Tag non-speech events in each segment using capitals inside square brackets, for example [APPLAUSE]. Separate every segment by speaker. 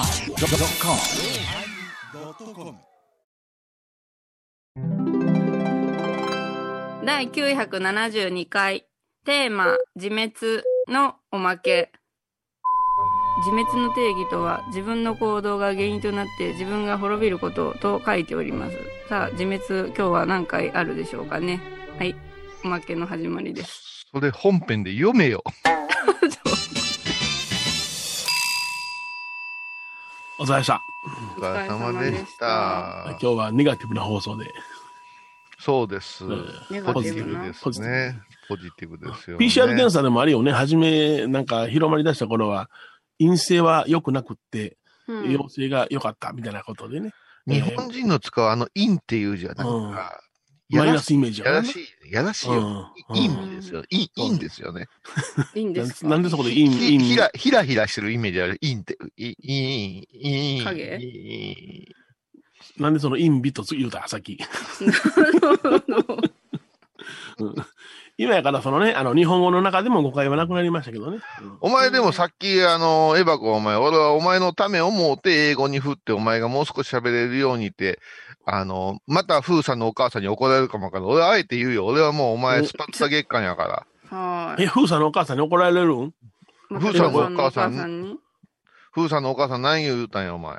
Speaker 1: YONNIRI.com
Speaker 2: 第972回テーマ「自滅」のおまけ自滅の定義とは自分の行動が原因となって自分が滅びることと書いておりますさあ自滅今日は何回あるでしょうかねはいおまけの始まりです
Speaker 3: それ本編で読めよ。
Speaker 4: お疲れ様
Speaker 3: お疲れ様でし
Speaker 4: でした。今
Speaker 3: た。
Speaker 4: 日はネガティブな放送で。
Speaker 3: そうです。
Speaker 2: ネガテ
Speaker 3: ポジテ
Speaker 2: ィ
Speaker 3: ィ
Speaker 2: ブ
Speaker 3: ブ
Speaker 2: な
Speaker 3: です
Speaker 4: ポジティ
Speaker 3: ね。ポジティブですよ、ね。
Speaker 4: PCR 検査でもあるよね。初め、なんか広まり出した頃は、陰性は良くなくって、
Speaker 2: うん
Speaker 4: 陽性が良かったみたいなことでね。
Speaker 3: 日本人の使うあの、インっていうじゃなんか、
Speaker 4: マ
Speaker 3: や
Speaker 4: イナ
Speaker 3: らし
Speaker 4: スイメージ
Speaker 3: い、
Speaker 4: や
Speaker 3: やら
Speaker 4: からね
Speaker 3: しい、やらしいよ。
Speaker 4: うん
Speaker 3: イ
Speaker 4: うん
Speaker 3: ンですよ。イン、インですよね。
Speaker 2: いいんで
Speaker 4: な
Speaker 2: す
Speaker 4: な
Speaker 2: か
Speaker 4: んでそこで陰、
Speaker 3: ひひ
Speaker 4: 陰
Speaker 3: ら、ひらひらしてるイメージある。インって、イン、イン、イン。
Speaker 2: 影
Speaker 3: イン
Speaker 4: なんでその陰美と言うた、さっき。 [LAUGHS]
Speaker 2: [LAUGHS]
Speaker 4: 今やから、そのね、あの、日本語の中でも誤解はなくなりましたけどね。うん
Speaker 3: お前でもさっき、あの、エバコ、お前、俺はお前のため思うて英語に振って、お前がもう少し喋れるようにって、あの、また、フーさんのお母さんに怒られるかもわからん。俺、あえて言うよ。俺はもう、お前、
Speaker 4: お
Speaker 3: スパッツァ月間やから。
Speaker 2: はー
Speaker 4: え、
Speaker 2: い
Speaker 4: 風さんのお母さんに怒られるん
Speaker 3: ふうさんのお母さん
Speaker 2: お母さんに
Speaker 3: フーさんのお母さん、何言うたんや、お前。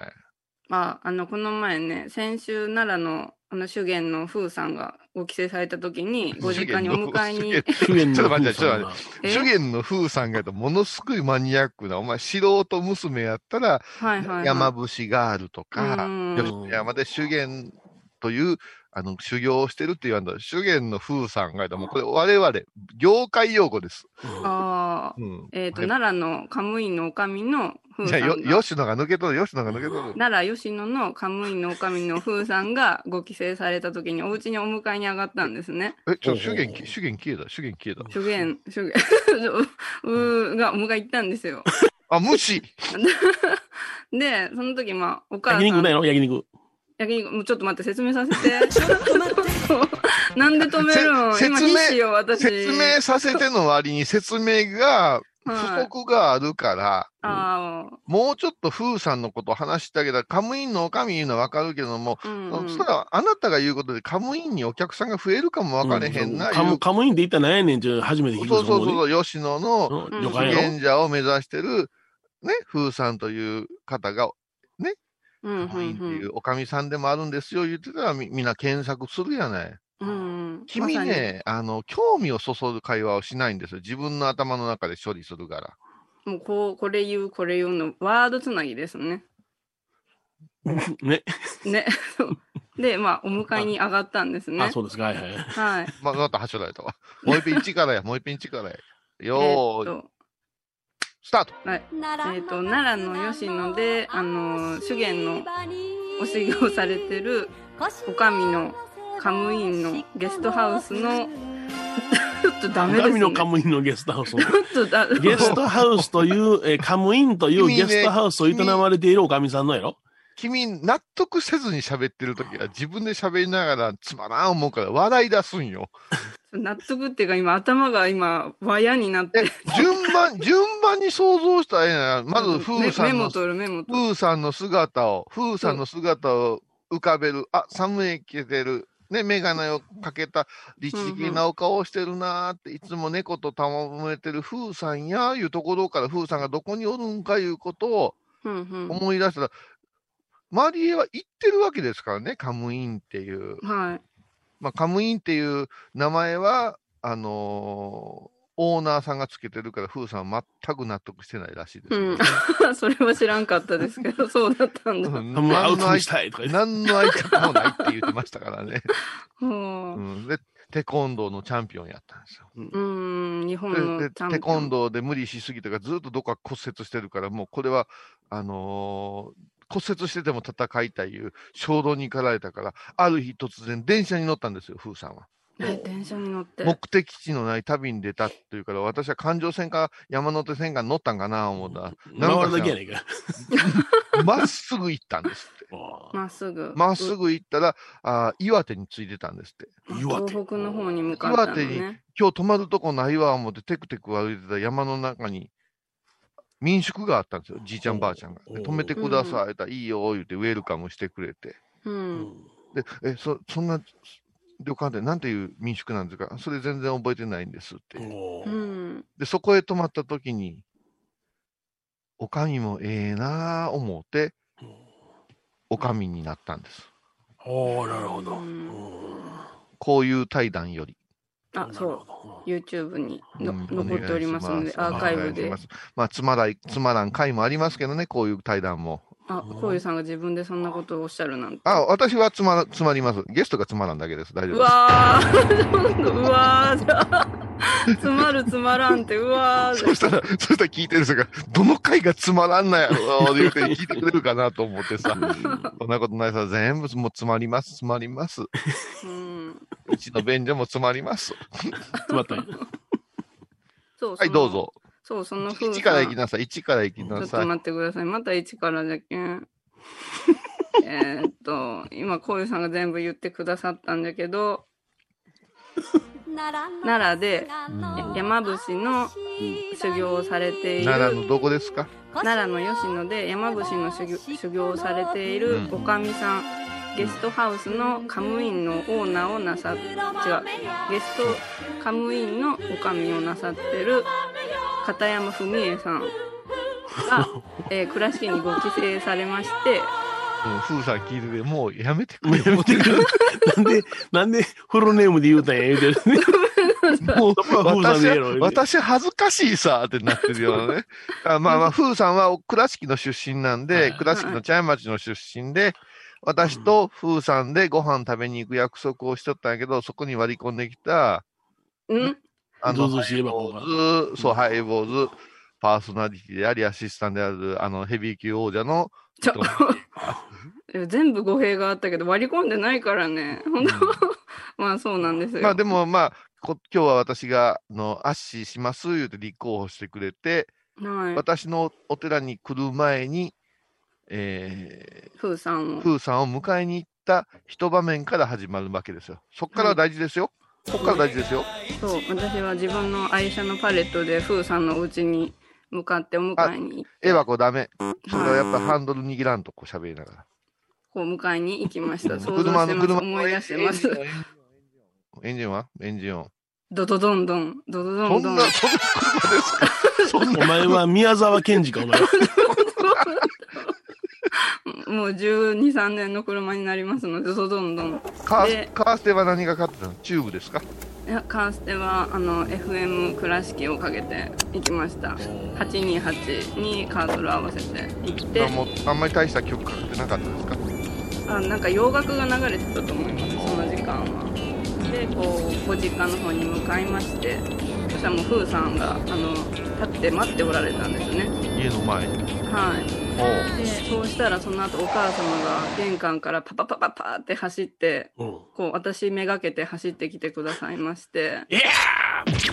Speaker 2: あ、あの、この前ね、先週奈良の、あの、修験の風さんがご帰省された時
Speaker 3: [LAUGHS]
Speaker 2: に、ご実家にお迎えに
Speaker 3: 主言、の
Speaker 4: 主演
Speaker 3: ちょ
Speaker 4: の
Speaker 3: っと待って
Speaker 4: 風さんが
Speaker 2: え
Speaker 3: 主言のフーさんがやと、ものすごいマニアックな、お前、素人娘やったら、
Speaker 2: はいはい、はい。
Speaker 3: 山伏ガールとか
Speaker 2: うん、
Speaker 3: 吉野山で修験という、あの、修行をしてるって言わんだ。修験の風さんがやと、もうこれ、我々、業界用語です。
Speaker 2: ああ、
Speaker 3: うん
Speaker 2: えっ、と、
Speaker 3: はい
Speaker 2: 奈良のカムイの女将の風
Speaker 3: じゃ
Speaker 2: さ
Speaker 3: あ、
Speaker 2: んが。
Speaker 3: よ、吉野が抜けとる、吉野が抜けとる。
Speaker 2: 奈良吉野のカムイの女将の風さんがご帰省された時にお家にお迎えに上がったんですね。
Speaker 3: え、ちょ、主
Speaker 4: ほうほ
Speaker 3: 言、
Speaker 4: うほう
Speaker 3: 主言消えた、主言消えた。
Speaker 2: 修験、修
Speaker 3: [LAUGHS]
Speaker 2: 験、ううーがお迎え行ったんですよ。
Speaker 3: あ、無視
Speaker 2: で、その時まあ、お母さん。
Speaker 4: 焼肉ないの焼肉。
Speaker 2: 焼肉、もうちょっと待って、説明させ
Speaker 3: [LAUGHS]
Speaker 2: て。なんで止めるの
Speaker 3: せ
Speaker 2: 今
Speaker 3: 説明
Speaker 2: 必死よ、私。
Speaker 3: 説明させての割に説明が、
Speaker 2: はい
Speaker 3: 不足があるから、
Speaker 2: ああ、
Speaker 3: もうちょっと風さんのこと話してあげたら、カムインのおかみいうのはわかるけども、
Speaker 2: うん、う
Speaker 3: そ
Speaker 2: ん。
Speaker 3: したら、あなたが言うことで、カムインにお客さんが増えるかもわかれへんな、
Speaker 4: カ
Speaker 3: い
Speaker 4: ム
Speaker 3: う
Speaker 4: カムインで行ったら何やねんっていうの初めて聞
Speaker 3: そ
Speaker 4: いうた
Speaker 3: そうそうそう、吉野の
Speaker 4: うん
Speaker 2: うん
Speaker 3: 修
Speaker 4: 旅館やろ
Speaker 3: 験者を目指してる、ね、風さんという方が、
Speaker 2: うん、
Speaker 3: カ
Speaker 2: う
Speaker 3: ムインって
Speaker 2: ん、
Speaker 3: いうおかみさんでもあるんですよ、言ってたらみみんな検索するやない。
Speaker 2: うん。うん。
Speaker 3: 君ね、あの、興味をそそる会話をしないんですよ。自分の頭の中で処理するから。
Speaker 2: まさに。もう、こう、これ言う、これ言うの、ワードつなぎですね。
Speaker 4: ね。
Speaker 2: ね。そうで、まあ、お迎えに上がったんですね。
Speaker 4: あ、そうですか。はいはい。
Speaker 2: はい。
Speaker 3: ま、またはしょられ
Speaker 4: [LAUGHS]
Speaker 3: たわ。もう一品力や、もう一品力や。
Speaker 2: え
Speaker 3: よ
Speaker 2: ーっ
Speaker 3: ーい、
Speaker 2: と、
Speaker 3: スタート
Speaker 2: え
Speaker 5: え
Speaker 2: ー
Speaker 5: っ
Speaker 2: と
Speaker 5: と
Speaker 2: 奈
Speaker 5: 奈
Speaker 2: 良
Speaker 5: 良
Speaker 2: の
Speaker 5: の
Speaker 2: 吉
Speaker 5: 吉
Speaker 2: 野
Speaker 5: 野
Speaker 2: で
Speaker 5: で
Speaker 2: あ
Speaker 5: あ
Speaker 2: の
Speaker 5: の
Speaker 2: 修
Speaker 5: 修
Speaker 2: 験
Speaker 5: 験
Speaker 2: の
Speaker 5: の
Speaker 2: お
Speaker 5: お
Speaker 2: 修
Speaker 5: 修
Speaker 2: 行
Speaker 5: 行
Speaker 2: さ
Speaker 5: さ
Speaker 2: れ
Speaker 5: れ
Speaker 2: て
Speaker 5: て
Speaker 2: る
Speaker 5: る
Speaker 2: お
Speaker 5: お
Speaker 2: か
Speaker 5: か
Speaker 2: み
Speaker 5: み
Speaker 2: の
Speaker 5: の
Speaker 2: カ
Speaker 5: カ
Speaker 2: ム
Speaker 5: ム
Speaker 2: イ
Speaker 5: イ
Speaker 2: ン
Speaker 5: ン
Speaker 2: の
Speaker 5: の
Speaker 2: ゲ
Speaker 5: ゲ
Speaker 2: ス
Speaker 5: ス
Speaker 2: ト
Speaker 5: ト
Speaker 2: ハ
Speaker 5: ハ
Speaker 2: ウ
Speaker 5: ウ
Speaker 2: ス
Speaker 5: ス
Speaker 2: の
Speaker 5: の
Speaker 2: ちょっとダメです、ね。
Speaker 4: 神のカムインのゲストハ
Speaker 2: [LAUGHS]
Speaker 4: ウス。
Speaker 2: ちょっとだ、
Speaker 4: ゲストハウスという、えーカムインという
Speaker 3: 君
Speaker 4: ゲ
Speaker 3: ね
Speaker 4: ストハウスを営まれているおかみさんのやろ
Speaker 3: 君、納得せずに喋ってるときは、自分で喋りながら、つまらん思うから、笑い出すんよ。
Speaker 2: 納得っていうか、今、頭が今、和やになって。
Speaker 3: 順番、順番に想像したらええな。まず、風さ
Speaker 2: メ
Speaker 3: ん
Speaker 2: モ
Speaker 3: の、
Speaker 2: 取る、メモ取る。
Speaker 3: 風さんの姿を、風さんの姿を浮かべる。あ、寒いけてる。ね、眼鏡をかけた、律儀なお顔をしてるなーって、いつも猫と戯れてる風さんや、いうところから、風さんがどこにおるんかいうことを
Speaker 2: うんうん。
Speaker 3: 思い出したら、マリエは行ってるわけですからね、カムインっていう。
Speaker 2: はい。
Speaker 3: まあ、カムインっていう名前は、あのーオーナーさんがつけてるから、フーさんは全く納得してないらしいです、
Speaker 2: うん。 [LAUGHS] それは知らんかったです
Speaker 3: [LAUGHS]
Speaker 2: けど、そうだったんだ。
Speaker 3: うん
Speaker 4: もうア
Speaker 3: 何の
Speaker 4: ウト
Speaker 3: 愛
Speaker 4: にしたいとか言って。
Speaker 3: 何の愛着もないって言ってましたからね。
Speaker 2: も
Speaker 3: う、
Speaker 2: うん
Speaker 3: で、テコンドーのチャンピオンやったんですよ。
Speaker 2: うん、日本
Speaker 3: で
Speaker 2: の
Speaker 3: で
Speaker 2: チャンピオン。
Speaker 3: テコンドーで無理しすぎたから、ずっとどっか骨折してるから、もうこれは、あのー骨折してても戦いたいいう衝動に駆られたから、ある日突然電車に乗ったんですよ、フーさんは。
Speaker 2: はい、電車に乗って。
Speaker 3: 目的地のない旅に出たっていうから、私は環状線か山手線か乗ったんかな思ったら、何
Speaker 4: 回
Speaker 3: か
Speaker 4: るだけやねんか。
Speaker 3: まっすぐ行ったんです
Speaker 4: [LAUGHS]
Speaker 3: って。
Speaker 2: まっすぐ。
Speaker 3: まっすぐ行ったら、あー岩手に着いてたんですって。
Speaker 2: まあ
Speaker 4: 岩手
Speaker 2: 東北の方に向かったの
Speaker 3: 岩
Speaker 2: ね。
Speaker 3: 今日泊まるとこないわ思って、テクテク歩いてた山の中に、民宿があったんですよ、じいちゃんばあちゃんが。で
Speaker 4: おう
Speaker 3: 泊めてください、言ったらいいよ、言うて、ウェルカムしてくれて。
Speaker 2: う。
Speaker 4: うんん
Speaker 3: で、え、そ、そんな旅館でなんていう民宿なんですかそれ全然覚えてないんですって。
Speaker 2: う
Speaker 4: おー
Speaker 2: ん。
Speaker 3: で、そこへ泊まった時に、おかみもええなあ思って、おかみになったんです。
Speaker 4: おーなるほど。
Speaker 2: う
Speaker 4: うんん
Speaker 3: こういう対談より。
Speaker 2: あ、そう。
Speaker 4: う。
Speaker 2: YouTube にの
Speaker 3: うん
Speaker 2: 残っておりますので、
Speaker 3: お
Speaker 2: ア
Speaker 3: 願いし
Speaker 2: ーカイブ
Speaker 3: お
Speaker 2: で
Speaker 3: 願い。しますまあ、つまらい、つまらん回もありますけどね、こういう対談も。
Speaker 2: あ、こういうさんが自分でそんなことをおっしゃるなんて。
Speaker 3: あ、私はつまら、つまります。ゲストがつまらんだけです。大丈
Speaker 2: う
Speaker 3: 夫です。
Speaker 2: わーうわー [LAUGHS] 詰まる詰まらんって、うわ
Speaker 3: そ
Speaker 2: ー
Speaker 3: したら、そしたら聞いてる人が、どの回がつまらんなやろ、言うて聞いてくれるかなと思ってさ、そんなことないさ、全部もうつまります、つまります。
Speaker 2: うん。
Speaker 3: うちの便所もつまります。
Speaker 4: つまったり。
Speaker 2: そう、
Speaker 3: は
Speaker 2: そ
Speaker 3: い、
Speaker 2: の
Speaker 3: どう。ぞ。
Speaker 2: そう、その風
Speaker 3: 1
Speaker 2: さ
Speaker 3: から
Speaker 2: ん
Speaker 3: 行きなさい、1から行き
Speaker 2: ちょ
Speaker 3: な
Speaker 2: っと
Speaker 3: さい。
Speaker 2: 待ってください。また一からじゃけ
Speaker 3: [LAUGHS]
Speaker 2: ん。えーっと、今、こういうさんが全部言ってくださったんだけど、
Speaker 1: 奈良で
Speaker 3: うん
Speaker 1: 山伏の修
Speaker 2: 修
Speaker 1: 行
Speaker 2: 行
Speaker 1: を
Speaker 2: を
Speaker 1: さ
Speaker 2: さ
Speaker 1: れ
Speaker 2: れ
Speaker 1: て
Speaker 2: て
Speaker 1: い
Speaker 2: い
Speaker 1: る
Speaker 2: る
Speaker 3: 奈良のどこですか
Speaker 2: 奈
Speaker 1: 奈
Speaker 2: 良
Speaker 1: 良の吉野
Speaker 2: の吉野で山伏の修行修行をされていうる
Speaker 3: ん
Speaker 2: おかみさん、ゲストハウスのカムインのオーナーをなさ、違う、ゲストカムインのおかみをなさってる片山文江さん
Speaker 3: [LAUGHS]
Speaker 2: が、えー倉敷にご帰省されまして、
Speaker 3: うん、ふうさん聞いてて、もうやめてく
Speaker 4: もう
Speaker 3: れ
Speaker 4: [LAUGHS] やめてくれなん
Speaker 2: [LAUGHS]
Speaker 4: で、なんでフルネームで言うたんや、言うてるね。
Speaker 2: [LAUGHS]
Speaker 3: もう
Speaker 4: こは風さん
Speaker 3: 私
Speaker 4: でやろ
Speaker 3: は、私恥ずかしいさってなってるよう
Speaker 4: [LAUGHS]
Speaker 3: なね。あまあまあ、風さんは倉敷の出身なん
Speaker 4: は
Speaker 3: で、
Speaker 4: い
Speaker 3: 倉敷の茶屋町の出身で、私と風さんでご飯食べに行く約束をしとったんやけど、そこに割り込んできた、
Speaker 2: ん
Speaker 3: あ
Speaker 4: ゾ
Speaker 3: の、
Speaker 4: ウゾウしれば
Speaker 3: ハ
Speaker 4: こ
Speaker 3: イボ
Speaker 4: うか。
Speaker 3: ーズ、そう、ハイボーズ、パーソナリティであり、アシスタントである、あの、ヘビー級王者の、
Speaker 2: ちょ [LAUGHS]
Speaker 3: どう、
Speaker 2: 全部語弊があったけど、割り込んでないからね。本当 [LAUGHS] まあそうなんですよ。
Speaker 3: まあでもまあ、こ今日は私が、あの、圧死します、言うて立候補してくれて、
Speaker 2: はい。
Speaker 3: 私のお寺に来る前に、え
Speaker 2: ふうさん
Speaker 3: ー、
Speaker 2: を。
Speaker 3: 風さんを迎えに行った一場面から始まるわけですよ。そこから大事ですよ。そこから大事ですよ。
Speaker 2: そう、私は自分の愛車のパレットでふうさんのお家に向かってお迎えに、
Speaker 3: 絵はこうダメ。それはやっぱハンドル握らんとこう喋りながら。
Speaker 2: こう迎えに行きました。想像し
Speaker 3: 車
Speaker 2: て
Speaker 3: の
Speaker 2: ます。
Speaker 3: 車の
Speaker 2: 思い出してま
Speaker 3: エンジン
Speaker 2: す。
Speaker 3: 音エンジンはエンジン音。
Speaker 2: ドドドンドン、ドド
Speaker 3: そ
Speaker 2: ドン
Speaker 3: ん
Speaker 2: ドン
Speaker 3: な、。そんな車ですか
Speaker 4: お前は宮沢賢治か、お前は。
Speaker 2: もう12、3年の車になりますので、ドドドンドン。
Speaker 3: カ
Speaker 2: で
Speaker 3: ースカーステは何がかってたのチューブですか
Speaker 2: いや、カーステは、あの、FM 倉敷をかけて行きました。828にカーソル合わせて行って、
Speaker 3: もうあんまり大した曲かかってなかったですか
Speaker 2: あなんか洋楽が流れてたと思います、その時間は。で、こう、ご実家の方に向かいまして、そしたらもう、ふーさんが、あの、立って待っておられたんですね。
Speaker 3: 家の前に。
Speaker 2: はい。
Speaker 3: おう
Speaker 2: でそうしたらその後お母様が玄関からパパパパパーって走って
Speaker 4: うん
Speaker 2: こう私めがけて走ってきてくださいまして
Speaker 4: いや
Speaker 2: ち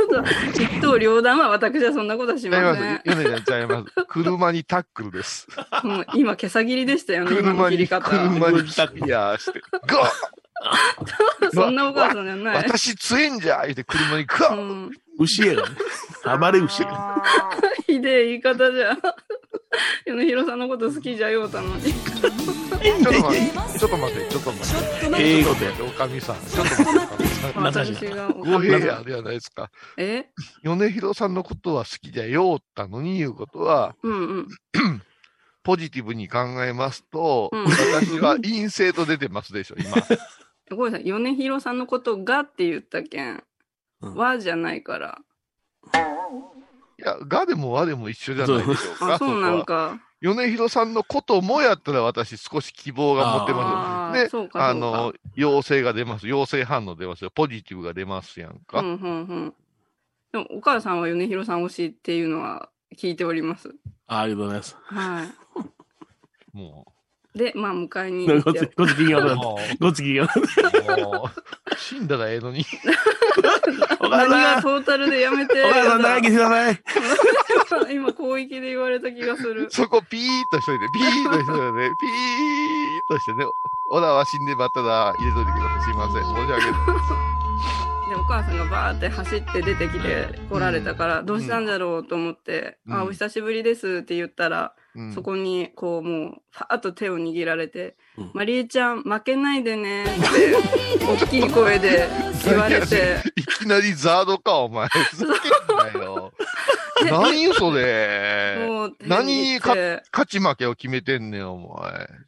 Speaker 2: ょっと一刀両断は私はそんなことはし
Speaker 3: 違い
Speaker 2: ま
Speaker 3: ま
Speaker 2: せん
Speaker 3: す。米ちゃんちゃいます。車にタックルです。
Speaker 2: もう今毛さ切りでしたよね今の
Speaker 3: [LAUGHS] 車
Speaker 2: 切り
Speaker 3: に、
Speaker 2: 方
Speaker 3: 車にいやーして、ガー
Speaker 2: そんなお母さんじゃない、
Speaker 3: 私強いんじゃ言うて車にガ
Speaker 2: う
Speaker 3: ー
Speaker 2: ん、
Speaker 4: 牛やがね。暴れ牛やがね。
Speaker 2: ひでえ言い方じゃ米広さんのこと好きじゃようたのに
Speaker 3: ちょっと待って、ちょっと待って、ちょっと待って。
Speaker 4: ええことや。
Speaker 3: おかみさん、ちょっと待って、おかみさん。
Speaker 2: 私が
Speaker 3: 語弊やではないですか。
Speaker 2: え
Speaker 3: 米広さんのことは好きじゃよったのにいうことは、
Speaker 2: うんうん
Speaker 3: ポジティブに考えますと、
Speaker 2: うん
Speaker 3: 私は陰性と出てますでしょ、今。
Speaker 2: ごめんなさい米広さんのことがって言ったけん、
Speaker 4: ん
Speaker 2: はじゃないから
Speaker 3: いや、がでもわでも一緒じゃないでしょう [LAUGHS] か。
Speaker 2: あそうなん
Speaker 3: こは
Speaker 2: か
Speaker 3: 米広さんのこともやったら私少し希望が持てま
Speaker 2: あ
Speaker 3: す。
Speaker 2: ー
Speaker 3: で、
Speaker 2: そうか
Speaker 3: あ
Speaker 2: そうか
Speaker 3: の、陽性が出ます。陽性反応出ますよ。ポジティブが出ますやんか。
Speaker 2: うんうんうん。でも、お母さんは米広さん推しっていうのは聞いております。
Speaker 4: あありがとうございます。
Speaker 2: は
Speaker 3: も
Speaker 2: い。で、まあ、迎えに
Speaker 4: ご
Speaker 2: 行
Speaker 4: つ
Speaker 2: って、
Speaker 4: ごつ聞きが
Speaker 3: う。
Speaker 4: なかった。
Speaker 3: も
Speaker 4: ごつ聞きがなかっ
Speaker 2: [LAUGHS]
Speaker 3: う、もう死んだらええのに。
Speaker 4: お母
Speaker 2: 何
Speaker 4: さ
Speaker 2: が
Speaker 4: ん、
Speaker 2: トータルでやめて。
Speaker 4: お母さん、長生きしてください。
Speaker 2: [LAUGHS] 今、広域で言われた気がする。
Speaker 3: そこピーッとしといて、ピーッとしといてね、ピーッとしてね、オラは死んでまっただ、入れといてください。すいません。申し訳ない。
Speaker 2: で、お母さんがバーって走って出てきて来られたから、どうしたんだろうと思って、
Speaker 3: うん
Speaker 2: あ、お久しぶりですって言ったら、
Speaker 3: うん、
Speaker 2: そこに、こう、もう、ファーッと手を握られて、
Speaker 4: うん
Speaker 2: マリエちゃん、負けないでねって、大きい声で言われて、
Speaker 3: いきなりザードか、お前。ふざけん
Speaker 2: [LAUGHS]
Speaker 3: なよ。何よ、それ。
Speaker 2: もう手握って、
Speaker 3: 何か勝ち負けを決めてんねん、お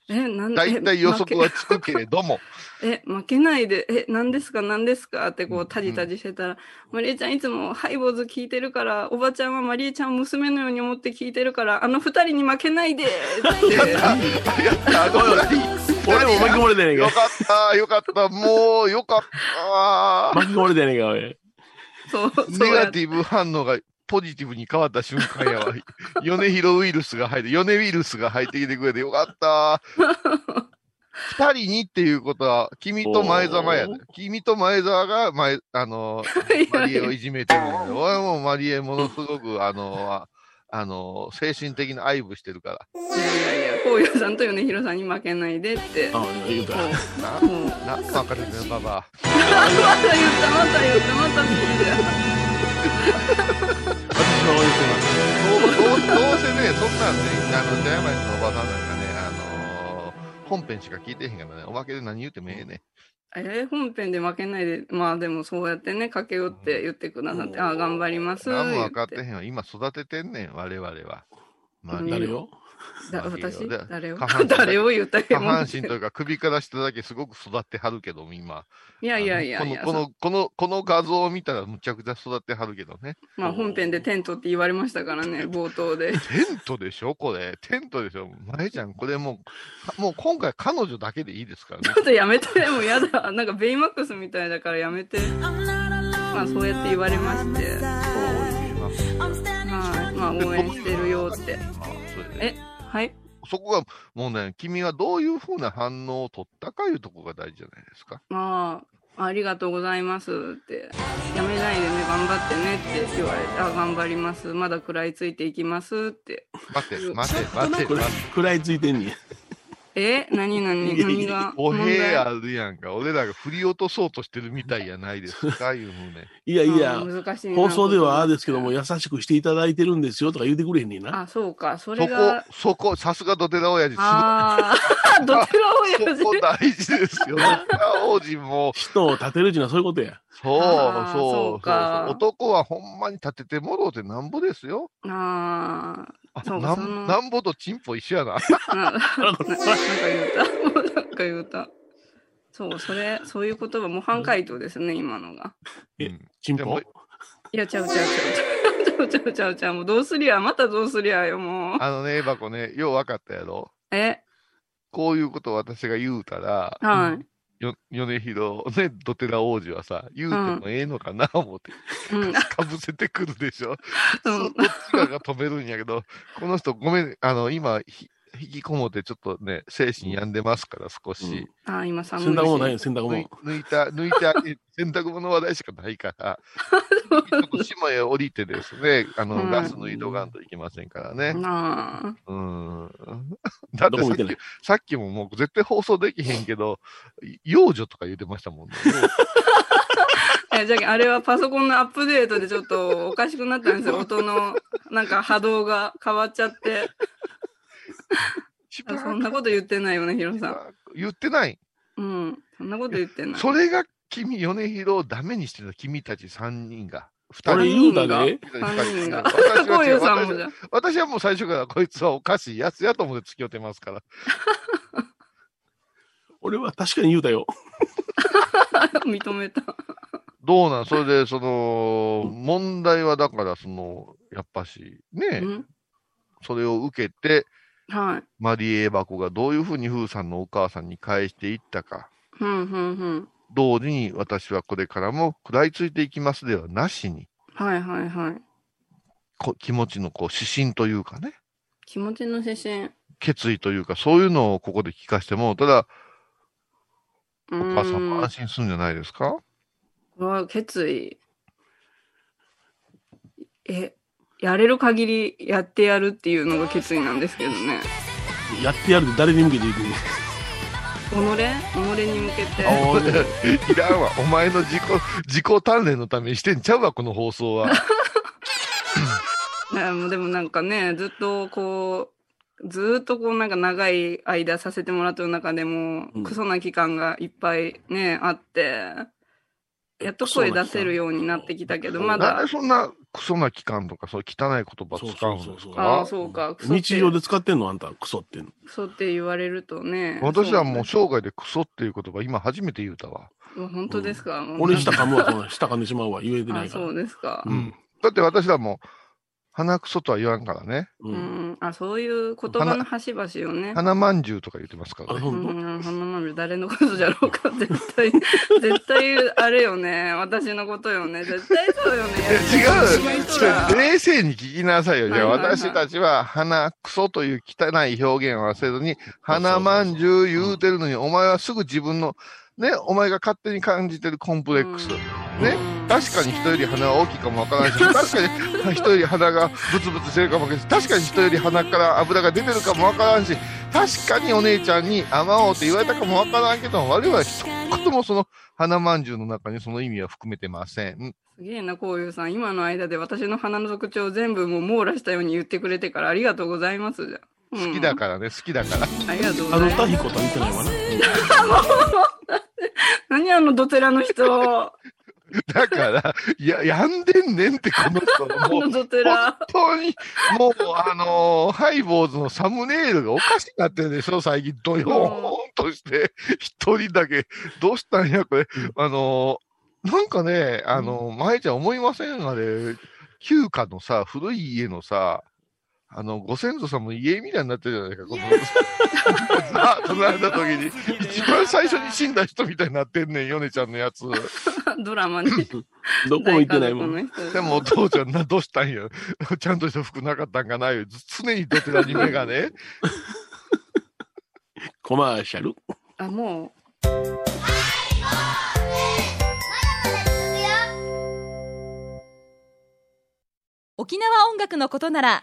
Speaker 3: 前。
Speaker 2: え、なん
Speaker 3: だいたい予測は
Speaker 2: 負
Speaker 3: つくけれども。
Speaker 2: けえ、負けないで、え、何ですか何ですかってこう、タジタジしてたら、マリエちゃんいつもハイボーズ聞いてるから、おばちゃんはマリエちゃんを娘のように思って聞いてるから、あの二人に負けないでって
Speaker 3: やった、ごめん
Speaker 4: 俺も巻き込まれてねえ
Speaker 3: よ
Speaker 4: か
Speaker 3: かった、よかった、もう、よかった。
Speaker 4: 巻き込まれてねえか、俺。
Speaker 2: そう、そう
Speaker 3: ネ
Speaker 2: や
Speaker 3: ガ
Speaker 2: っ
Speaker 3: ティブ反応がポジティブに変わった瞬間やわ。 [LAUGHS] ヨネヒロウイルスが入って、ヨネウイルスが入ってきてくれてよかった。二人にっていうことは、君と前澤やで
Speaker 4: おー。
Speaker 3: 君と前澤が、前、あの、
Speaker 2: て
Speaker 3: マリエをいじめてるんだよ。俺はもうマリエものすごく、あの、あの、精神的な愛撫してるから。
Speaker 2: いやいやいや、紅葉さんと米広さんに負けないでって。も
Speaker 4: あ、言うた。
Speaker 3: な
Speaker 2: う、もう。
Speaker 3: な、わかるね、ババ
Speaker 2: また言った、また言った、また聞いた。
Speaker 3: ア。どう、どう、どうせね、そんなんね、あ
Speaker 4: 私の応援してます。
Speaker 3: の、ジャイマイスのおばさんなんかね、あの、本編しか聞いてへんからね、おまけで何言ってもええね。
Speaker 2: えー本編で負けないで、まあでもそうやってね、駆け寄って言ってくださって、ああ、頑張ります。
Speaker 3: 何も分かって
Speaker 2: 言
Speaker 3: へんよ。今育ててんねん、我々は。まあ、
Speaker 2: うん
Speaker 4: 誰よ
Speaker 2: だ
Speaker 3: まあいいよ
Speaker 2: 私
Speaker 3: だ
Speaker 2: 誰を
Speaker 3: 下半身だけ
Speaker 2: 誰を言ったけ
Speaker 3: 下
Speaker 2: ど。
Speaker 3: 半身というか首から下だけすごく育ってはるけど、今。
Speaker 2: いやいやいやいや、
Speaker 3: あのこの、この、この、この画像を見たらむちゃくちゃ育ってはるけどね。
Speaker 2: まあ本編でテントって言われましたからね、冒頭で。
Speaker 3: テントでしょこれ。テントでしょまえちゃん、これもう、もう今回彼女だけでいいですからね
Speaker 2: ちょ。っとやめて、もうやだ。なんかベイマックスみたいだからやめて。まあそうやって言われまして、はい、 [LAUGHS] まあ応援してるよって。
Speaker 3: あそれで
Speaker 2: え、はい
Speaker 3: そこがもうね、君はどういうふうな反応を取ったかいうとこが大事じゃないですか。
Speaker 2: まあ、ありがとうございますって、やめないでね、頑張ってねって言われて、あ、頑張ります。まだ食らいついていきますって。
Speaker 3: 待て、待て、待て、
Speaker 4: これ
Speaker 3: 待て。、
Speaker 4: 食らいついてんねん。
Speaker 2: え何何何が
Speaker 3: お
Speaker 2: 問
Speaker 3: 部
Speaker 2: 題
Speaker 3: 屋あるやんか。俺らが振り落とそうとしてるみたいやないですか、いうふう
Speaker 2: [LAUGHS]
Speaker 3: ね。
Speaker 4: いやいや
Speaker 2: あ、難しいな
Speaker 4: 放送ではああですけども、優しくしていただいてるんですよとか言うてくれへんねんな。
Speaker 2: あ、そうか、そ
Speaker 3: そ
Speaker 2: れ
Speaker 3: こ
Speaker 2: が。、
Speaker 3: そこ、さすがドテラ親父、
Speaker 2: ああ、どちらをや
Speaker 3: そこ
Speaker 2: る
Speaker 3: 大事で
Speaker 2: [LAUGHS]
Speaker 3: すよ。ドテラ王子も、
Speaker 4: 人を立てるっていうのはそういうことや。
Speaker 3: そ
Speaker 2: あ
Speaker 3: う、
Speaker 2: ーそ
Speaker 3: そうそうう
Speaker 2: か
Speaker 3: 男はほんまに立ててもろうてなんぼですよ。
Speaker 2: あ
Speaker 3: あ
Speaker 2: そう
Speaker 3: な
Speaker 2: その
Speaker 3: んなんぼとチンポ一緒やな。
Speaker 2: あ、ななんか言うた。もうなんか言うた。そう、それ、そういう言葉、模範回答ですね、今のが。[LAUGHS]
Speaker 4: え
Speaker 3: うん
Speaker 4: チン
Speaker 3: でも
Speaker 4: ポ
Speaker 2: いや、ちゃうちゃうちゃうちゃう。ちゃうちゃうちゃうちゃう。もうどうすりゃ、またどうすりゃよ、もう。
Speaker 3: あのね、バコね、よう分かったやろ。
Speaker 2: え、
Speaker 3: こういうことを私が言うたら、
Speaker 2: はい。
Speaker 3: よ米広、ね、ドテラ王子はさ、言うてもええのかな、思って、
Speaker 2: うん。
Speaker 3: かぶせてくるでしょ。
Speaker 2: う
Speaker 3: そ
Speaker 2: ん
Speaker 3: うどっちかが止めるんやけど、この人、ごめん、あの、今、ひ引きこもって、ちょっとね、精神病んでますから、少し。
Speaker 2: あ、今寒いし。
Speaker 4: 洗濯物ないよ、洗濯
Speaker 3: 抜い
Speaker 4: 物。
Speaker 3: 抜いた、抜いた、え洗濯物の話題しかないから、ちょっと島へ降りてですね、あの、
Speaker 2: うん
Speaker 3: ガス抜いとかんといけませんからね。
Speaker 2: な
Speaker 3: うん。だってさ
Speaker 4: どこも
Speaker 3: っ
Speaker 4: 見てない
Speaker 3: き、さっきももう絶対放送できへんけど、幼女とか言ってましたもんね。
Speaker 2: あ。え、じゃあ、あれはパソコンのアップデートでちょっとおかしくなったんですよ。音の、なんか波動が変わっちゃって。あそ [LAUGHS] んなこと言ってないよね、ヒロさん。
Speaker 3: 言ってない。
Speaker 2: うん。そんなこと言ってない。
Speaker 3: それが君、米広をダメにしてた君たち3人が。
Speaker 4: 俺
Speaker 3: 2人。
Speaker 4: 言うたで。
Speaker 2: 3人が。
Speaker 3: 私は
Speaker 2: こう
Speaker 3: 違
Speaker 2: いううさん
Speaker 3: 私
Speaker 2: もじ
Speaker 3: は
Speaker 2: ゃ。
Speaker 3: 私はもう最初からこいつはおかしいやつやと思って付き合ってますから。
Speaker 4: 俺は確かに言うたよ。
Speaker 2: 認めた。
Speaker 3: どうなんそれで、その、問題はだから、その、やっぱし、ね
Speaker 2: う、ん。
Speaker 3: それを受けて、
Speaker 2: はい。
Speaker 3: マリエ箱がどういうふうにフーさんのお母さんに返していったか。
Speaker 2: うん、うん、うん。
Speaker 3: 同時に私はこれからも食らいついていきますではなしに、
Speaker 2: はい、はい、はい。
Speaker 3: こ気持ちのこう指針というかね、
Speaker 2: 気持ちの指針。
Speaker 3: 決意というか、そういうのをここで聞かせても、ただ、
Speaker 2: う
Speaker 3: お母さんも
Speaker 2: ん。
Speaker 3: 安心するんじゃないですか
Speaker 2: うわ決意。え、やれる限りやってやるっていうのが決意なんですけどね。
Speaker 4: やってやるって誰に向けて言うてんねん
Speaker 2: 己己に向けて。
Speaker 4: あーね
Speaker 3: [LAUGHS] いらんわ。お前の自己、自己鍛錬のためにしてんちゃうわ、この放送は。
Speaker 2: ねもうでもなんかね、ずっとこう、ずーっとこうなんか長い間させてもらってる中でも
Speaker 4: うん、
Speaker 2: クソな期間がいっぱいね、あって、やっと声出せるようになってきたけど、ま
Speaker 3: な
Speaker 2: だ
Speaker 3: んで、そんなクソな期間とか、そういう汚い言葉使うんです
Speaker 4: そ
Speaker 3: か
Speaker 4: うそうそうそう
Speaker 2: ああ、そうか、クソって
Speaker 4: 日常で使ってんのあんた、クソってんの。
Speaker 2: クソって言われるとね。
Speaker 3: 私はもう
Speaker 2: そう
Speaker 3: 生涯でクソっていう言葉、今初めて言うたわ。
Speaker 2: う本当ですか、もう
Speaker 4: 俺、舌噛むわ、その [LAUGHS] 舌噛んでしまうわ、言えてな
Speaker 2: あ、
Speaker 4: いか
Speaker 2: そ
Speaker 4: ら。
Speaker 2: うですか
Speaker 4: う。ん。
Speaker 3: だって私らも、鼻クソとは言わんからね。
Speaker 4: う。
Speaker 2: うんん、あ、そういう言葉の端々をね。
Speaker 3: 鼻まんじゅうとか言ってますか
Speaker 4: あ、
Speaker 3: らね。
Speaker 2: う
Speaker 4: ほんと
Speaker 2: ん、そんなもん誰のことじゃろうか、絶対。 [LAUGHS] 絶対、あれよね。私のことよね。絶対そうよね。
Speaker 3: え違
Speaker 2: や
Speaker 3: う
Speaker 2: りとりは
Speaker 3: ちょ冷静に聞きなさいよ。じゃあ
Speaker 2: はいはいはい
Speaker 3: 私たちは鼻クソという汚い表現はせずに、鼻まんじゅう言うてるのに、お前はすぐ自分の、ね、お前が勝手に感じてるコンプレックス。
Speaker 2: うん
Speaker 3: ね。確かに人より鼻は大きいかもわからないし、確かに人より鼻がブツブツしてるかもわからないし、確かに人より鼻から油が出てるかもわからんし、確かにお姉ちゃんに甘おうって言われたかもわからんけど、我々は一言もその鼻まんじゅうの中にその意味は含めてません。
Speaker 2: すげえな、こういうさん。今の間で私の鼻の特徴を全部もう網羅したように言ってくれてからありがとうございますじゃん。
Speaker 3: 好きだからね、好きだか
Speaker 2: ら。
Speaker 3: ら。
Speaker 2: ありがとうござい
Speaker 4: あの
Speaker 2: ます
Speaker 4: 歌。彦とは言ってないわな。
Speaker 2: 何あのドテラの
Speaker 3: [LAUGHS]
Speaker 2: 人。
Speaker 3: だから、いや、やんでんねんって、この人。
Speaker 2: あ
Speaker 3: [LAUGHS] もう
Speaker 2: のドテ
Speaker 3: 本
Speaker 2: ラ。
Speaker 3: 当に、もう、あのーハイボーズのサムネイルがおかしくなってるでしょ、最近、ドヨーンとして、一人だけ、どうしたんや、これ、あのーなんかね、あのー、まえちゃん思いませんあれ、旧家のさ、古い家のさ、あの、ご先祖様の家みたいになってるじゃないか、この、 [LAUGHS] ザーッと並んだ時に、一番最初に死んだ人みたいになってんねん、ヨネちゃんのやつ。
Speaker 2: ドラマね。
Speaker 4: どこも行ってないもん。
Speaker 2: 大家族の人
Speaker 3: でもお父ちゃんな、どうしたんや。ちゃんとした服なかったんかないよ。常にどちらに目がね。
Speaker 4: コマーシャル。
Speaker 2: あ、も
Speaker 5: 沖縄音楽のことなら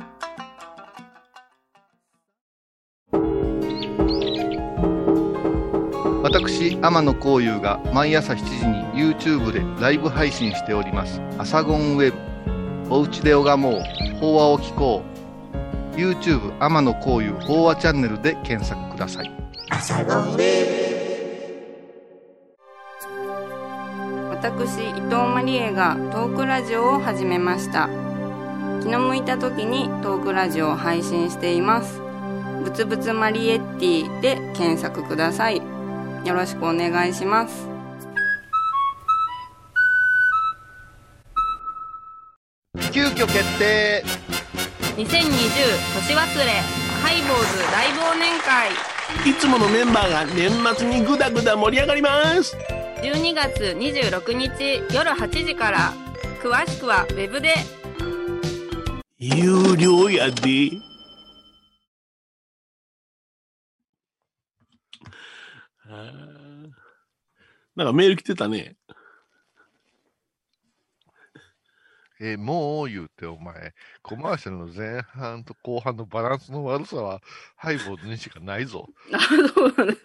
Speaker 6: 私天野幸雄が毎朝7時に YouTube でライブ配信しております「アサゴンウェブ」「おうちで拝もう法話を聞こう」YouTube 天野幸雄法話チャンネルで検索ください
Speaker 2: う、私、伊藤マリエがトークラジオを始めました。気の向いた時にトークラジオを配信しています。ぶつぶつマリエッティで検索ください。よろしくお願いします。
Speaker 6: 急遽決定
Speaker 2: 2020年忘れ、ハイボーズ大忘年会。
Speaker 4: いつものメンバーが年末にグダグダ盛り上がります。
Speaker 2: 12月26日夜8時から、詳しくはウェブで
Speaker 4: 有料やで。あーなんかメール来てたね。
Speaker 3: えーもう言うて、お前、コマーシャルの前半と後半のバランスの悪さは、ハイボーズにしかないぞ。
Speaker 2: [LAUGHS] あ、そうだね。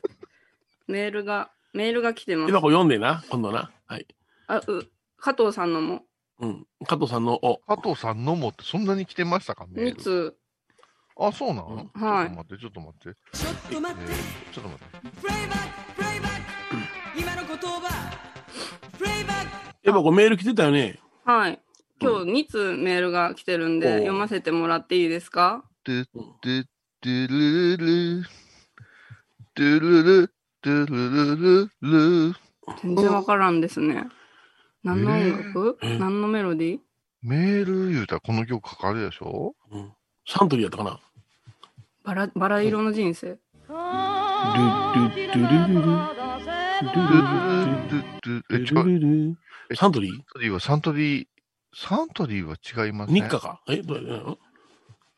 Speaker 2: メールが、メールが来てます。
Speaker 4: 今こ読んでな、今度な。はい。
Speaker 2: あ、う、加藤さんのも。
Speaker 4: うん。加藤さんのお。
Speaker 3: 加藤さんのもってそんなに来てましたか、メ
Speaker 2: 2
Speaker 3: ール。
Speaker 2: 通。
Speaker 3: あ、そうなの、
Speaker 2: はい
Speaker 3: ちょっと待って、
Speaker 7: ちょっと待って、
Speaker 3: ちょっと待って。
Speaker 7: プレイバック、プレイバック、今の言葉、プレイバック。
Speaker 4: エバコメール来てたよね。
Speaker 2: はい。今日2通メールが来てるんで、
Speaker 4: おう
Speaker 2: 読ませてもらっていいですか
Speaker 3: ドゥドゥドゥルルルドゥルルドゥルルルル
Speaker 2: 全然わからんですね。何の音楽、
Speaker 4: えー
Speaker 2: 何のメロディー
Speaker 3: メール言うたらこの曲かかるでしょ
Speaker 4: うん。サントリーやったかな。
Speaker 2: バラ、バラ色の人生。
Speaker 8: 「
Speaker 3: えちょ
Speaker 4: ルルル
Speaker 3: え
Speaker 4: サントリー
Speaker 3: サントリーはサントリー、サントリーは違いますね。
Speaker 4: 日課かえどうやん
Speaker 2: う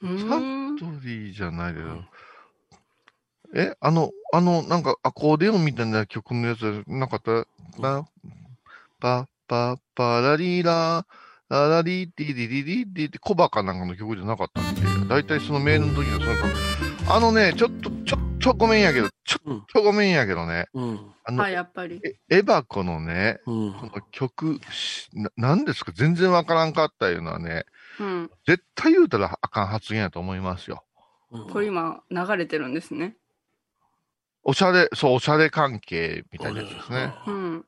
Speaker 3: サ
Speaker 2: ー
Speaker 3: ン
Speaker 2: ん
Speaker 3: トリーじゃないけど。え、あの、あの、なんかアコーディオンみたいな曲のやつなかったバパパパラリラララリティリリリリってコバかなんかの曲じゃなかったっけ大体そのメールの時のその曲あのね、ちょっと、ちょっとごめんやけど、ちょっとごめんやけどね。
Speaker 4: うん
Speaker 3: あ
Speaker 2: あ、
Speaker 3: の、
Speaker 2: やっぱり。
Speaker 3: えエバコのね、
Speaker 4: うん
Speaker 3: この曲、しななんですか全然わからんかったいうのはね、
Speaker 2: うん。
Speaker 3: 絶対言うたらあかん発言やと思いますよ。
Speaker 2: これ今、流れてるんですね。
Speaker 3: おしゃれ、そう、おしゃれ関係みたいなやつですね。
Speaker 2: うん。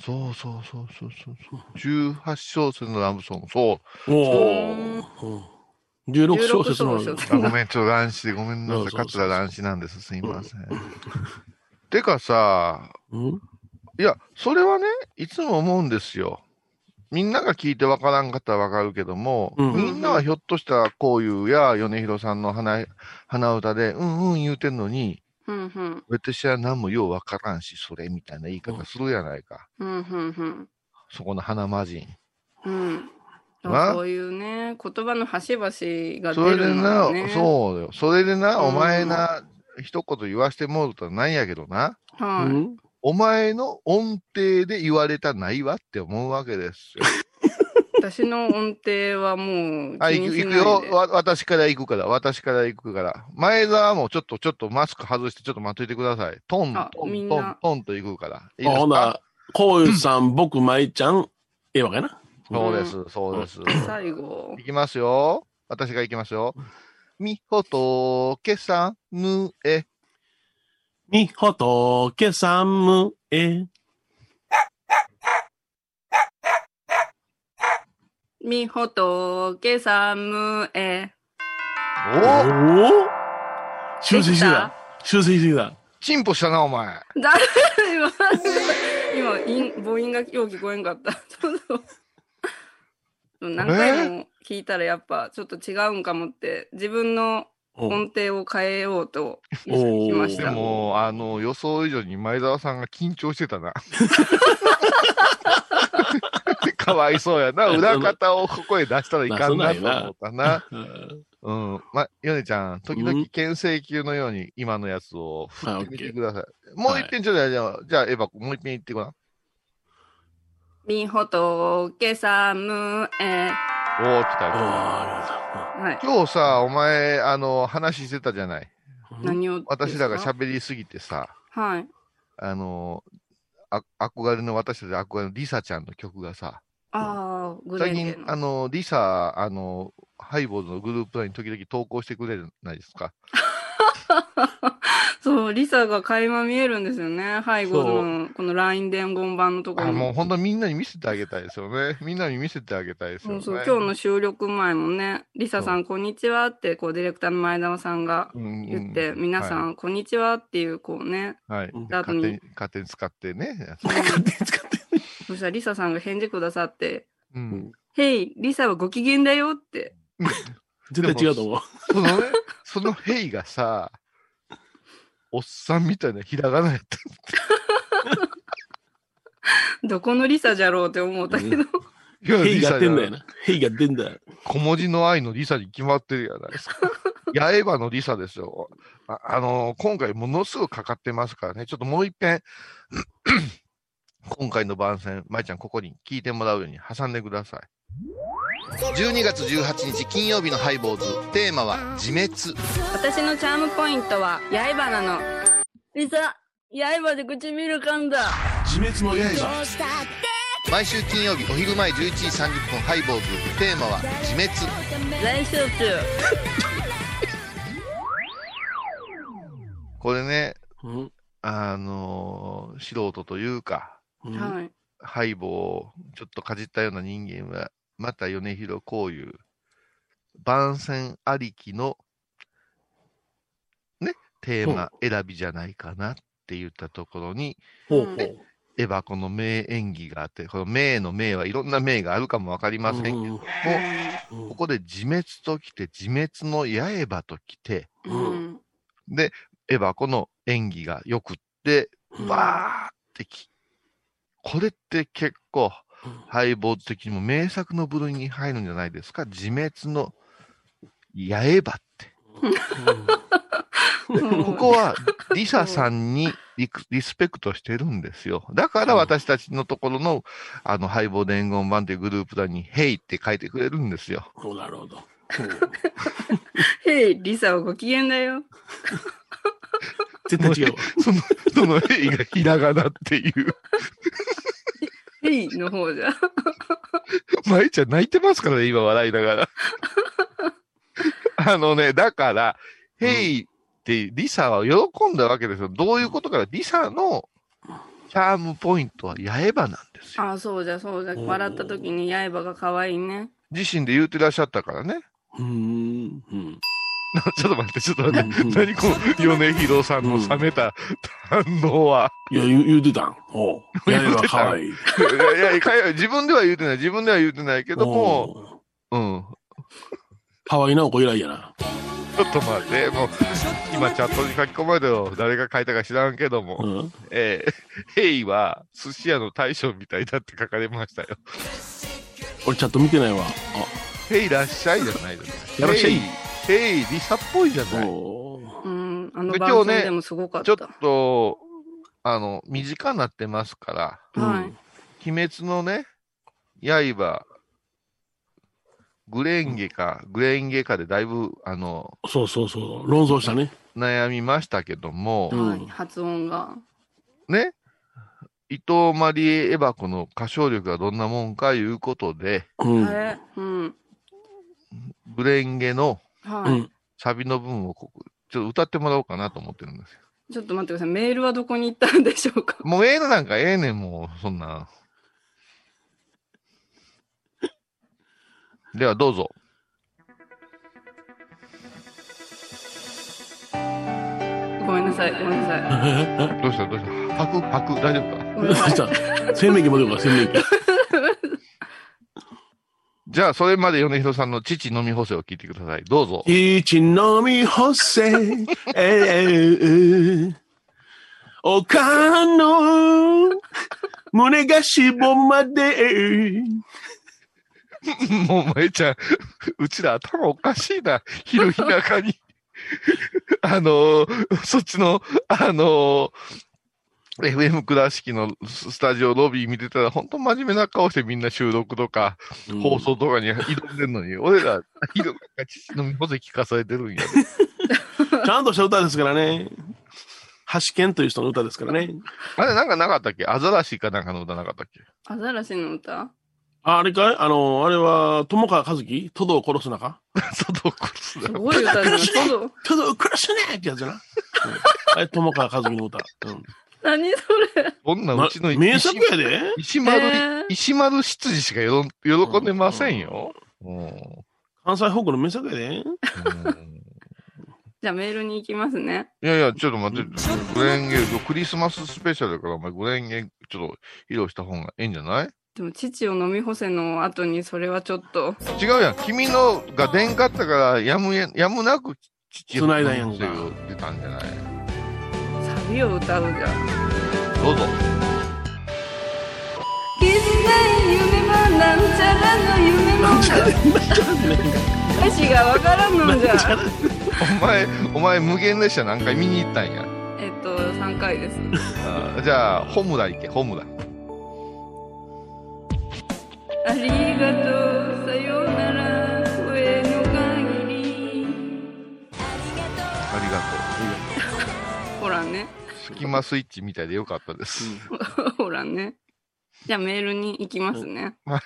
Speaker 3: そうそうそうそうそうそう。18小節のラブソング。そう。
Speaker 4: おお16小節の
Speaker 2: 16小節
Speaker 3: あごめん、ちょっと乱視でごめんな
Speaker 4: う
Speaker 3: さ
Speaker 4: ん
Speaker 3: い。
Speaker 4: そうそうそう
Speaker 3: 桂乱視なんです。すいません。 [LAUGHS] てかさ、
Speaker 4: うん
Speaker 3: いや、それはね、いつも思うんですよ。みんなが聞いてわからんかったらわかるけども、
Speaker 4: うん
Speaker 3: みんなはひょっとしたらこういうや米広さんの花花歌で、うんうん言うてんのに、
Speaker 2: うん、うん。
Speaker 3: 私は何もようわからんし、それみたいな言い方するやないか。
Speaker 2: うん、うん、
Speaker 3: そこの花魔人。
Speaker 2: うん。うん。
Speaker 3: な
Speaker 2: そういうね、言葉の端々が出
Speaker 3: それ
Speaker 2: る
Speaker 3: で
Speaker 2: ん
Speaker 3: な
Speaker 2: だ、ね。
Speaker 3: そうよ。それでな、
Speaker 2: うん
Speaker 3: お前な、一言言わしてもろたらなんやけどな、
Speaker 2: う。
Speaker 4: う
Speaker 2: はい。
Speaker 4: ん
Speaker 3: お前の音程で言われたないわって思うわけ
Speaker 2: [LAUGHS]
Speaker 3: ですよ。
Speaker 2: 私の音程はもう
Speaker 3: あ、
Speaker 2: 気
Speaker 3: 行
Speaker 2: に
Speaker 3: く
Speaker 2: しない
Speaker 3: 行く
Speaker 2: で。
Speaker 3: よ。わ私から行くから、私から行くから。前澤もちょっと、ちょっとマスク外して、ちょっと待っといてください。トン、
Speaker 2: あ
Speaker 3: ト
Speaker 2: み
Speaker 3: ン、
Speaker 2: ん
Speaker 3: ト
Speaker 2: な
Speaker 3: ン、トンと行くから。いい
Speaker 4: あ
Speaker 3: です
Speaker 4: ほ
Speaker 3: か
Speaker 4: なこういう
Speaker 3: [LAUGHS]
Speaker 4: さん僕舞ちゃんええわけやな
Speaker 3: そうです、そうです。
Speaker 2: 最後。
Speaker 3: いきますよ。私が行きますよ。みほとけさぬえ。
Speaker 4: みほとけさむえ
Speaker 2: みほとけさむえ。
Speaker 4: お
Speaker 3: お
Speaker 4: お修正してきた修正してきた
Speaker 3: 進歩したな、お前。
Speaker 2: だ今、 [LAUGHS] 今音母音がよう聞こえんかった。ちょっと。何回も聞いたらやっぱちょっと違うんかもって、自分の
Speaker 4: お
Speaker 2: 音程を変えようとしまし
Speaker 3: で
Speaker 2: た。
Speaker 3: も、あの、予想以上に前澤さんが緊張して [LAUGHS] たな。かわいそうやな。裏方をここへ出したらいかんなと思ったな。
Speaker 4: うん
Speaker 3: うん。ま、ヨネちゃん、時
Speaker 4: う
Speaker 3: 々
Speaker 4: ん
Speaker 3: 牽制球のように今のやつを振
Speaker 4: あ
Speaker 3: っ
Speaker 4: オ
Speaker 3: て
Speaker 4: ッ
Speaker 3: み
Speaker 4: ケ
Speaker 3: て
Speaker 4: ー
Speaker 3: ください。もう一遍ちょっとやるよ、じゃあ、エヴァ、もう一遍言ってごらん。
Speaker 2: みほとけさむえ。
Speaker 3: おー、来た
Speaker 4: おー
Speaker 3: よ。
Speaker 4: あ
Speaker 2: はい。
Speaker 3: 今日さ、お前、あの、話してたじゃない。
Speaker 4: りがとう
Speaker 2: 何をですか
Speaker 3: 私らが喋りすぎてさ、
Speaker 2: はい。
Speaker 3: あの、あ憧れの私たち憧れのリサちゃんの曲がさ、
Speaker 2: ああ、グレ
Speaker 3: 最
Speaker 2: ーデ
Speaker 3: 近
Speaker 2: ー、の
Speaker 3: あ。の、リサ、あの、ハイボーズのグループ内に時々投稿してくれるじゃないですか。
Speaker 2: そう、リサが垣間見えるんですよね。背後の、この LINE 伝言板のとこ
Speaker 3: あ
Speaker 2: ろに。
Speaker 3: もう本当みんなに見せてあげたいですよね。 [LAUGHS] みんなに見せてあげたいですよ
Speaker 2: そう
Speaker 3: ね。
Speaker 2: そう、今日の収録前もね、リサさんこんにちはって、こう、ディレクターの前澤さんが言って、皆さ
Speaker 3: ん
Speaker 2: んこんにちはっていう、こうね、
Speaker 3: はい。はい
Speaker 4: うん
Speaker 3: 勝手に、勝手に使っ
Speaker 2: [LAUGHS]
Speaker 3: てね。
Speaker 2: そしたらリサさんが返事くださって、
Speaker 3: うん。
Speaker 2: ヘイ、リサはご機嫌だよって。
Speaker 4: 絶対違うと思う
Speaker 3: そのね、そのヘイがさ、おっさんみたいなひらがなやった。
Speaker 2: どこのリサじゃろうって思ったけど、
Speaker 3: いや
Speaker 4: ヘイが出んだよ。
Speaker 3: リサじゃい
Speaker 4: なヘイが出んだよ
Speaker 3: 小文字の愛のリサに決まってるじゃないですか。八重歯のリサですよ。あ、あのー今回ものすごくかかってますからね。ちょっともう一遍、今回の番宣、舞ちゃんここに聞いてもらうように挟んでください。
Speaker 6: 12月18日金曜日のハイボーズテーマは自滅
Speaker 2: 私のチャームポイントは、刃なの。リサ、刃で唇噛んだ。
Speaker 4: 自滅の刃
Speaker 6: 毎週金曜日お昼前11時30分ハイボーズテーマは自滅
Speaker 2: 大焼酎。
Speaker 3: これね、
Speaker 4: うん
Speaker 3: あのー素人というか、
Speaker 4: うん
Speaker 2: はい。
Speaker 3: ハイボーをちょっとかじったような人間は、また米広こういう番宣ありきの、ね、テーマ選びじゃないかなって言ったところに、
Speaker 4: ほうほう
Speaker 3: エヴァこの名演技があって、この名の名はいろんな名があるかもわかりませんけども、
Speaker 4: うん
Speaker 3: ここで自滅ときて、自滅の刃ときて、
Speaker 2: うん。
Speaker 3: で、エバコの演技が良くって、バーってき、これって結構、ハイボーズ的にも名作の部類に入るんじゃないですか自滅の八重歯って。こ
Speaker 2: [LAUGHS]
Speaker 3: こはリサさんにリクリスペクトしてるんですよ。だから私たちのところの、あの、ハイボー伝言版というグループだに、ヘイって書いてくれるんですよ。
Speaker 4: うんなるほど。
Speaker 2: へい、リサはご機嫌だよ。
Speaker 4: 絶対違うわ。
Speaker 3: [LAUGHS] その、そのヘイがひらがなっていう。 [LAUGHS]
Speaker 2: へいの方じゃ。
Speaker 3: まゆちゃん泣いてますからね、今笑いながら。あのね、だから、
Speaker 4: ん
Speaker 3: ヘイってリサは喜んだわけですよ。どういうことか、リサのチャームポイントは八重歯なんです
Speaker 2: [LAUGHS]
Speaker 3: よ。
Speaker 2: あ、そうじゃ、そうじゃ。
Speaker 4: うん
Speaker 2: 笑った時に刃が可愛いね。
Speaker 3: 自身で言うてらっしゃったからね。 [LAUGHS]
Speaker 4: うーん。うん
Speaker 3: なちょっと待って、ちょっと待って。
Speaker 4: [LAUGHS] うん
Speaker 3: 何この米広さんの冷めた反応は。
Speaker 4: いや、言う言うてたん。おう。やれば可愛い。
Speaker 3: いやいやかよ、自分では言うてない。自分では言うてないけども、
Speaker 4: お
Speaker 3: う
Speaker 4: う、
Speaker 3: ん。
Speaker 4: 可愛いなお子以来やな。
Speaker 3: ちょっと待って、もう、今チャットに書き込まれたよ。誰が書いたか知らんけども。
Speaker 4: うん。
Speaker 3: えー、ヘイは寿司屋の大将みたいだって書かれましたよ。
Speaker 4: 俺チャット見てないわ。
Speaker 3: ヘイらっしゃいじゃないです
Speaker 4: やらっしゃい
Speaker 3: ヘイ、ヘイリサっぽいじゃ
Speaker 4: あ、
Speaker 3: ない。
Speaker 4: おう。
Speaker 2: うん、あの
Speaker 3: 部
Speaker 2: 番
Speaker 3: 長ね
Speaker 2: 組でもすごかっ。
Speaker 3: ちょったと、あの、身近になってますから、
Speaker 2: はい。
Speaker 3: 鬼滅のね、刃、グレンゲか、グレンゲかでだいぶ、あの、
Speaker 4: そうそうそう。論争したね。
Speaker 3: 悩みましたけども、
Speaker 4: うん
Speaker 2: はい、発音が。
Speaker 3: ね、伊藤マリエ・エバコの歌唱力がどんなもんかいうことで、
Speaker 4: うん。
Speaker 2: あれうん。
Speaker 3: グレンゲの
Speaker 2: は
Speaker 4: う
Speaker 2: い、
Speaker 4: ん。
Speaker 3: サビの部分をここちょっと歌ってもらおうかなと思ってるんですよ。
Speaker 2: ちょっと待ってください。メールはどこに行ったんでしょう
Speaker 4: [LAUGHS]
Speaker 2: か。
Speaker 3: もうええのなんかええねん、もう、そんな。では、どうぞ。
Speaker 2: ごめんなさい、ごめんなさい。
Speaker 4: [LAUGHS]
Speaker 3: どうしたどうしたパクパク大丈夫か
Speaker 2: ごめんなさい。
Speaker 4: 洗面器持ってこうか、洗面器。
Speaker 3: じゃあ、それまで米広さんの父飲み補正を聞いてください。どうぞ。
Speaker 4: 一飲み干せ、ええおかんの胸がしぼまで、
Speaker 3: もう、まえちゃん、 [LAUGHS] うちら頭おかしいな。広い中に。 [LAUGHS] あのーそっちの、あのー FM 倉敷のスタジオロビー見てたら、本当真面目な顔してみんな収録とか、放送とかに挑んでんのに、俺ら、広くなんか父のみほせ聞かされてるんや。
Speaker 4: ちゃんとした歌ですからね。橋健という人の歌ですからね。
Speaker 3: あれ、なんかなかったっけアザラシかなんかの歌なかったっけ [LAUGHS]
Speaker 2: アザラシの歌
Speaker 4: ああれかいあの、あれは、友川和樹トドを殺すなか
Speaker 3: 外を殺す
Speaker 2: す
Speaker 3: な。
Speaker 2: ごい歌じ
Speaker 4: [LAUGHS]
Speaker 2: ゃないトド
Speaker 4: トドを殺すなってやつやな。うんあれ、友川和樹の歌。うん
Speaker 2: 何それ
Speaker 3: こんなんうちの
Speaker 4: ま名作やで。
Speaker 3: 石丸、
Speaker 2: えー
Speaker 3: 石丸執事しかよろ喜んでませんよ。うん
Speaker 4: 関西北部の名作やで。
Speaker 3: うん
Speaker 2: じゃあメールに行きますね。
Speaker 3: いやいや、ちょっと待って、グレンゲ、クリスマススペシャルだから、お前グレンゲ、ちょっと披露した方がいいんじゃない
Speaker 2: でも、父を飲み干せの後にそれはちょっと。
Speaker 3: 違うやん、君のが出んかったから、やむややむなく父
Speaker 4: 繋いだんやんか
Speaker 3: 出たんじゃない
Speaker 2: サビを歌うじゃん。
Speaker 3: どうぞ。
Speaker 1: ディズニー夢もなんちゃらの夢も
Speaker 2: 歌詞がわからんのじゃん。
Speaker 3: お前、お前無限列車何回見に行ったんや。
Speaker 2: えっと、3回です。
Speaker 3: あーじゃあ、ホムラ行け、ホムラ。
Speaker 2: ありがとう、さようなら、声の限り。
Speaker 3: ありが
Speaker 2: ほらね。
Speaker 3: とう。隙間スイッチみたいでよかったです。
Speaker 2: ほらね。じゃあメールに行きますね。
Speaker 3: はい。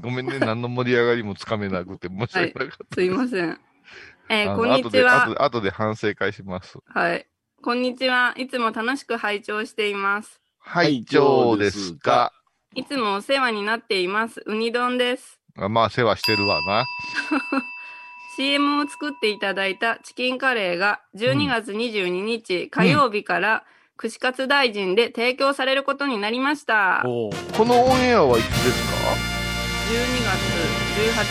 Speaker 3: ごめんね、何の盛り上がりもつかめなくて申し訳なかっ
Speaker 2: すいません。え
Speaker 3: た。
Speaker 2: ー
Speaker 3: あの
Speaker 2: こんに
Speaker 3: 後
Speaker 2: ち
Speaker 3: で、
Speaker 2: は
Speaker 3: 後。で後で反省会します。
Speaker 2: はい。こんにちは。いつも楽しく拝聴しています。
Speaker 3: はいい、どうですか。
Speaker 2: いつもお世話になっています。ウニ丼です。
Speaker 3: あまあ、世話してるわな。
Speaker 2: CM を作っていただいたチキンカレーが12月22日火曜日から串カツ大臣で提供されることになりました。12
Speaker 4: おう
Speaker 3: このオンエアはいつですか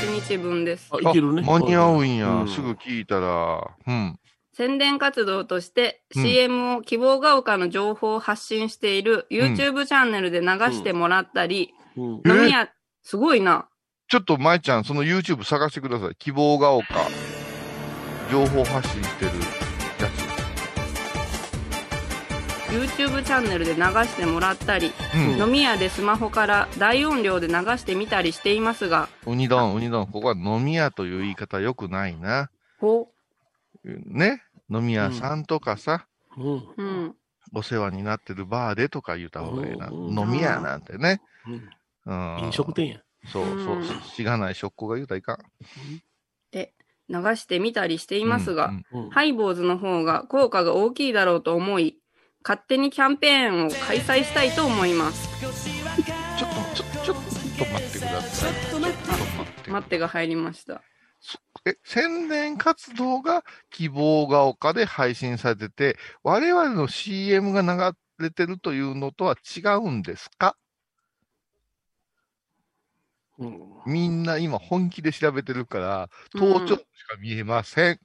Speaker 2: 月18日分です。
Speaker 4: あ、いけるね。
Speaker 3: あ間に合うんや、
Speaker 4: うん
Speaker 3: すぐ聞いたら。うん。
Speaker 2: 宣伝活動として CM を希望が丘の情報を発信している YouTube チャンネルで流してもらったり、
Speaker 4: うん
Speaker 3: うん
Speaker 2: 飲み屋、すごいな。
Speaker 3: ちょっと舞ちゃん、その YouTube 探してください。希望が丘。情報発信してるや
Speaker 2: YouTube チャンネルで流してもらったり、
Speaker 3: つ。うん。
Speaker 2: 飲み屋でスマホから大音量で流してみたりしていますが、
Speaker 3: うに丼、うに丼。ここは飲み屋という言い方良くないな。
Speaker 2: ほ
Speaker 3: ね。飲み屋さんとかさ、
Speaker 4: うん
Speaker 2: う。うん。。
Speaker 3: お世話になってるバーでとか言った方がいいな。
Speaker 4: うん
Speaker 3: 飲み屋なんてね。
Speaker 4: うん
Speaker 3: うん。
Speaker 4: 飲食店や。
Speaker 3: そうそううんしがない食行が言うたらいかん。
Speaker 2: 流してみたりしていますが、
Speaker 3: うんうん
Speaker 4: うん
Speaker 2: ハイボーズの方が効果が大きいだろうと思い、勝手にキャンペーンを開催したいと思います。
Speaker 3: ちょっと、ちょ、ちょっと待ってください。ちょっと待って
Speaker 2: 待ってが入りました。
Speaker 3: え、宣伝活動が希望が丘で配信されてて、我々の CM が流れてるというのとは違うんですか
Speaker 4: うん
Speaker 3: みんな今本気で調べてるから、盗聴しか見えません。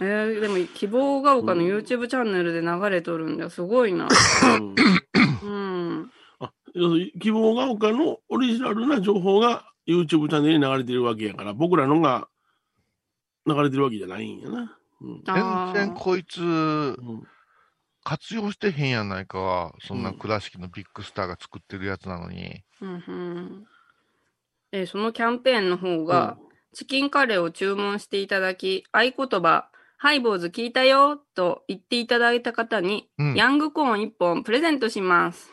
Speaker 2: えー、でも、希望が丘の YouTube チャンネルで流れとるんだよ。すご
Speaker 3: [LAUGHS]
Speaker 2: いな。
Speaker 4: うん
Speaker 2: うん。
Speaker 4: あ要するに希望が丘のオリジナルな情報が YouTube チャンネルに流れてるわけやから、僕らのが流れてるわけじゃないんやな。うん
Speaker 2: あ
Speaker 3: 全然
Speaker 2: ー
Speaker 3: こいつ
Speaker 4: うん
Speaker 3: 活用してへんやないか。そんな倉敷のビッグスターが作ってるやつなのに。
Speaker 2: うんうんえーそのキャンペーンの方が、チキンカレーを注文していただき、合言葉、ハイボーズ聞いたよと言っていただいた方に、
Speaker 3: うん
Speaker 2: ヤングコーン1本プレゼントします。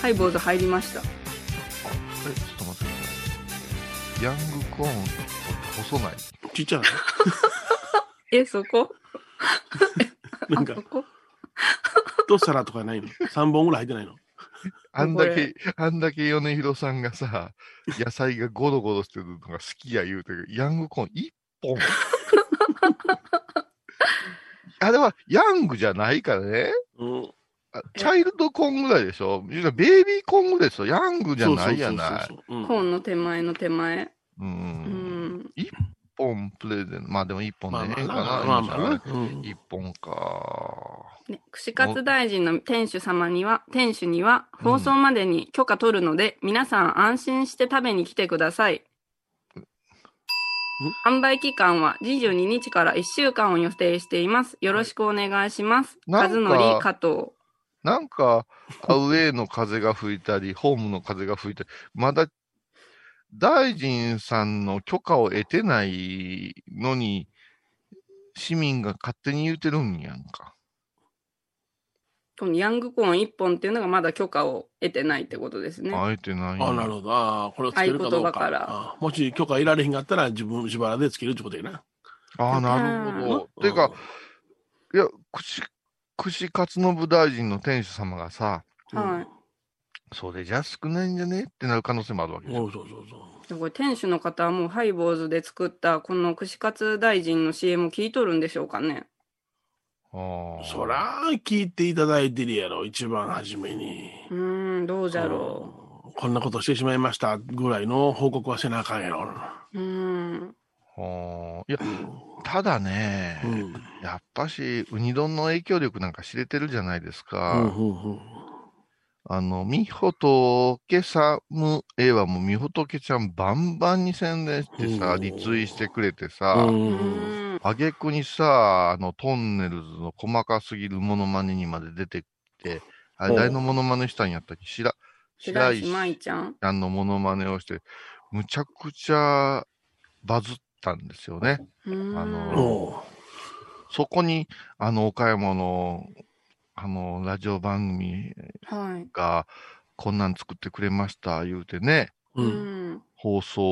Speaker 2: ハイボーズ入りました。
Speaker 3: え、ちょっと待ってください。ヤングコーン、細ない。
Speaker 4: ちっちゃい。
Speaker 2: え、そこ
Speaker 4: な
Speaker 2: あ
Speaker 4: んか
Speaker 2: そ、こ
Speaker 4: 一皿とかないの ?3 本ぐらい入ってないの
Speaker 3: あんだけ、あんだけ米広さんがさ、野菜がゴロゴロしてるのが好きや言うてる、ヤングコーン一
Speaker 4: [LAUGHS]
Speaker 3: 本。あれはヤングじゃないからね。
Speaker 4: うん。
Speaker 3: あチャイルドコーンぐらいでしょ言うたらベイビーコーンぐらいでしょヤングじゃないやない。
Speaker 4: そうそうそう
Speaker 2: コ
Speaker 4: そう。
Speaker 2: ー
Speaker 4: うん
Speaker 2: ンの手前の手前。
Speaker 3: う。
Speaker 2: うんん。
Speaker 3: 一本プレゼント。まあでも一本
Speaker 4: まあ
Speaker 3: でねえ
Speaker 4: まあ
Speaker 3: え
Speaker 4: な
Speaker 3: かな。
Speaker 4: まあまあな。うん
Speaker 3: 一本か。
Speaker 2: ね、串カツ大臣の店主様には、店主には、放送までに許可取るので、皆さん安心して食べに来てください。販売期間は22日から1週間を予定しています。よろしくお願いします。
Speaker 3: な
Speaker 2: 和
Speaker 3: んか
Speaker 2: 則加藤。
Speaker 3: なんか、アウェーの風が吹いた
Speaker 4: [LAUGHS]
Speaker 3: り、ホームの風が吹いたり、まだ、大臣さんの許可を得てないのに、市民が勝手に言うてるんやんか。
Speaker 2: このヤングコーン1本っていうのがまだ許可を得てないってことですね。
Speaker 3: あえてない
Speaker 4: あなるほど。ああ、これをつけるかどう
Speaker 2: 合言葉
Speaker 4: か。
Speaker 2: から
Speaker 4: あもし許可いられへんかったら、自分自腹でつけるってことやな。
Speaker 3: あーなるほど。ていうか、いや、串、串カツノブ大臣の店主様がさ、
Speaker 4: うん、
Speaker 2: はい
Speaker 3: それじゃ少ないんじゃねってなる可能性もあるわけ
Speaker 4: うん。
Speaker 3: でしょ
Speaker 4: そうそうそうそう。
Speaker 2: でこれ店主の方はもうハイボーズで作ったこの串カツ大臣の CM を聞いとるんでしょうかね。
Speaker 3: あー
Speaker 4: そら、聞いていただいてるやろ、一番初めに。
Speaker 2: うーん、どうじゃろ
Speaker 4: うんこんなことしてしまいましたぐらいの報告はせなあかんやろ。
Speaker 2: う。うーん。
Speaker 3: あーいや、ただね、
Speaker 4: うん。うん。
Speaker 3: やっぱし、ウニ丼の影響力なんか知れてるじゃないです
Speaker 4: う
Speaker 3: か。
Speaker 4: んうん
Speaker 3: あの、みほとけさむ、ええわ、もうみほとけちゃんバンバンに宣伝して
Speaker 4: う
Speaker 3: さ、
Speaker 4: ん
Speaker 3: リツイしてくれて
Speaker 4: う
Speaker 3: さ、
Speaker 2: うん
Speaker 4: うん。
Speaker 2: ん。
Speaker 3: あげくにさ、あの、トンネルズの細かすぎるモノマネにまで出てきて、あ
Speaker 4: う
Speaker 3: れ、
Speaker 4: ん
Speaker 3: 誰のモノマネしたんやったっけ白、白
Speaker 2: 白
Speaker 3: 石
Speaker 2: 石舞ちゃん。
Speaker 3: ちゃんのモノマネをして、むちゃくちゃバズったんですよね。
Speaker 2: うーん
Speaker 3: あの
Speaker 4: おう
Speaker 3: そこに、あの、岡山の、あの、ラジオ番組、
Speaker 2: はい。
Speaker 3: が、こんなん作ってくれました、言うてね、
Speaker 4: う。
Speaker 2: うんん。
Speaker 3: 放送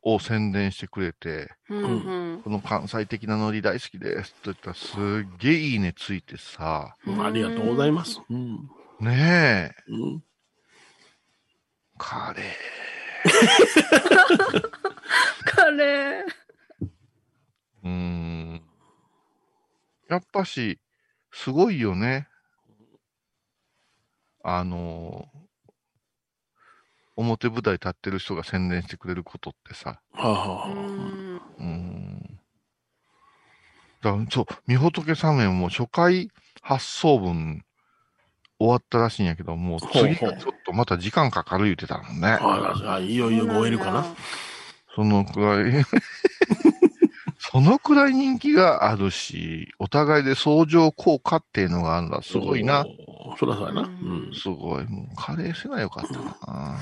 Speaker 3: を宣伝してくれて、
Speaker 2: うん。うん。
Speaker 3: この関西的なノリ大好きですって言ったら、すっげえいいねついてさ、
Speaker 4: うんありがとうございます。うん。
Speaker 3: ねえ、
Speaker 4: うん。
Speaker 3: カレー、
Speaker 2: カレー。
Speaker 3: うーん、やっぱし、すごいよね。あの、表舞台立ってる人が宣伝してくれることってさ、
Speaker 4: はあはあ
Speaker 2: うーん。
Speaker 3: うーんだそう、みほとけさめんも初回発送分終わったらしいんやけど、もう次
Speaker 4: ほうほ
Speaker 3: が
Speaker 4: う
Speaker 3: ちょっとまた時間かかる言ってたもんね。
Speaker 4: ああ、いよいよ超えるかな。
Speaker 3: そのくらい、 [LAUGHS] そのくらい人気があるし、お互いで相乗効果っていうのがあるんだ。すごいな。
Speaker 4: おー。そらそうやな。うん。
Speaker 3: すごい。もうカレーせなよかったな。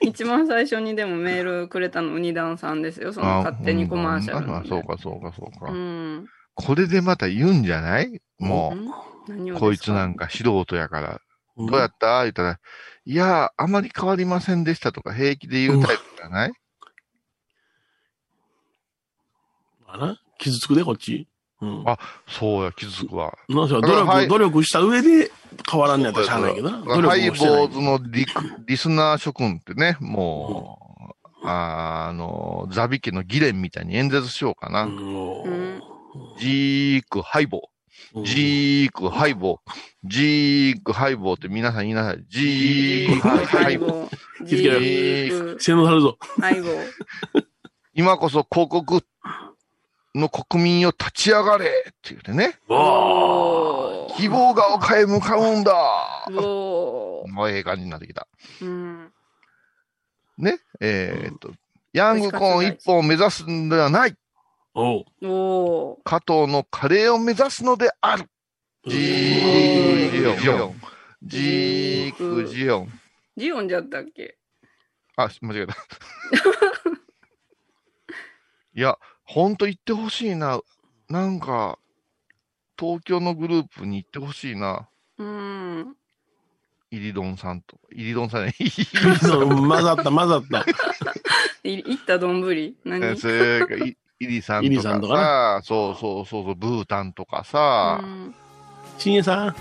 Speaker 2: 一番最初にでもメールくれたのウニダンさんですよ。その
Speaker 3: あ
Speaker 2: 勝手にコマーシャル
Speaker 3: うん
Speaker 2: の、
Speaker 3: ああそうか、そうか、そうか。
Speaker 2: うん。
Speaker 3: これでまた言うんじゃないも
Speaker 2: ん何をです
Speaker 3: う、
Speaker 2: か
Speaker 3: こいつなんか素人やから。
Speaker 4: ど
Speaker 3: どうやった言ったら、いやー、あまり変わりませんでしたとか平気で言うタイプじゃない
Speaker 4: まあな。傷つくで、こっち。うん。
Speaker 3: あそうや、気づくわ。
Speaker 4: なんせ努
Speaker 3: だからは
Speaker 4: 力、
Speaker 3: い
Speaker 4: 努力した上で変わらんのやったらしゃあないけどな。努力も
Speaker 3: ハイ
Speaker 4: してな
Speaker 3: ボ
Speaker 4: い
Speaker 3: ーズのリクリスナー諸君ってね、もう、あーあの、ザビ家の議連みたいに演説しようかな。
Speaker 4: うん
Speaker 3: ジークハイボー。ジークハイボー。ジークハイボーって皆さん言いなさい。ジークハイボー。
Speaker 2: 棒。
Speaker 4: 気づけろ
Speaker 2: ジーク
Speaker 4: 洗脳されるぞ。
Speaker 2: 相棒。
Speaker 3: 今こそ広告の国民よ立ち上がれって言ってね。
Speaker 2: おー
Speaker 3: 希望が丘へ向かうんだ。
Speaker 2: おー
Speaker 3: もうええ感じになってきた。
Speaker 2: うん。
Speaker 3: ね。えーっと、ヤングコーン一本を目指すんではない。
Speaker 4: おう。
Speaker 2: おー
Speaker 3: 加藤のカレーを目指すのである。ジークジオン。ジークジオン。
Speaker 2: ジオンじゃったっけ
Speaker 3: あ、間
Speaker 4: [LAUGHS]
Speaker 3: 違えた。いや、ほんと行ってほしいな。なんか、東京のグループに行ってほしいな。
Speaker 2: うん。
Speaker 3: イリドンさんと。イリドンさんね。
Speaker 4: そう混ざった、混ざった。
Speaker 2: いいったどんぶり何
Speaker 3: [LAUGHS] それかイイリさん
Speaker 4: イ
Speaker 3: と
Speaker 4: リ
Speaker 3: か
Speaker 4: さんとか
Speaker 3: さ、そうそうそうそう、ブータンとかさ
Speaker 2: う、ん
Speaker 4: しんえさん。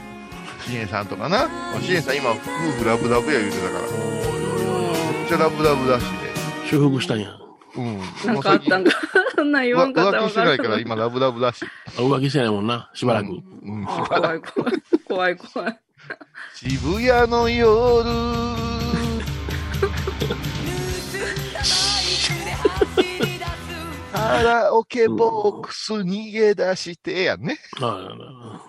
Speaker 3: シエンさんとかな。シエンさん今、夫婦ラブラブや言うてたから、め
Speaker 4: おう
Speaker 3: っちゃラブラブだし
Speaker 4: 修復したんや。
Speaker 3: で。うん。
Speaker 2: なんかあったん
Speaker 3: か
Speaker 2: か。そんなん言わんかったら
Speaker 3: 浮気
Speaker 2: わ
Speaker 3: して
Speaker 2: か
Speaker 3: な
Speaker 2: ら
Speaker 3: い
Speaker 2: ん
Speaker 3: から今ラブラブだし。
Speaker 4: 浮気してないもんな、しばらく。
Speaker 3: うん。
Speaker 2: 怖い怖い。怖い怖い。
Speaker 3: 渋谷の
Speaker 4: [LAUGHS]
Speaker 3: 夜、カラオケボックス逃げ出してやんね。
Speaker 4: あ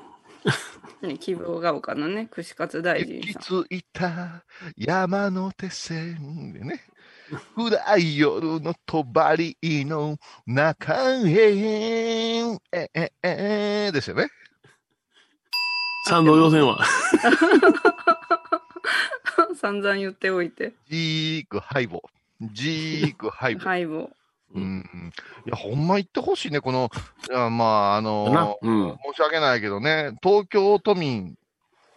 Speaker 2: ね、希望が丘のね、串カツ大臣
Speaker 3: 行き
Speaker 2: さん。
Speaker 3: 着いた山手線でね、暗い夜の帳の中へ、えええですよね。
Speaker 4: 三道要線は。
Speaker 2: [LAUGHS] 散々言っておいて。
Speaker 3: ジークハイボー。ジークハイボー。
Speaker 2: ハイボ
Speaker 3: うん。いや、ほんま行ってほしいね、この、いやまあ、あ
Speaker 4: な
Speaker 3: の、。
Speaker 4: うん。
Speaker 3: 申し訳ないけどね、東京都民、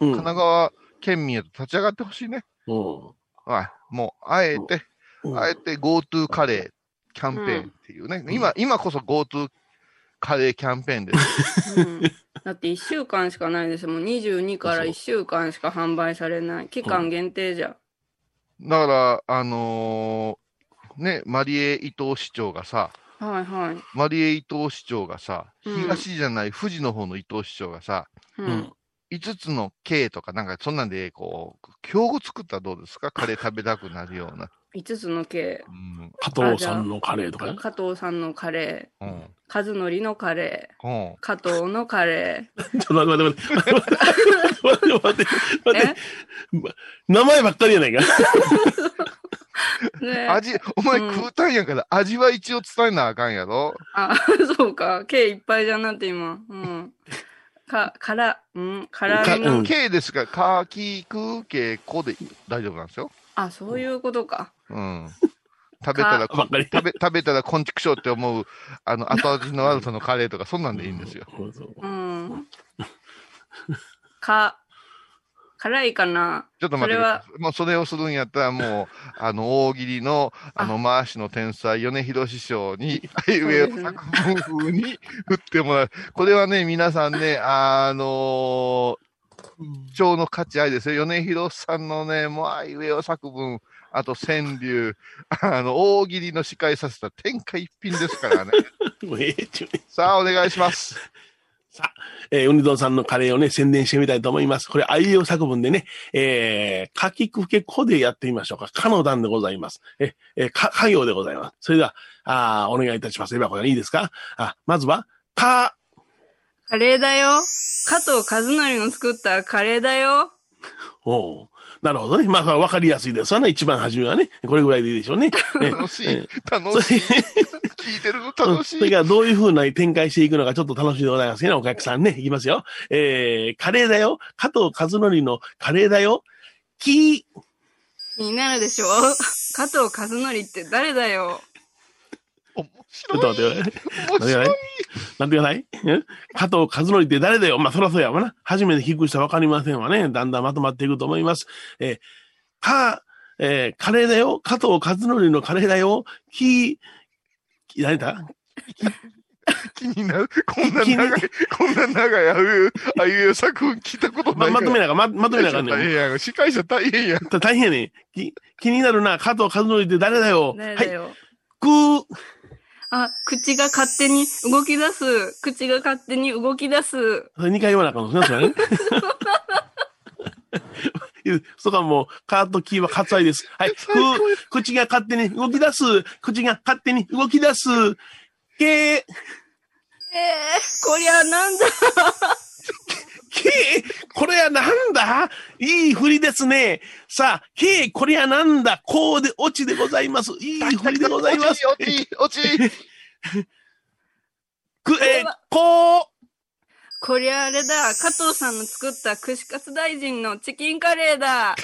Speaker 4: う
Speaker 3: 神
Speaker 4: ん。
Speaker 3: 奈川県民へと立ち上がってほしいね。
Speaker 4: お
Speaker 3: はい。もう、あえて、
Speaker 4: うん
Speaker 3: あえて GoTo カレーキャンペーンっていうね、今、今こそ GoTo カレーキャンペー
Speaker 2: [LAUGHS]
Speaker 3: ンです。
Speaker 2: ー。うん、だって1週間しかないですもん。22から1週間しか販売されない。期間限定じゃ。
Speaker 3: だから、あのーね、マリエ伊藤市長がさ、
Speaker 2: はいはい。
Speaker 3: マリエ伊藤市長がさ、
Speaker 2: うん
Speaker 3: 東じゃない富士の方の伊藤市長がさ、
Speaker 2: う
Speaker 4: うんん。
Speaker 3: 5つの K とかなんかそんなんで、こう、標語作ったらどうですかカレー食べたくなるような。
Speaker 2: 5つの系。
Speaker 3: うん。
Speaker 4: 加藤さんのカレーとかね。
Speaker 2: 加藤さんのカレー、
Speaker 3: うん。
Speaker 2: 和則のカレー、
Speaker 3: うん。
Speaker 2: 加藤のカレ
Speaker 4: ちょっと待って待って待って。待って待って
Speaker 2: ー。
Speaker 4: 待って。名前ばっかりやないか。 [LAUGHS]
Speaker 2: えね
Speaker 3: 味、お前
Speaker 2: うん
Speaker 3: 食うたんやから、味は一応伝えなあかんやろ。
Speaker 2: あ、 [LAUGHS] そうか。計いっぱいじゃなって今。うん。か、から、うん、から揚げ
Speaker 4: う
Speaker 2: の。
Speaker 4: ん
Speaker 3: K ですから、かきくけこで大丈夫なんですよ。
Speaker 2: あ、そういうことか。
Speaker 3: うん。食べたら、
Speaker 4: ばっかり。
Speaker 3: 食べ、食べたら、こんちくしょうって思う、あの、後味の悪さのカレーとか、そんなんでいいんですよ。
Speaker 4: そうそう
Speaker 2: う
Speaker 4: [LAUGHS]
Speaker 2: ん。か、辛いかな。
Speaker 3: ちょっと待
Speaker 2: それ
Speaker 3: ってくだ
Speaker 2: は
Speaker 3: さい。もうそれをするんやったら、
Speaker 4: [LAUGHS]
Speaker 3: もう、あの、大喜利の、あの、回しの天才、米広師匠
Speaker 4: [LAUGHS]
Speaker 3: に、あいうえお作文風に振ってもらう。これはね、皆さんね、あのー、情の価値ありですよ。米広さんのね、もう、あいうえお作文、あと川柳、あの、大喜利の司会させた天下一品です
Speaker 4: [LAUGHS]
Speaker 3: からね。
Speaker 4: もうええっちゅうね。
Speaker 3: さあ、お願いします。
Speaker 4: えー、うにどんさんのカレーをね、宣伝してみたいと思います。これ、あいうえお作文でね、えー、かきくけこでやってみましょうか。かの段でございます。え、えーか、か行でございます。それでは、あーお願いいたします。エヴァ子さん、いいですかあ、まずは、パ
Speaker 2: カレーだよ。加藤和則の作ったカレーだよ。
Speaker 4: ー。おうなるほどね。まあ、わかりやすいですわね。一番初めはね。これぐらいでいいでしょう
Speaker 3: [LAUGHS]
Speaker 4: ね。ね
Speaker 3: 楽し
Speaker 4: [LAUGHS]
Speaker 3: い
Speaker 4: ええ。そ
Speaker 3: 楽
Speaker 4: れ
Speaker 3: しい。聞いてるの楽し
Speaker 4: うんそれ
Speaker 3: い。
Speaker 4: がどういうふうな展開していくのかちょっと楽しみでございますね、お客さんね。いきますよ。えー、カレーだよ。加藤和則のカレーだよ。キー。
Speaker 2: 気になるでしょ [LAUGHS] 加藤和則って誰だよ。
Speaker 3: 面
Speaker 4: ちょっ
Speaker 3: 白
Speaker 4: と
Speaker 3: い。
Speaker 4: 待ってくだ
Speaker 3: 面
Speaker 4: さい。
Speaker 3: 白い
Speaker 4: 待ってくだ [LAUGHS] さい。。待ってください。え加藤和則って誰だよ。まあ、そらそうやわな。初めて聞く人はわかりませんわね。だんだんまとまっていくと思います。えー、か、えー、カレーだよ。加藤和則のカレーだよ。キー。き誰だ
Speaker 3: 気になる。こんな長い、こんな長い、ああいう、ああいう作品聞いたことな
Speaker 4: ま、
Speaker 3: いから。
Speaker 4: まとめなあかん、ま、まとめなあかんねん。
Speaker 3: 大変やん。司会者大変やん。
Speaker 4: た大変やねき気になるな。加藤和則って誰だよ。
Speaker 2: 誰だ
Speaker 4: はい。
Speaker 2: よ。
Speaker 4: くー。
Speaker 2: あ、口が勝手に動き出す。口が勝手に動き出す。
Speaker 4: それ2回言わなあかんのですね、それね。そこはもう、カートキーは割愛です。はい。ふ
Speaker 3: 最高や
Speaker 4: 口が勝手に動き出す。口が勝手に動き出す。けー、
Speaker 2: ええこりゃなんだ。
Speaker 4: けー、これはなんだいい振りですね。さあ、けー、これはなんだこうで落ちでございます。いい振りでございます。
Speaker 3: 落ち、落ち、落ち。
Speaker 4: く、えー、こう。
Speaker 2: こりゃあれだ。加藤さんの作った串カツ大臣のチキンカレーだ。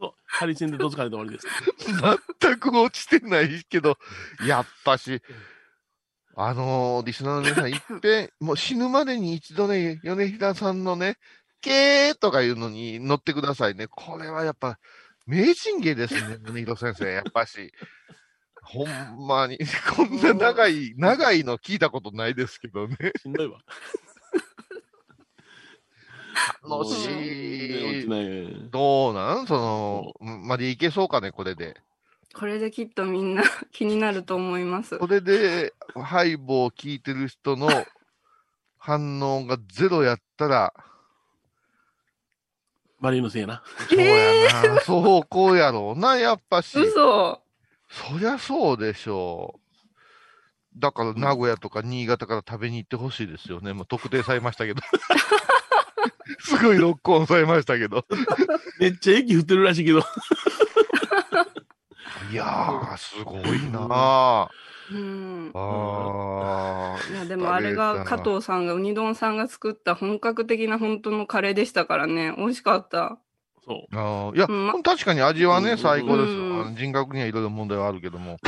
Speaker 4: とハリセンでどつかれて終わりです。
Speaker 3: 全く落ちてないけど、やっぱし、あのーリスナーの皆さん、いっ [LAUGHS] ぺん、もう死ぬまでに一度ね、米平さんのね、けーとかいうのに乗ってくださいね。これはやっぱ、名人芸です [LAUGHS] ね、米広先生、やっぱし。ほんまに、こんな長い、長いの聞いたことないですけどね。
Speaker 4: しんどいわ。
Speaker 3: 楽
Speaker 4: もう全然落
Speaker 3: し
Speaker 4: ち
Speaker 3: い。
Speaker 4: ないね
Speaker 3: どうなんその、までいけそうかね、これで。
Speaker 2: これできっとみんな [LAUGHS] 気になると思います
Speaker 3: そ。れで、ハイボーを聞いてる人の反応がゼロやったら、
Speaker 4: マリーのせいやな。
Speaker 3: そうやな、そうこうやろうな、やっぱし。
Speaker 2: 嘘。
Speaker 3: そりゃそうでしょう。だから、名古屋とか新潟から食べに行ってほしいですよね。もう特定されましたけど。 [LAUGHS] すごいロックオンされましたけど。
Speaker 4: めっちゃ息振ってるらしいけど。
Speaker 3: いやー、すごいなあ
Speaker 2: うん。
Speaker 3: あー
Speaker 2: いや、でもあれが加藤さんが、うに丼さんが作った本格的な本当のカレーでしたからね。美味しかった。
Speaker 4: そ
Speaker 3: あーいや、
Speaker 2: うんま
Speaker 3: 確かに味は
Speaker 4: うん
Speaker 3: ね、最高ですよ。
Speaker 2: うん
Speaker 3: あの人格にはいろいろ問題はあるけ
Speaker 2: [LAUGHS]
Speaker 3: ども。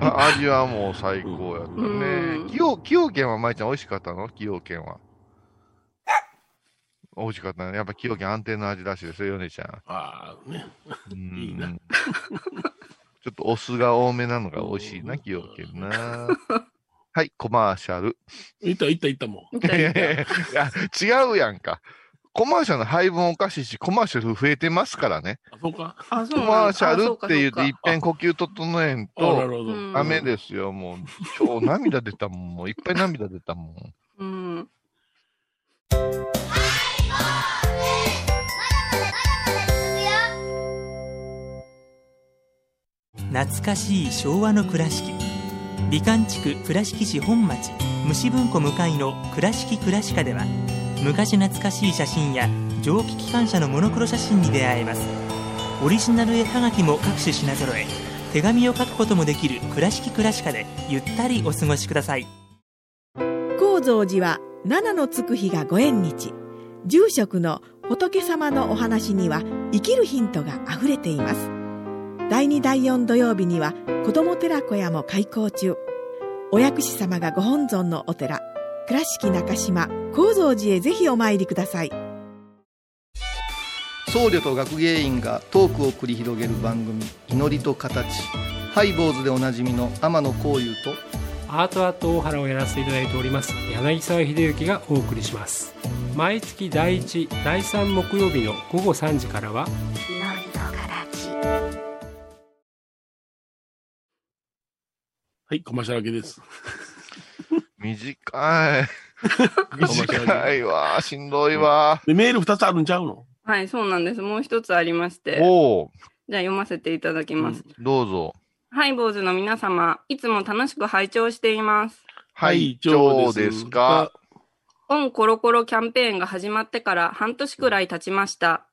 Speaker 3: あ味はもう最高やった
Speaker 2: うん
Speaker 3: ね。崎陽崎陽軒は舞ちゃん美味しかったの崎陽軒は。美味しかったね。やっぱ崎陽軒安定の味らしいですよ、ヨネちゃん。
Speaker 4: う。ああ、ね。
Speaker 3: うん
Speaker 4: い
Speaker 3: [LAUGHS]
Speaker 4: いな
Speaker 3: ちょっとお酢が多めなのが美味しいな、
Speaker 4: うん
Speaker 3: 崎陽軒な。はい、コマーシャル。
Speaker 4: いったいったいったもん。
Speaker 2: みた
Speaker 3: [LAUGHS] い
Speaker 2: い
Speaker 3: や。
Speaker 2: ない
Speaker 3: や違うやんか。コマーシャルの配分おかしいし、コマーシャル増えてますからね。
Speaker 4: あ、そうか。
Speaker 2: あ、そ
Speaker 3: コ
Speaker 2: うな
Speaker 3: マ
Speaker 2: ん
Speaker 3: ーシャルって言うと、いっ
Speaker 2: と
Speaker 3: ぺん呼吸整えん
Speaker 4: あな
Speaker 3: と、
Speaker 4: るほど。
Speaker 2: うん
Speaker 3: ダメですよ。もう、今日涙出たもん。もういっぱい涙出たもん。
Speaker 2: うん。
Speaker 9: 懐かしい昭和の倉敷美観地区倉敷市本町虫文庫向かいの「倉敷倉歯科」では昔懐かしい写真や蒸気機関車のモノクロ写真に出会えますオリジナル絵はがきも各種品揃え手紙を書くこともできる「倉敷倉歯科」でゆったりお過ごしください
Speaker 10: 高蔵寺は七のつく日がご縁日住職の仏様のお話には生きるヒントがあふれています第2第4土曜日には子ども寺小屋も開校中お薬師様がご本尊のお寺倉敷中島・高蔵寺へぜひお参りください
Speaker 6: 僧侶と学芸員がトークを繰り広げる番組「祈りと形」ハイボーズでおなじみの天野幸雄と
Speaker 11: アートアート大原をやらせていただいております柳沢秀幸がお送りします毎月第1第3木曜日の午後3時からは
Speaker 4: はい、コマーシャル明け
Speaker 3: [LAUGHS]
Speaker 4: です。
Speaker 3: 短い。
Speaker 4: シャル
Speaker 3: 短いわ。しんどいわ。
Speaker 4: で、メール2つあるんちゃうの
Speaker 2: はい、そうなんです。もう一つありまして。
Speaker 3: おお。
Speaker 2: じゃあ読ませていただきます。
Speaker 3: どうぞ。
Speaker 2: ハイボーズの皆様、いつも楽しく拝聴しています。
Speaker 3: はい、以上ですか。
Speaker 2: オンコロコロキャンペーンが始まってから半年くらい経ちました。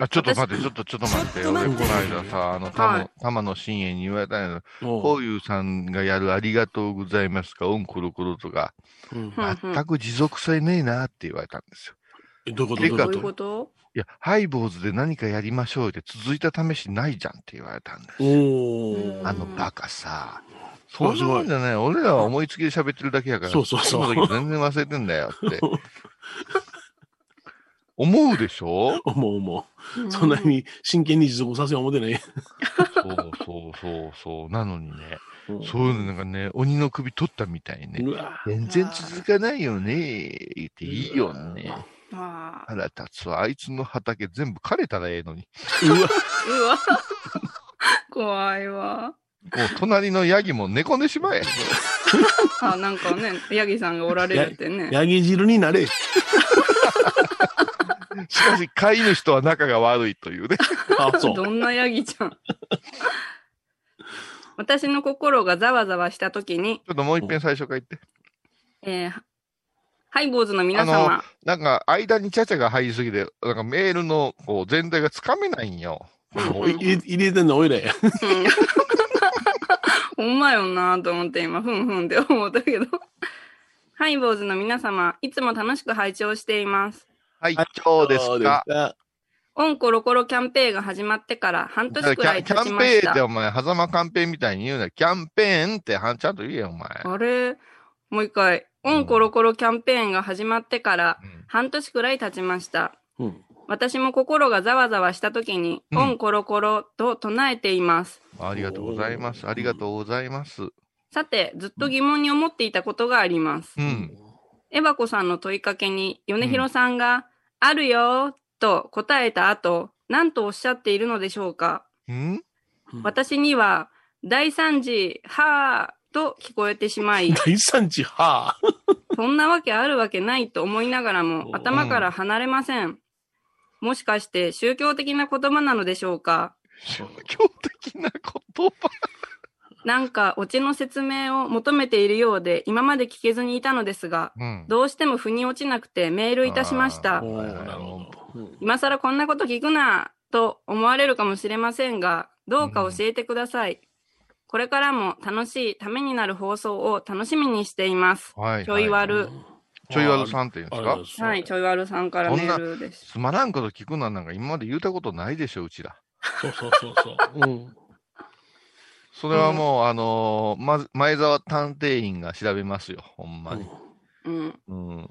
Speaker 3: あちょっと待って、ちょっと、ちょっと待って、俺、この間さ、あの、た
Speaker 2: はい
Speaker 3: ま、玉野真也に言われたんやけど、こういうさんがやるありがとうございますか、オンコロコロとか、全く持続性ねえなって言われたんですよ。
Speaker 4: どういうこと
Speaker 3: て
Speaker 4: どう
Speaker 3: か
Speaker 4: いう
Speaker 2: どういうこと
Speaker 3: いや、ハイボーズで何かやりましょうって続いた試しないじゃんって言われたんです
Speaker 4: よ。
Speaker 3: あのバカさ。
Speaker 4: そ
Speaker 3: そううそうじゃない。俺らは思いつきで喋ってるだけやから。
Speaker 4: そうそうそう
Speaker 3: の時全然忘れてんだよ
Speaker 4: [LAUGHS]
Speaker 3: って。思うでしょ
Speaker 4: 思う思う。そんなに真剣に持続させよう思ってない。
Speaker 3: そうそうそうそう。なのにね、そういうのなんかね、鬼の首取ったみたいにね
Speaker 4: うわ、
Speaker 3: 全然続かないよね、言っていいよね。腹立つわ。あいつの畑全部枯れたらええのに。
Speaker 2: うわ。 [LAUGHS] 怖いわ。
Speaker 3: もう隣のヤギも寝込んでしまえ。
Speaker 2: あ、なんかね、ヤギさんがおられるってね。
Speaker 4: ヤギ汁
Speaker 3: [LAUGHS]
Speaker 4: になれ。
Speaker 3: しかし、飼い主とは仲が悪いとい
Speaker 2: [LAUGHS]
Speaker 3: うね。
Speaker 2: どんなヤギちゃん。 [LAUGHS] 私の心がざわざわしたときに、
Speaker 3: ちょっともう一遍最初から言って。
Speaker 2: えーハイボーズの皆
Speaker 3: あの
Speaker 2: 様、、
Speaker 3: なんか間にちゃちゃが入りすぎて、なんかメールのこう全体がつかめないんよ。
Speaker 4: おい入れ入れてんのおいらや。
Speaker 2: ほんまよなと思って今、ふんふんって思ったけど。ハイボーズの皆様、いつも楽しく拝聴しています。
Speaker 3: はい、今日ですか。
Speaker 2: オンコロコロキャンペーンが始まってから半
Speaker 3: だから
Speaker 2: 年
Speaker 3: キ
Speaker 2: くら
Speaker 3: ャ
Speaker 2: い
Speaker 3: ンキ
Speaker 2: 経ち
Speaker 3: ャン
Speaker 2: ま
Speaker 3: ペ
Speaker 2: し
Speaker 3: ーンってお
Speaker 2: た。
Speaker 3: 前、狭間カンペーンみたいに言うな。キャンペーンってはんちゃんと言えよ、お前。
Speaker 2: あれもう一回。オンコロコロキャンペーンが始まってから半年くらい経ちました。
Speaker 4: うん
Speaker 2: 私も心がざわざわした時に、
Speaker 3: うん
Speaker 2: オンコロコロと唱えています。
Speaker 3: ありがとうございます。ありがとうございます。
Speaker 2: さて、ずっと疑問に思っていたことがあります。
Speaker 3: うん。
Speaker 2: エバコさんの問いかけに、米広さんが、あるよーと答えた後、何とおっしゃっているのでしょうか、
Speaker 3: ん
Speaker 2: 私には、大惨事、はーと聞こえてしまい、
Speaker 4: 大産地は
Speaker 2: そんなわけあるわけないと思いながらも、頭から離れません。もしかして宗教的な言葉なのでしょうか
Speaker 3: 宗
Speaker 2: 教的な言葉なんか、オチの説明を求めているようで、今まで聞けずにいたのですが、
Speaker 3: うん
Speaker 2: どうしても腑に落ちなくてメールいたしました。今更こんなこと聞くな、と思われるかもしれませんが、どうか教えてください。これからも楽しい、ためになる放送を楽しみにしています。
Speaker 3: はい
Speaker 2: ちょいわる。
Speaker 3: ちょいわるさんって言うんですか
Speaker 2: はい、ちょいわるさんから
Speaker 3: そ
Speaker 2: メ
Speaker 3: んな
Speaker 2: ールです。
Speaker 3: つまらんこと聞くのはなんか今まで言ったことないでしょ、うちら。
Speaker 4: そうそうそうそう。うん。
Speaker 3: それはもう、あのーま、前澤探偵員が調べますよ、ほんまに。
Speaker 2: うん。
Speaker 3: うん、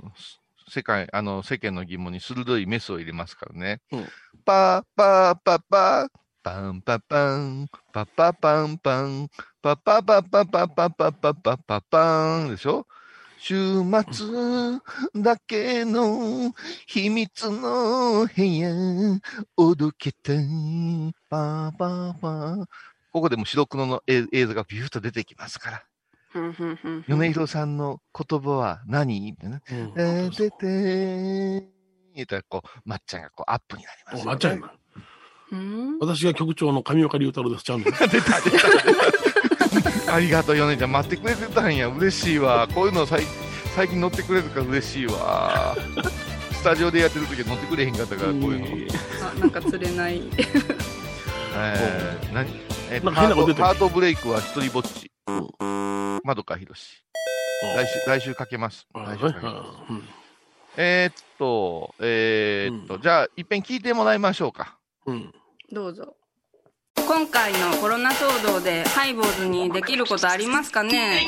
Speaker 3: 世界、あの、世間の疑問に鋭いメスを入れますからね。
Speaker 4: うん
Speaker 3: パーパーパーパー、パンパパン、パパパンパン、パパパパパパパパパパパンでしょ週末だけの秘密の部屋、おどけたパーパーパー。ここでも白黒の映映像がビューッと出てきますから。
Speaker 2: ふんふんふんふん
Speaker 3: 米広さんの言葉は何ってね。えー、ててー言ったらこう、まっちゃんがこうアップになります、ね。
Speaker 4: おまっちゃん今
Speaker 2: うん
Speaker 4: 私が局長の上岡龍太郎です。ちゃ
Speaker 3: [LAUGHS]
Speaker 4: んと。
Speaker 3: ありがとう、米ちゃん。待ってくれてたんや。嬉しいわ。こういうの最最近乗ってくれるから嬉しい
Speaker 4: [LAUGHS]
Speaker 3: わ。スタジオでやってる時は乗ってくれへんかったから、こういうの。
Speaker 2: あ、なんか釣れない。 [LAUGHS]
Speaker 3: えー、何えー
Speaker 4: なんか変なこと言ってた
Speaker 3: ハートハートブレイクは一人ぼっち。まどかひろし。来週、来週かけます。来週かけます。えー、っと、えー、っと、じゃあ、いっぺん聞いてもらいましょうか。
Speaker 2: どうぞ。今回のコロナ騒動でハイボーズにできることありますかね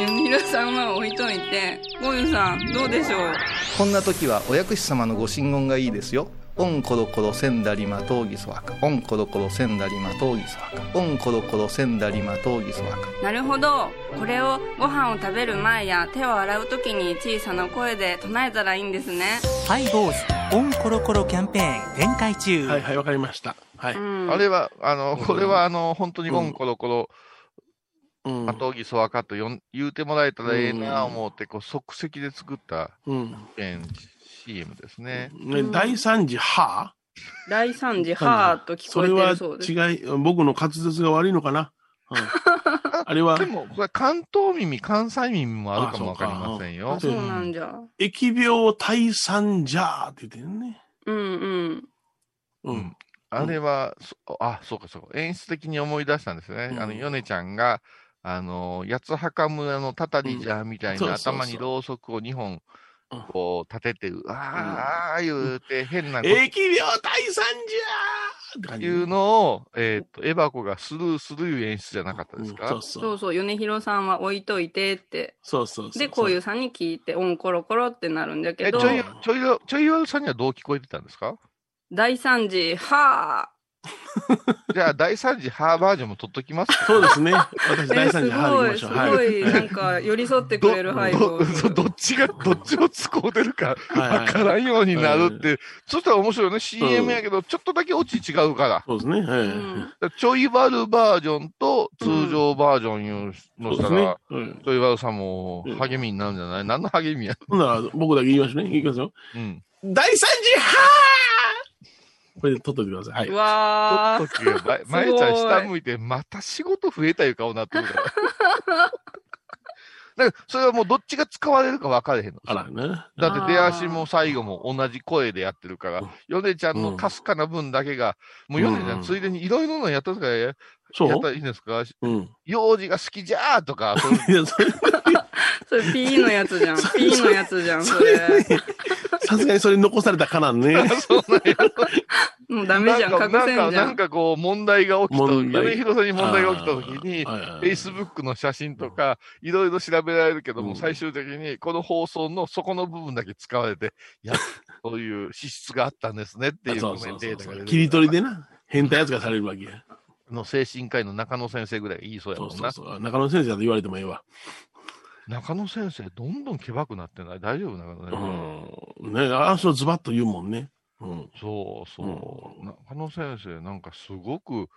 Speaker 2: ユミルさんは置いといて、ゴユさん、どうでしょう
Speaker 6: こんな時はお薬師様のご神言がいいですよ。オンコロコロセンダリマトーギソワカ。オンコロコロセンダリマトーギソワカ。オンコロコロセンダリマトーギソワカ。
Speaker 2: なるほど。これをご飯を食べる前や手を洗うときに小さな声で唱えたらいいんですね。
Speaker 9: ハイボーズオンコロコロキャンペーン展開中はい
Speaker 4: はいわかりましたはい、
Speaker 2: うん
Speaker 3: あれは、あの、これは、あの、本当にゴンコロコロ、
Speaker 4: うん、
Speaker 3: 後ぎそわかとよん言うてもらえたらええな思って、こう、即席で作った、
Speaker 4: うん。
Speaker 3: えー CM ですね。
Speaker 4: ね、大惨事は
Speaker 2: 第3次、はーっと聞こえてるそうです。
Speaker 4: それは違い、僕の滑舌が悪いのかな。
Speaker 3: [LAUGHS]
Speaker 4: うんあれは
Speaker 3: で、も、これ関東耳、関西耳もあるかもわかりませんよ。
Speaker 2: あそうなんじゃ。
Speaker 4: 疫病退散じゃーって言ってるね。
Speaker 2: うんうん。
Speaker 4: うん。
Speaker 3: あれは、そあ、そうかそうか。演出的に思い出したんですね。あの、ヨネちゃんが、あの、八つ墓村のたたりじゃみたい
Speaker 4: そう
Speaker 3: な
Speaker 4: そうそう
Speaker 3: 頭にろうそくを2本、こう、立てて、うわー、言うて変な
Speaker 4: 疫
Speaker 3: こ
Speaker 4: 病退散じゃーって
Speaker 3: と
Speaker 4: 感じ。
Speaker 3: いうのを、えっと、エバコがスルーするいう演出じゃなかったですか
Speaker 4: そう
Speaker 2: そ
Speaker 4: そう。
Speaker 2: うそう、米広さんは置いといてって。
Speaker 4: そうそうそう。
Speaker 2: で、こういうさんに聞いて、オンコロコロってなるんだけ
Speaker 3: え、ち
Speaker 2: ど、
Speaker 3: ょいよ、ちょいよ、ちょいよさんにはどう聞こえてたんですか
Speaker 2: 第3次、は
Speaker 3: じゃあ、第3次ハーバージョンも取っとき
Speaker 4: [LAUGHS]
Speaker 3: ますか
Speaker 4: そうですね。私、
Speaker 2: ー。え
Speaker 4: 第
Speaker 2: ー、
Speaker 4: 三
Speaker 2: す
Speaker 4: 次ハー
Speaker 2: ご
Speaker 4: でい
Speaker 2: い、
Speaker 4: き
Speaker 2: す
Speaker 4: ましょう。はい。
Speaker 2: ごい、なんか、寄り添ってくれる配
Speaker 3: ど
Speaker 2: 慮。
Speaker 3: どどっちが、どっちを使うてるか
Speaker 4: はい
Speaker 3: 分からんようになるって、そしたら面白いよね、CM やけど、ちょっとだけオチ違うから。
Speaker 4: そうですね。はい。
Speaker 2: うん
Speaker 3: ちょいバルバージョンと通常バージョンいうのしたら、
Speaker 4: そうですねうん
Speaker 3: ちょいバルさんも励みになるんじゃない何の励みや。
Speaker 4: ほんなら、僕だけ言いましょうね。いきますよ。
Speaker 3: うん。
Speaker 4: 第三次はーこれで撮っといてください。
Speaker 2: うわ
Speaker 4: はい。
Speaker 3: と
Speaker 2: ー。
Speaker 3: っとけよま
Speaker 2: すご
Speaker 3: ま
Speaker 2: い
Speaker 3: えちゃん下向いて、また仕事増えたいう顔になってるから。だから、それはもうどっちが使われるか分かれへんの。
Speaker 4: あらね。
Speaker 3: だって出足も最後も同じ声でやってるから、ヨネちゃんのかすかな分だけが、もうヨネちゃ
Speaker 4: うん
Speaker 3: んついでにいろいろなのやったとかや、
Speaker 4: そう
Speaker 3: やったらいいんですか [LAUGHS]
Speaker 4: うん。
Speaker 3: 幼児が好きじゃーとか、
Speaker 4: [LAUGHS]
Speaker 3: そういう
Speaker 4: いや、それ、
Speaker 2: それ、ピーのやつじゃん。ピーのやつじゃん、それ。
Speaker 4: さすがにそれ残されたかな
Speaker 3: [LAUGHS]
Speaker 4: んね。
Speaker 2: もうダメじゃん、
Speaker 3: なん
Speaker 2: 隠
Speaker 3: か、
Speaker 2: せ
Speaker 3: なん
Speaker 2: ん
Speaker 3: か、
Speaker 2: じゃ
Speaker 3: なん
Speaker 2: ん。
Speaker 3: かこう、問題が起きた、
Speaker 4: 問題
Speaker 3: 米広さんに問題が起きたときに、
Speaker 4: あーはいはい
Speaker 3: Facebook の写真とか、いろいろ調べられるけども、
Speaker 4: うん
Speaker 3: 最終的に、この放送のそこの部分だけ使われて、い
Speaker 4: [LAUGHS]
Speaker 3: や、そういう資質があったんですねっていう
Speaker 4: そう
Speaker 3: コメ
Speaker 4: そ
Speaker 3: ン
Speaker 4: う
Speaker 3: テー
Speaker 4: そう
Speaker 3: タ
Speaker 4: そ
Speaker 3: ーが出
Speaker 4: う。
Speaker 3: て
Speaker 4: 切り取りでな。変態扱いされるわけや。
Speaker 3: の精神科医の中野先生ぐらいがいいそうや
Speaker 4: そ
Speaker 3: も
Speaker 4: うんそう
Speaker 3: な。
Speaker 4: そう。中野先生だと言われてもええわ。
Speaker 3: 中野先生、どんどんけばくなってない大丈夫中野先生。
Speaker 4: うん。ねあの人ズバッと言うもんね。うん。
Speaker 3: そうそう、中野先生、なんかすごく
Speaker 4: うん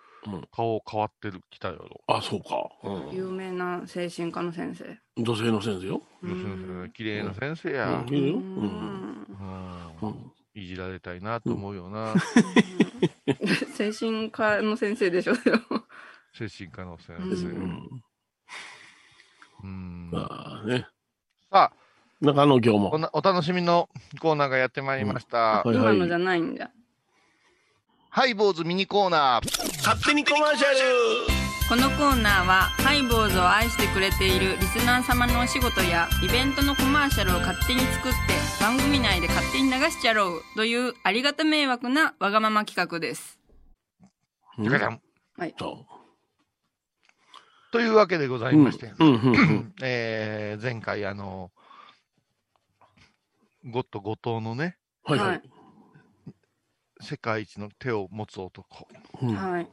Speaker 3: 顔変わってる、きたよ。
Speaker 4: あ、そうか。う
Speaker 2: 有名な精神科の先生。
Speaker 4: ん。女性の先生よ。
Speaker 2: う
Speaker 3: 女先生
Speaker 2: ん。
Speaker 3: 綺麗な先生
Speaker 4: う
Speaker 3: や
Speaker 4: ん。。いるよ。う。
Speaker 2: うんん
Speaker 3: うん
Speaker 4: うん。
Speaker 3: いじられたいなと思うよな、
Speaker 2: 精神科の先生でしょ、でも
Speaker 3: 精神科の先
Speaker 4: う
Speaker 3: 生。
Speaker 4: ん。
Speaker 3: うん
Speaker 4: まあね。
Speaker 3: さあ
Speaker 4: 中野今日
Speaker 3: こ
Speaker 4: も
Speaker 3: ん。な、お楽しみのコーナーがやってまいりました。
Speaker 4: はいは
Speaker 2: 今
Speaker 4: い。
Speaker 2: のじゃないんだ。
Speaker 3: ハイボーズミニコーナー。
Speaker 4: 勝手にコマーシャル
Speaker 2: このコーナーはハイボーズを愛してくれているリスナー様のお仕事やイベントのコマーシャルを勝手に作って番組内で勝手に流しちゃろうというありがた迷惑なわがまま企画です。
Speaker 3: じゃかじゃん
Speaker 2: はい。
Speaker 4: そ
Speaker 3: というわけでござ
Speaker 4: う
Speaker 3: いまして、
Speaker 4: うんうんうん。
Speaker 3: えー前回、あの、ゴッド後藤のね、
Speaker 4: はいはい。
Speaker 3: 世界一の手を持つ男、
Speaker 4: うん
Speaker 2: はい。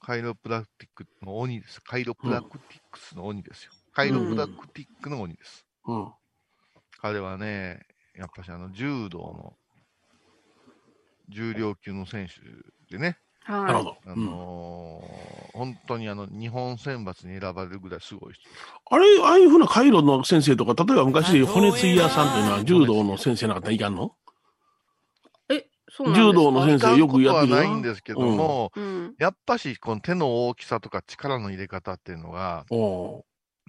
Speaker 3: カイロプラクティックの鬼です。カイロプラクティックスの鬼ですよ。カイロプラクティックの鬼です。
Speaker 4: うん。
Speaker 3: 彼はね、やっぱしあの柔道の重量級の選手でね、
Speaker 4: なるほ
Speaker 2: は
Speaker 4: ど。
Speaker 3: あ
Speaker 4: うん
Speaker 3: のー本当にあの日本選抜に選ばれるぐらいすごい人。
Speaker 4: あれ、ああいうふうな回路の先生とか、例えば昔でいう骨継ぎ屋さんというのは柔道の先生なかったらいかんの
Speaker 2: い。え、そうなんですか
Speaker 4: 柔道の先生よくやって
Speaker 3: 使うこと
Speaker 4: る
Speaker 3: はないんですけども、
Speaker 2: うん。
Speaker 3: やっぱしこの手の大きさとか力の入れ方っていうのが
Speaker 4: 生。お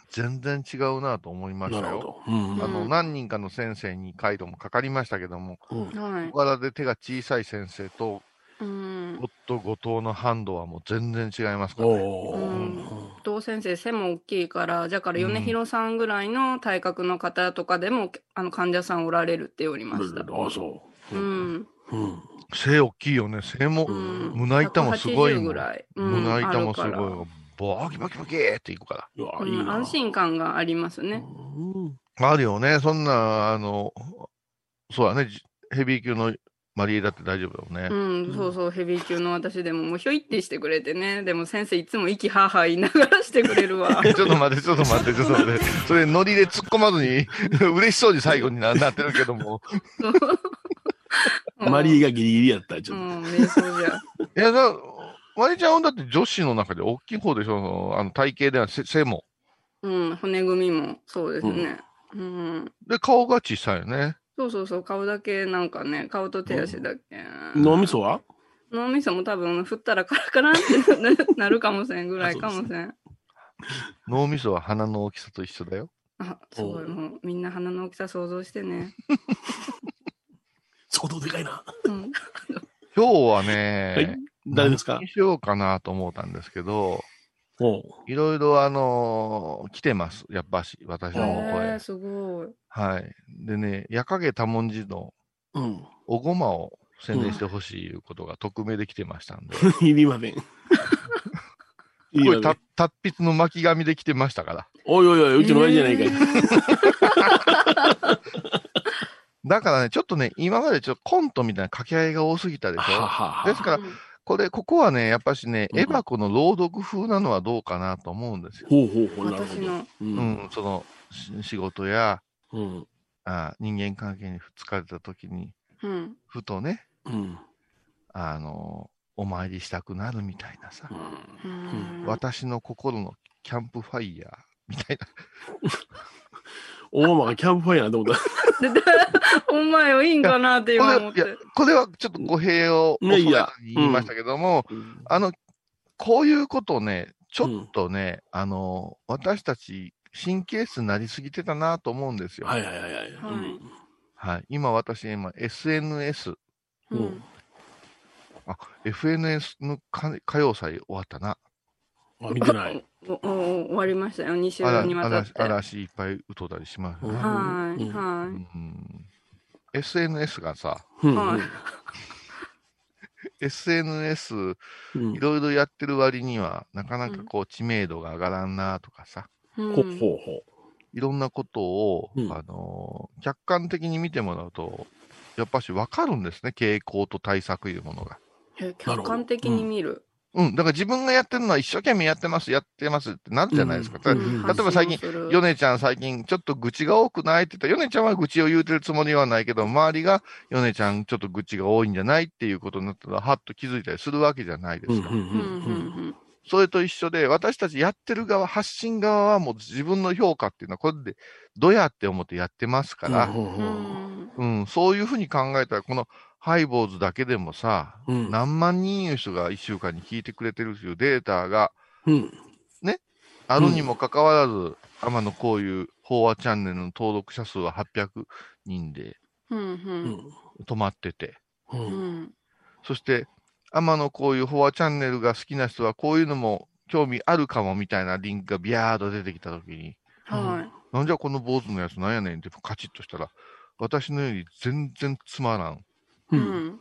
Speaker 3: 全然違うなと思いま
Speaker 4: ー
Speaker 3: し
Speaker 4: な
Speaker 3: た
Speaker 4: るほ
Speaker 3: よ。
Speaker 4: ど。うん。
Speaker 3: あ
Speaker 2: う
Speaker 3: の
Speaker 2: ん
Speaker 3: 何人かの先生に回路もかかりましたけども、
Speaker 4: うん
Speaker 2: はい
Speaker 3: 小。柄で手が小さい先生と、
Speaker 2: うん。
Speaker 3: 夫後藤のハンドはもう全然違いますから、ね。
Speaker 4: おー
Speaker 2: うん伊藤先生背も大きいからだから
Speaker 3: うん
Speaker 2: 米広さんぐらいの体格の方とかでも、あの患者さんおられるっておりました。
Speaker 4: あ、そう。
Speaker 2: う。ん、
Speaker 4: うん。
Speaker 3: 背大きいよね。背も、
Speaker 2: うん
Speaker 3: 胸板もすごいもん
Speaker 2: 180ぐらい、うん
Speaker 3: 胸板もす
Speaker 2: あ
Speaker 3: ごい
Speaker 2: るから
Speaker 3: わ。バキバキバキーっていくか
Speaker 4: うわ、
Speaker 2: う
Speaker 4: いい
Speaker 2: ん、
Speaker 4: な。
Speaker 2: 安心感がありますね。
Speaker 4: うん。
Speaker 3: ら。あるよね。そんな、あの、そうだね。じヘビー級のマリエだって大丈夫だよ
Speaker 2: う
Speaker 3: ね。
Speaker 2: ん、そうそう、ヘビー級の私でも、もうひょいってしてくれてね。でも先生いつも息はーはー言いながらしてくれる
Speaker 3: [LAUGHS]
Speaker 2: わ。
Speaker 3: ちょっと待って、ちょっと待って、ちょっと待って。それ、ノリで突っ込まずに、 [LAUGHS] 嬉しそうに最後にななってるけども。
Speaker 4: マリーがギリギリやった、ち
Speaker 2: う
Speaker 4: ょっ
Speaker 2: ん、瞑想じゃ。
Speaker 3: いや、だマリちゃんはだって女子の中で大きい方でしょ。そのあの体型では背背も。
Speaker 2: うん、骨組みもそうですね。うん。
Speaker 3: で、顔が小さいよね。
Speaker 2: そうそうそう、顔だけなんかね、顔と手足だけ。
Speaker 4: と。脳みそは
Speaker 2: 脳みそも多分振ったらカラカランってななるかもしれんぐらいかもしれん。
Speaker 3: 脳みそは鼻の大きさと一緒だよ。
Speaker 2: あ、すごい。もうみんな鼻の大きさ想像してね。
Speaker 4: 相当でかいな。
Speaker 2: うん。
Speaker 3: 今日はね、
Speaker 4: はい誰ですか
Speaker 3: 何にしようかなと思ったんですけど、いろいろあのー来てます、やっぱし、私の方へ。
Speaker 2: えー、すごい。
Speaker 3: はい。でね、矢影多文字の
Speaker 4: うん。
Speaker 3: おごまを宣伝してほしいいうことが匿名で来てましたん
Speaker 4: [LAUGHS]
Speaker 3: で、
Speaker 4: いりません。
Speaker 3: これた達筆の巻き紙で来てましたから。
Speaker 4: おいおいおい、うちの親父じゃないかい。
Speaker 3: だからね、ちょっとね、今までちょっとコントみたいな掛け合いが多すぎたでしょ。ですから、これ、ここはね、やっぱしね、エヴァ子の朗読風なのはどうかなと思うんですよ。
Speaker 4: ほうほうほう、
Speaker 2: なるほど私の
Speaker 3: うん、その、し仕事や、
Speaker 4: うん、
Speaker 3: あ人間関係に疲れた時に、
Speaker 2: うん。
Speaker 3: ふとね、
Speaker 4: うん、
Speaker 3: あの、お参りしたくなるみたいなさ、
Speaker 2: うん
Speaker 3: 私の心のキャンプファイヤーみたいな。
Speaker 4: 大間がキャンプファイヤーだと思った。
Speaker 2: お前をいいんかなって今思っ
Speaker 3: いや
Speaker 2: て。、
Speaker 3: これはちょっと語弊を恐れずに言いましたけども、あの、こういうことをね、ちょっとね、あの、私たち神経質になりすぎてたなと思うんですよ。
Speaker 4: はいはいはいは
Speaker 2: は
Speaker 4: い。
Speaker 2: い。
Speaker 3: はい、今私、今 SNS、
Speaker 2: うん。
Speaker 3: あ、FNS の歌歌謡祭終わったな。
Speaker 4: あ、見てない。
Speaker 2: おおお終わりましたよ、2週にわたっ
Speaker 3: 嵐
Speaker 2: て。は
Speaker 3: 嵐いっぱい歌ったりしますよ
Speaker 2: い、
Speaker 3: ね。
Speaker 2: は
Speaker 3: SNS がさ、
Speaker 2: い、はい。
Speaker 3: SNS いろいろやってる割には、なかなかこう知名度が上がらんなとかさ、
Speaker 2: うん
Speaker 4: ほうほうほ
Speaker 3: いろんなことを、あのー客観的に見てもらうと、やっぱし分かるんですね、傾向と対策いうものが。
Speaker 2: え客観的に見る。
Speaker 3: うん、だから自分がやってるのは一生懸命やってます、やってますってなるじゃないですか。
Speaker 2: うん
Speaker 3: た
Speaker 2: うん
Speaker 3: 例えば最近
Speaker 2: 発信をする、
Speaker 3: ヨネちゃん最近ちょっと愚痴が多くないって言ったら、ヨネちゃんは愚痴を言うてるつもりはないけど、周りがヨネちゃんちょっと愚痴が多いんじゃないっていうことになったら、はっと気づいたりするわけじゃないですか。
Speaker 2: うんうん
Speaker 3: それと一緒で、私たちやってる側、発信側はもう自分の評価っていうのは、これでどうやって思ってやってますから、うん、そういうふうに考えたら、このハイボーズだけでもさ、何万人いう人が1週間に聞いてくれてるというデータが、
Speaker 4: う。うん。
Speaker 3: ね、あるにもかかわらず、天野こういう法話チャンネルの登録者数は800人で
Speaker 2: うんうん
Speaker 3: 止まってて、
Speaker 2: うんうん
Speaker 3: そして、天野こういうフォアチャンネルが好きな人は、こういうのも興味あるかもみたいなリンクがビャーっと出てきたときに、
Speaker 2: は
Speaker 3: なんじゃこの坊主のやつなんやねんってカチッとしたら、私のより全然つまらん。
Speaker 2: い。うん。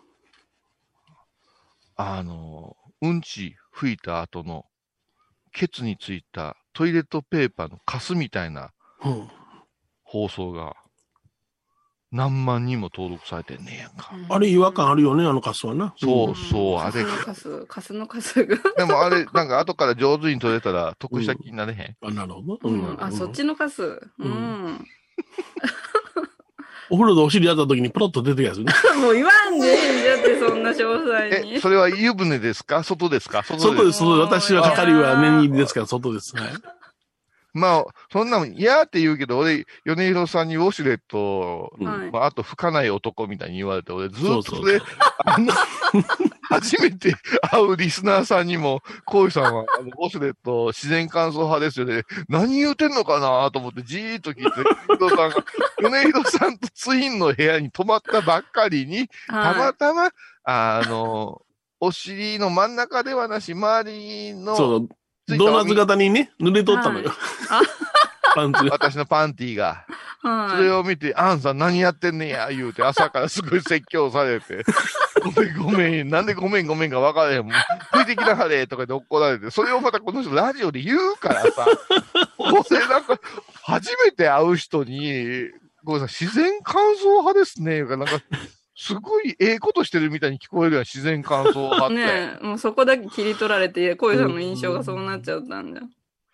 Speaker 3: あの、うんち吹いた後の、ケツについたトイレットペーパーのカスみたいな
Speaker 4: うん。
Speaker 3: 放送が、何万人も登録されてんねやんか。
Speaker 2: [LAUGHS]
Speaker 4: あれ違和感あるよね、あのカスはな。
Speaker 3: そうそう、あ
Speaker 2: カス
Speaker 3: れ
Speaker 2: のカス、カスのカスが。
Speaker 3: でもあれ、なんか後から上手に取れたら得した気になれへん。
Speaker 4: あ、なるほど。
Speaker 2: うんあ、そっちのカス。うん。 [LAUGHS]
Speaker 4: お風呂でお尻やった時にポロッと出てきやつね。
Speaker 2: もう言わんでいいじゃって、そんな詳細に。
Speaker 3: え、それは湯船ですか外ですか
Speaker 4: 外です、外です私は
Speaker 3: あ
Speaker 4: 語りは念入りですから、外です。はい。
Speaker 3: まあ、そんなもん嫌って言うけど、俺、米広さんにウォシュレット、
Speaker 2: はい
Speaker 3: まあ、あと吹かない男みたいに言われて、俺ずっ
Speaker 4: そ
Speaker 3: と
Speaker 4: うそ
Speaker 3: そ
Speaker 4: う
Speaker 3: れ、あの、 [LAUGHS] 初めて会うリスナーさんにも、こういさんは、あのウォシュレット自然乾燥派ですよね。何言うてんのかなと思ってじーっと聞いて、米広さんが、米広さんとツインの部屋に泊まったばっかりに、
Speaker 2: はい
Speaker 3: たまたま、あの、お尻の真ん中ではなし、周りの、
Speaker 4: そ
Speaker 3: つい
Speaker 4: うそ。
Speaker 3: うた
Speaker 4: ド
Speaker 3: お
Speaker 4: ーナ
Speaker 3: 水
Speaker 4: ツ型にね、濡れとったのよ。 [LAUGHS] パンツが。
Speaker 3: 私のパンティーが。それ
Speaker 2: は
Speaker 3: を見て、アンさん何やってんねや、言うて、朝からすごい説教され
Speaker 2: [LAUGHS]
Speaker 3: て、ごめんごめん、なんでごめんごめんか分からへん。もう吹いてきなはれ、とかで怒られて、それをまたこの人ラジオで言うからさ、俺なんか、初めて会う人に、ごめんなさい、自然乾燥派ですね、言うからなんか、すごいええことしてるみたいに聞こえるやん、自然乾燥派っ
Speaker 2: い。
Speaker 3: て。
Speaker 2: ねえ、もうそこだけ切り取られて、小遊さんの印象がそうなっちゃったんだよ。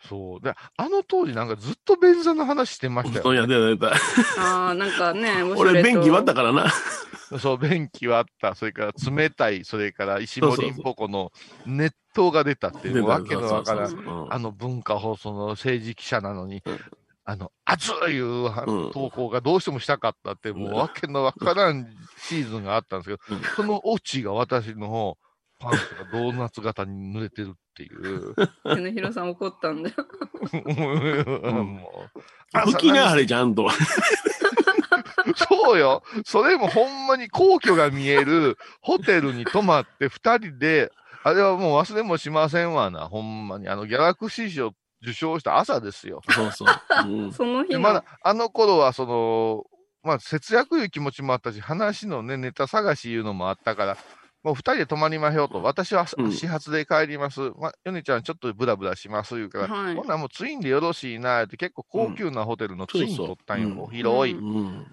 Speaker 3: そう。で、あの当時なんかずっと便座の話してましたよ。
Speaker 4: そうや、出た出
Speaker 2: ああ、なんか
Speaker 4: [LAUGHS]
Speaker 2: ね、ウォ
Speaker 4: た。
Speaker 2: シュレ
Speaker 4: 俺、
Speaker 2: ット
Speaker 4: 便器割ったからな。
Speaker 3: そう、便器はあった、それから冷たい、それから石森林ポコの熱湯が出たってい
Speaker 4: 出
Speaker 3: う、
Speaker 4: た
Speaker 3: わけのわから
Speaker 4: そうんそうそうう、ん
Speaker 3: あの文化放送の政治記者なのに、あの、熱いいう投稿がどうしてもしたかったって、もうわけのわからんシーズンがあったんですけど、そのオチが私の方、パンツがドーナツ型に濡れてるって
Speaker 4: [LAUGHS]
Speaker 3: いう。 [LAUGHS]
Speaker 2: 手のひらさん怒 [LAUGHS] ったんだよ。
Speaker 3: もう
Speaker 4: あ拭きなあれちゃんと。 [LAUGHS]
Speaker 3: そうよ。それもほんまに皇居が見えるホテルに泊まって二人で、あれはもう忘れもしませんわな。ほんまに。あの、ギャラクシー賞受賞した朝ですよ。
Speaker 4: そうそう。
Speaker 2: その日
Speaker 3: で
Speaker 2: の、
Speaker 3: まだ、あの頃は、その、まあ、節約いう気持ちもあったし、話のね、ネタ探しいうのもあったから、もう二人で泊まりましょうと。私は
Speaker 4: うん
Speaker 3: 始発で帰ります。まあ、ヨネちゃんちょっとブラブラします言うから、
Speaker 2: はい
Speaker 3: ほんならもうツインでよろしいなって結構高級なホテルのツイン
Speaker 4: そうそう
Speaker 3: 取ったんよ、
Speaker 4: うん
Speaker 3: こう広い。
Speaker 4: うん。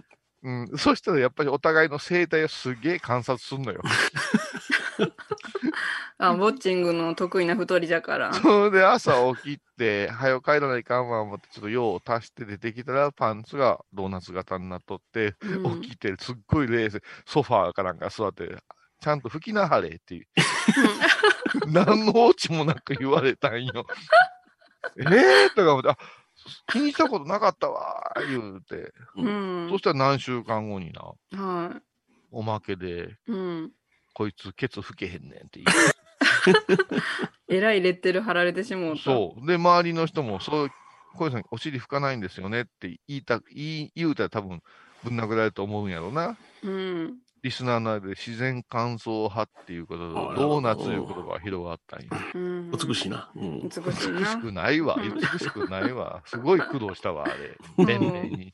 Speaker 3: うん、 [LAUGHS] そしたらやっぱりお互いの生態をすげえ観察すんのよ。 [LAUGHS]
Speaker 2: あ、ウォッチングの得意な太りじゃから。
Speaker 3: それで朝起きて、はよ帰らないかんわ思って、ちょっと用を足して出てきたら、パンツがドーナツ型になっとって、
Speaker 2: うん
Speaker 3: 起きて、すっごい冷静、ソファーかなんか座って、ちゃんと拭きなはれっていう。 [LAUGHS] 何のオチもなく言われた
Speaker 2: [LAUGHS]
Speaker 3: んよ。えーとか思って、あ気にしたことなかったわー、言うて。
Speaker 2: うん
Speaker 3: そ。したら何週間後にな、
Speaker 2: は
Speaker 3: おまけで、
Speaker 2: い。うん。
Speaker 3: こいつケツ拭けへんねんって言う。
Speaker 2: えらいレッテル貼られてしもうた。
Speaker 3: そう。で、周りの人も、そう、小泉さん、お尻拭かないんですよねって言いた、言い、言うたら多分、ぶん殴られると思うんやろうな。
Speaker 2: う。うん。
Speaker 3: リスナーの間で自然乾燥派っていうことで
Speaker 4: あら、
Speaker 3: ドーナツいう言葉が広がったんや。
Speaker 2: うん、
Speaker 4: 美しいな。うん
Speaker 2: 美。しい
Speaker 3: 美し
Speaker 2: な。
Speaker 3: くないわ。美しくないわ。すごい苦労したわ、あ
Speaker 2: う
Speaker 3: れ。
Speaker 2: ん
Speaker 3: 年々に。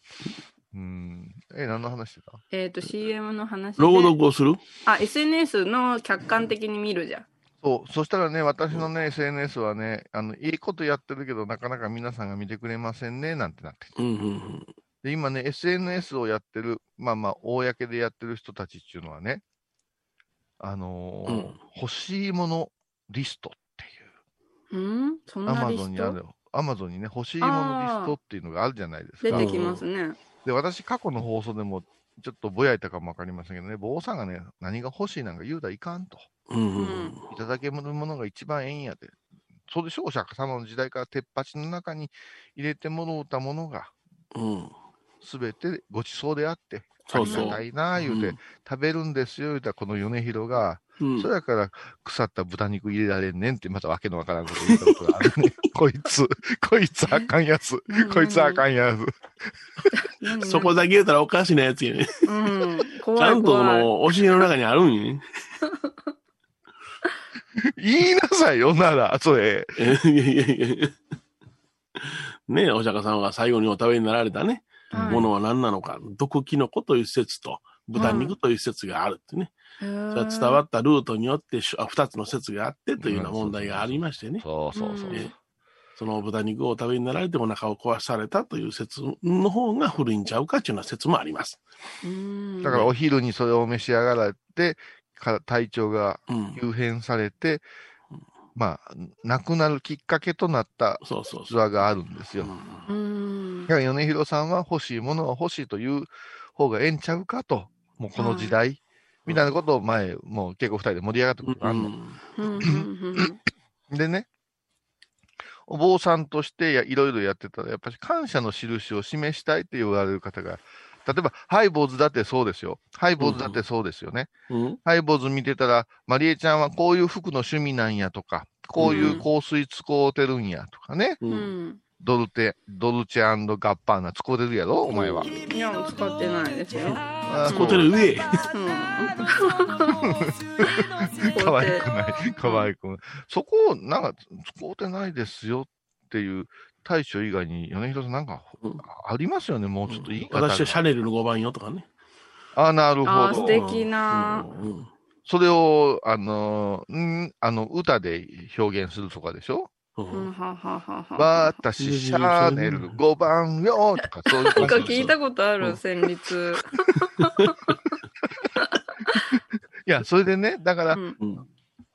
Speaker 3: うん。え、何の話してた
Speaker 2: えっ、と、CM の話で。
Speaker 4: 朗読をする
Speaker 2: あ、SNS の客観的に見るじゃん。
Speaker 3: そう、そしたらね、私のね、SNS はね、あの、いいことやってるけど、なかなか皆さんが見てくれませんね、なんてなって
Speaker 4: うんうん
Speaker 3: で、今ね、SNS をやってる、まあまあ、公でやってる人たちっていうのはね、あのー
Speaker 4: うん
Speaker 3: 欲しいものリストっていう、
Speaker 2: うんそん
Speaker 3: ア
Speaker 2: な
Speaker 3: マ
Speaker 2: リ
Speaker 3: ゾン
Speaker 2: ス
Speaker 3: にあ
Speaker 2: ト
Speaker 3: る、アマゾンにね、欲しいものリストっていうのがあるじゃないです
Speaker 2: 出
Speaker 3: か。
Speaker 2: てきますね。
Speaker 3: で、私、過去の放送でも、ちょっとぼやいたかもわかりませんけどね、坊さんがね、何が欲しいなんか言うたらいかんと。
Speaker 4: うん。うんう
Speaker 2: うんん。
Speaker 3: いただけるものが一番ええんやで。それで、勝者様の時代から鉄鉢の中に入れてもろうたものが、
Speaker 4: うん。
Speaker 3: すべてごちそうであって、あ
Speaker 4: そう
Speaker 3: り
Speaker 4: そう
Speaker 3: がたいなあ言う
Speaker 4: う
Speaker 3: て
Speaker 4: ん、
Speaker 3: 食べるんですよ、言うたらこの米広が、
Speaker 4: うん
Speaker 3: そやから腐った豚肉入れられんねんって、またわけのわからんこと言ったことがあるね。 [LAUGHS] こいつ、こいつあかんやつ
Speaker 2: 何、
Speaker 3: こいつあかんやつ。
Speaker 2: 何
Speaker 4: そこだけ言うたらおかしなやつやね。
Speaker 2: うん。
Speaker 4: ち
Speaker 2: 怖
Speaker 4: ゃ
Speaker 2: い
Speaker 4: んとこ
Speaker 2: 怖い。
Speaker 4: のお尻の中にあるんやね。
Speaker 3: 言いなさいよなら、それ。
Speaker 4: いやいやいやねえ、お釈迦さんは最後にお食べになられたね、
Speaker 2: はい
Speaker 4: ものは何なのか、毒キノコという施設と豚肉という施設があるってね、それは伝わったルートによってしあ2つの説があってというような問題がありましてね、
Speaker 3: そうそうそうう。
Speaker 2: ん
Speaker 4: ええその豚肉をお食べになられてお腹を壊されたという説の方が古いんちゃうかというような説もあります。
Speaker 2: うん
Speaker 3: だからお昼にそれを召し上がられて、から体調が
Speaker 4: うん、
Speaker 3: 急変されて、まあ、亡くなるきっかけとなった
Speaker 4: そうそう
Speaker 3: 器
Speaker 4: そう。
Speaker 3: があるんですよ。
Speaker 2: うん
Speaker 3: だから米広さんは欲しいものは欲しいという方がええんちゃうかと、もうこの時代、みたいなことを前、もう結構二人で盛り上がったことがあるの。
Speaker 2: うんうん
Speaker 3: でね、お坊さんとしてやいろいろやってたら、やっぱり感謝の印を示したいって言われる方が、例えば、ハイ坊主だってそうですよ。ハイ坊主だってそうですよね。
Speaker 4: うん
Speaker 3: ハイ坊主見てたら、マリエちゃんはこういう服の趣味なんやとか、こういう香水使うてるんやとかね、
Speaker 4: う
Speaker 2: うんん
Speaker 3: ドルテ、ドルチェガッパーナ使うてるやろ、お前は。
Speaker 2: うん。いや、使ってないですよ。
Speaker 3: あー
Speaker 4: ホテル上
Speaker 2: うん。
Speaker 3: 可愛くない、可愛くない。そこを、なんか、使うてないですよっていう対処以外に、米広さん、なんか
Speaker 4: うん、
Speaker 3: ありますよね、もうちょっと言い方が
Speaker 4: 私はシャネルの5番よとかね。
Speaker 3: あ、なる
Speaker 2: あー
Speaker 3: ほ
Speaker 2: 素
Speaker 3: ど。
Speaker 2: 敵な。
Speaker 4: うん
Speaker 3: それを、あのー、んあの、歌で表現するとかでしょ
Speaker 4: うん
Speaker 2: うん、はははは。
Speaker 3: 私、シャネル5番よとか、そういう
Speaker 2: なんか
Speaker 3: 感じで
Speaker 2: 聞
Speaker 3: し
Speaker 2: い
Speaker 3: ょ
Speaker 2: たことある、旋律。
Speaker 3: いや、それでね、だから
Speaker 2: う、ん
Speaker 4: うん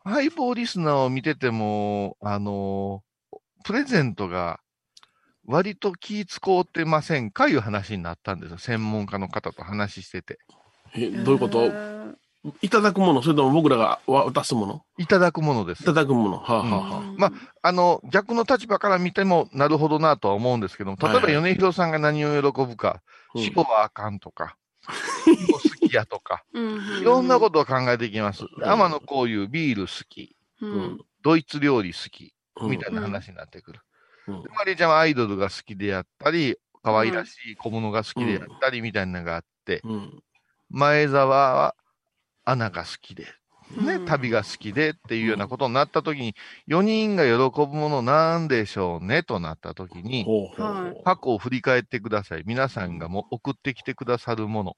Speaker 3: ハイボーリスナーを見てても、あのープレゼントが割と気使うてませんかいう話になったんですよ。専門家の方と話してて。
Speaker 4: えどういうこといただくものそれとも僕らがわ渡すもの
Speaker 3: いただくものです
Speaker 4: い。ただくものはあ、はあはあ、
Speaker 2: ま
Speaker 3: まあの、逆の立場から見てもなるほどなとは思うんですけども、例えば
Speaker 4: はい
Speaker 3: 米広さんが何を喜ぶか、
Speaker 4: うん [LAUGHS]
Speaker 3: 死後はあかんとか、お好きやとか、いろんなことを考えていきます。天野こういうビール好き、
Speaker 2: うん
Speaker 3: ドイツ料理好き、みたいな話になってくる。でマリーちゃんはアイドルが好きであったり、可愛らしい小物が好きであったりみたいなのがあって、前澤はアナが好きで、ね、旅が好きでっていうようなことになった時に、4人が喜ぶものなんでしょうねとなった時に、
Speaker 2: はい
Speaker 3: 過去を振り返ってください。皆さんがもう送ってきてくださるもの。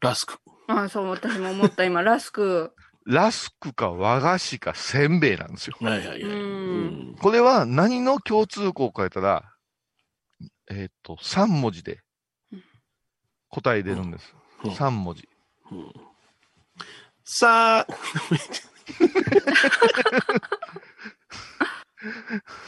Speaker 4: ラスク。
Speaker 2: あ、そう、私も思った、今、ラスク。
Speaker 3: ラスクか和菓子かせんべいなんですよ。
Speaker 2: うん。
Speaker 3: これは何の共通項を変えたら、えっ、と、3文字で答え出るんです。3文字。
Speaker 4: さあ、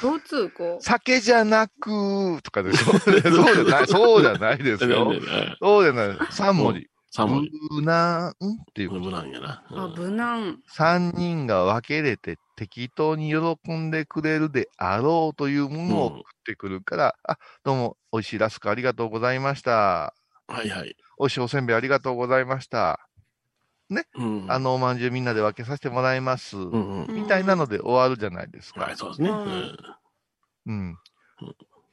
Speaker 2: 共通項。
Speaker 3: 酒じゃなくとかでしょ。 [LAUGHS] そうじゃない、そうじゃないですよ。そうじゃない。3文字。
Speaker 4: 3文字。
Speaker 3: 無難っていうこと。
Speaker 4: 無難やな。
Speaker 2: あ、無難。
Speaker 3: 3人が分けれて適当に喜んでくれるであろうというものを送ってくるから、あ、どうも、美味しいラスクありがとうございました。
Speaker 4: はいはい。
Speaker 3: 美味しいおせんべいありがとうございました。ね。あのおまんじゅうみんなで分けさせてもらいます。
Speaker 4: うん
Speaker 3: みたいなので終わるじゃないですか。
Speaker 4: はい、そうですね。
Speaker 3: うん。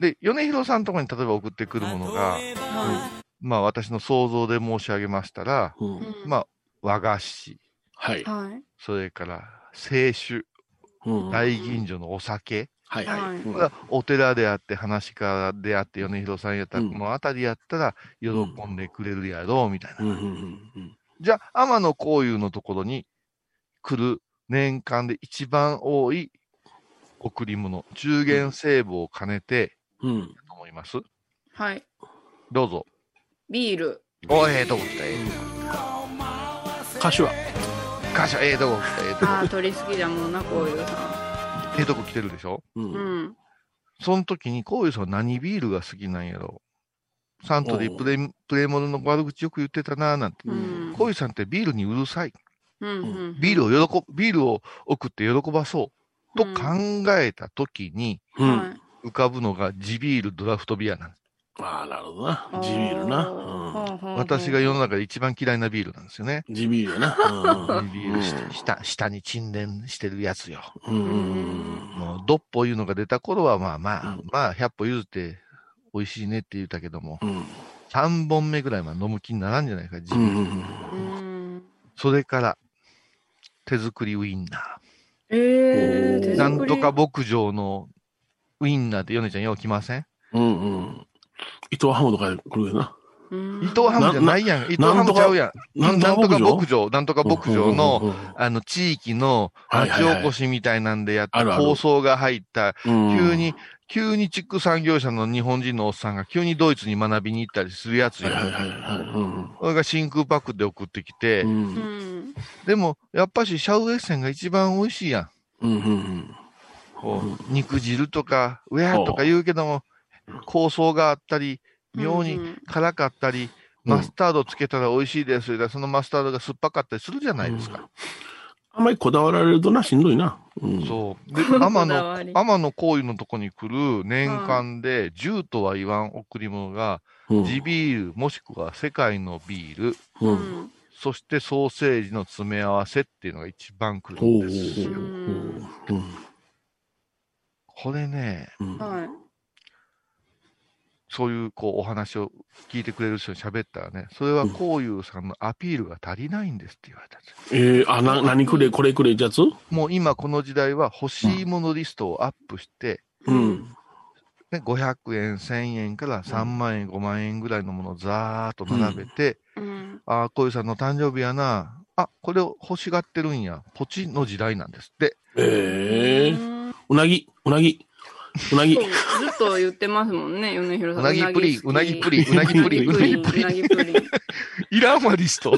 Speaker 3: で、米広さんのところに例えば送ってくるものが、まあ私の想像で申し上げましたら、まあ和菓子、
Speaker 4: はい
Speaker 2: はい。
Speaker 3: それから清酒、大吟醸のお酒、
Speaker 4: はい
Speaker 2: はいはい
Speaker 3: これはお寺であって、話し家であって、米広さんやったら、この辺りやったら喜んでくれるやろうみたいな。じゃあ、天野幸雄のところに来る年間で一番多い贈り物、中元聖母を兼ねて、
Speaker 4: うん。
Speaker 3: と思います
Speaker 2: はい。
Speaker 3: どうぞ。
Speaker 2: ビール。
Speaker 3: おええとこ来た、ええ
Speaker 4: とこ。歌手は
Speaker 3: 歌手はええとこ来た、ええ
Speaker 4: [LAUGHS]
Speaker 3: とこ。
Speaker 2: あー、取りすぎだもんな、こういうさ
Speaker 3: ええとこ来てるでしょ
Speaker 2: ん。うん。
Speaker 3: その時に、こういうさん何ビールが好きなんやろサントリープレイプレイモルの悪口よく言ってたなぁなんて。こういうさんってビールにうるさい。
Speaker 2: うん。うん。
Speaker 3: ビールを喜ぶ、ビールを送って喜ばそうと考えた時に、
Speaker 4: うん
Speaker 3: 浮かぶのが地ビールドラフトビアなんです。
Speaker 4: ああ、なるほどな。地ビールな。うん
Speaker 3: 私が世の中で一番嫌いなビールなんですよね。
Speaker 4: 地ビールな。
Speaker 3: 地ビール下、下下に沈殿してるやつよ。
Speaker 4: うん。
Speaker 3: もうどっぽいうのが出た頃は、まあまあ、まあ、100歩譲って、美味しいねって言ったけども、3本目ぐらいは飲む気にならんじゃないか、自分。それから、手作りウインナ
Speaker 2: えー、
Speaker 3: ー。
Speaker 2: 手
Speaker 3: な
Speaker 2: 作り
Speaker 3: んとか牧場のウインナーって、ヨネちゃんよう来ません
Speaker 4: うんうん。伊藤ハムとか来るよな。
Speaker 3: 伊藤ハムじゃないやん。
Speaker 4: な
Speaker 3: 伊藤ハムちゃうやん。
Speaker 4: な
Speaker 3: なんん
Speaker 4: とか
Speaker 3: とか
Speaker 4: 牧
Speaker 3: 牧場、なんとか牧場
Speaker 4: うんうん
Speaker 3: の
Speaker 4: うん、
Speaker 3: あの、地域の
Speaker 4: はいはいはい
Speaker 3: 町おこしみたいなんでやっ
Speaker 4: あ
Speaker 3: た
Speaker 4: るある
Speaker 3: 構想が入った、
Speaker 4: うん
Speaker 3: 急に、急に畜産業者の日本人のおっさんが急にドイツに学びに行ったりするやつや
Speaker 4: ん。
Speaker 3: それが真空パックで送ってきて、
Speaker 2: うん。
Speaker 3: でも、やっぱしシャウエッセンが一番美味しいやん。
Speaker 4: うんうん
Speaker 3: こう肉汁とか、ウェアとか言うけども、構想があったり、妙に辛かったり、マスタードつけたら美味しいですよそのマスタードが酸っぱかったりするじゃないですか。
Speaker 4: あんまりこだわられるとな、しんどいな。
Speaker 3: そう。で、天
Speaker 4: こだわり
Speaker 3: 野、天野幸雄のとこに来る年間で10とは言わん贈り物が、地ビール、もしくは世界のビール、
Speaker 4: うん
Speaker 3: そしてソーセージの詰め合わせっていうのが一番来るんですよ。これね、
Speaker 2: はい。
Speaker 3: そういうこうお話を聞いてくれる人に喋ったらね、それはこういうさんのアピールが足りないんですって言われたんですよ。
Speaker 4: えー、あ、な、何くれ、これくれってやつ
Speaker 3: もう今この時代は欲しいものリストをアップして、
Speaker 4: うん。
Speaker 3: ね、500円、1000円から3万円、5万円ぐらいのものをざーっと並べて、ああ、こういうさんの誕生日やな、あこれを欲しがってるんや、ポチの時代なんですって。
Speaker 4: えー、うなぎ、うなぎ、うなぎ
Speaker 2: そう、。ずっと言ってますもんね、米広さん。
Speaker 4: うなぎプリン
Speaker 2: 好き
Speaker 4: うなぎプリンうなぎプリン
Speaker 2: うなぎプリン
Speaker 4: う
Speaker 2: う
Speaker 4: な
Speaker 2: な
Speaker 4: ぎ
Speaker 2: ぎ
Speaker 4: プ
Speaker 2: プ
Speaker 4: リ
Speaker 2: リ
Speaker 4: ン
Speaker 2: ン。
Speaker 4: [LAUGHS]
Speaker 3: いらんわ、リス [LAUGHS] ト。い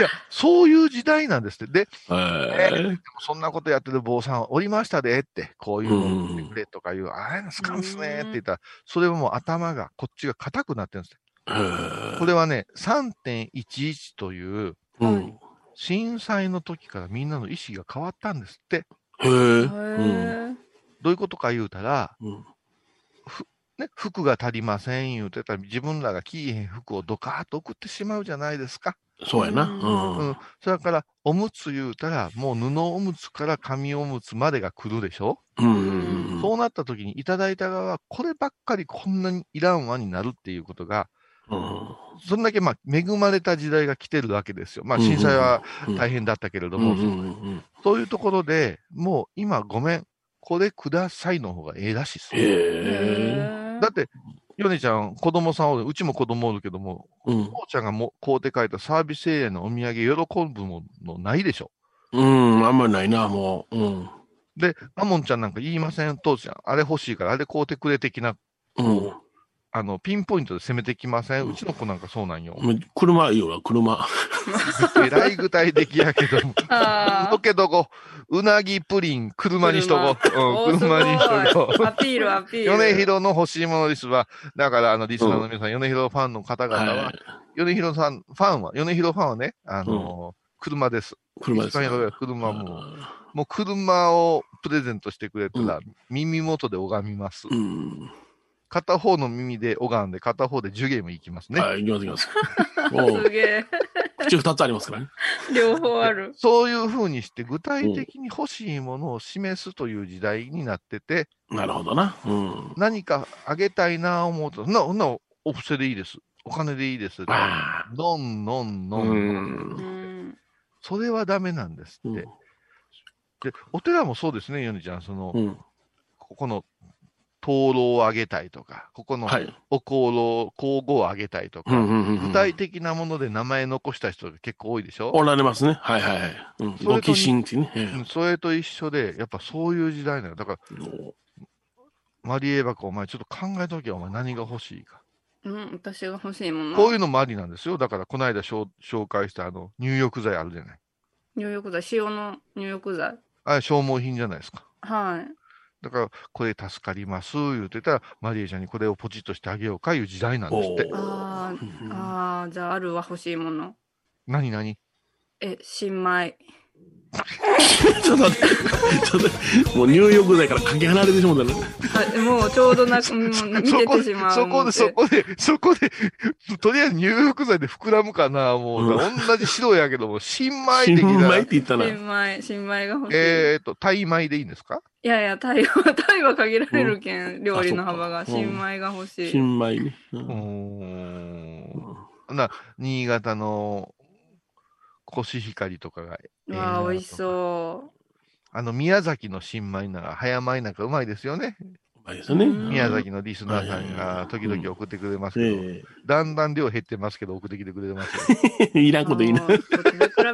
Speaker 3: や、そういう時代なんですって。で、え
Speaker 4: え
Speaker 3: ーでもそんなことやってる坊さんおりましたでって、こういうの送ってくれとかいう、あれすかんっすねって言ったら、それはもう頭が、こっちが硬くなってるんですって。これはね、3.11という、
Speaker 4: うん。
Speaker 3: 震災の時からみんなの意識が変わったんですって。
Speaker 4: へえ。
Speaker 3: どういうことか言うたら、ふね、服が足りません言うてたら、自分らが着いへん服をドカーッと送ってしまうじゃないですか。
Speaker 4: そうやなうん
Speaker 3: うん。それから、おむつ言うたら、もう布おむつから紙おむつまでが来るでしょ。
Speaker 4: うんうんうん
Speaker 3: そうなった時に、いただいた側は、こればっかりこんなにいらんわになるっていうことが、そんだけまあ恵まれた時代が来てるわけですよ。まあ、震災は大変だったけれども、そういうところでもう今、ごめん、これくださいの方がええらしいですね。だって、ヨネちゃん、子供さんおる、うちも子供おるけども、
Speaker 4: お
Speaker 3: 父ちゃんがも買うて書いたサービスエリアのお土産、喜ぶものないでしょ。
Speaker 4: うん、あんまりないな、もう。うん。
Speaker 3: で、マモンちゃんなんか言いません、父ちゃん、あれ欲しいから、あれ買うてくれ的な、
Speaker 4: うん、
Speaker 3: あのピンポイントで攻めてきません、うちの子なんかそうなんよ。
Speaker 4: もう車いいよな、車。
Speaker 3: えらい具体的やけども。のけどこ、うなぎプリン、車にしとこう。うん、
Speaker 2: 車
Speaker 3: 車にしとこう。
Speaker 2: アピールア
Speaker 4: [LAUGHS]
Speaker 2: ピール
Speaker 3: 米広の欲しいものリストは、だから、あの、リスナーの皆さん、米広ファンの方々は、米広さん、ファンは、米広ファンはね、あの、車です。
Speaker 4: 車です
Speaker 3: 一番喜ぶ車もう、もう車をプレゼントしてくれたら、耳元で拝みます。片方の耳で拝んで、片方でジュゲームいきますね。
Speaker 4: はい、いきます、いきます。
Speaker 2: すげえ。
Speaker 4: 口二つありますからね。
Speaker 2: 両方ある。
Speaker 3: そういうふうにして、具体的に欲しいものを示すという時代になってて、
Speaker 4: なるほどな。うん。
Speaker 3: 何かあげたいなぁ思うと、そんな、そんなお布施でいいです。お金でいいです。どんどんどんどん。それはダメなんですって。で、お寺もそうですね、ヨネちゃん。その、ここの灯籠をあげたいとか、ここの
Speaker 4: はい
Speaker 3: お香炉、香合をあげたいとか、
Speaker 4: うんうんうんうん
Speaker 3: 具体的なもので名前残した人が結構多いでしょ
Speaker 4: おられますね。はいはいはい。うん。
Speaker 3: それと
Speaker 4: ご寄進っていうね。え
Speaker 3: う
Speaker 4: え
Speaker 3: んそれと一緒で、やっぱそういう時代なの。だから、マリエバコ、お前ちょっと考えときゃ、お前何が欲しいか。
Speaker 2: うん、私が欲しいもの。
Speaker 3: こういうのもありなんですよ。だから、この間しょ紹介したあの入浴剤あるじゃない。
Speaker 2: 入浴剤、塩の入浴剤。
Speaker 3: あれ消耗品じゃないですか。
Speaker 2: はい。
Speaker 3: だから、これ助かります、言うてたら、マリエちゃんにこれをポチッとしてあげようかいう時代なんですって。
Speaker 2: あーあー、じゃああるは欲しいもの。
Speaker 3: 何何
Speaker 2: え、新米。
Speaker 4: ちょっと待って、ちょっと待ってもう入浴剤からかけ離れてしまうたね。
Speaker 2: あもうちょうど
Speaker 3: [LAUGHS]
Speaker 2: な、うん見ててしまう
Speaker 3: そ
Speaker 2: 思
Speaker 3: こ
Speaker 2: っ
Speaker 3: で、
Speaker 2: て。
Speaker 3: そこで、そこで、とりあえず入浴剤で膨らむかな、もう。
Speaker 4: うん
Speaker 3: 同じ白やけども、新米的な。
Speaker 4: 新米って言ったな。
Speaker 2: 新米、新米が欲しい。
Speaker 3: えっと、タイ米でいいんですか
Speaker 2: いやいや、タイは、タイは限られるけん、料理の幅が。
Speaker 3: あそっかうん
Speaker 2: 新米が欲しい。
Speaker 4: 新米ね。う
Speaker 3: ーん。な、新潟のコシヒカリとかが、
Speaker 2: わあ、美味しそう。
Speaker 3: あの、宮崎の新米なら、早米なんかうまいですよね。うまい
Speaker 4: ですよねうん
Speaker 3: 宮崎のリスナーさんが時々送ってくれますけど、だんだん量減ってますけど、送ってきてくれて
Speaker 4: [LAUGHS]
Speaker 3: ますよ。
Speaker 4: いらんこといいな。
Speaker 2: 比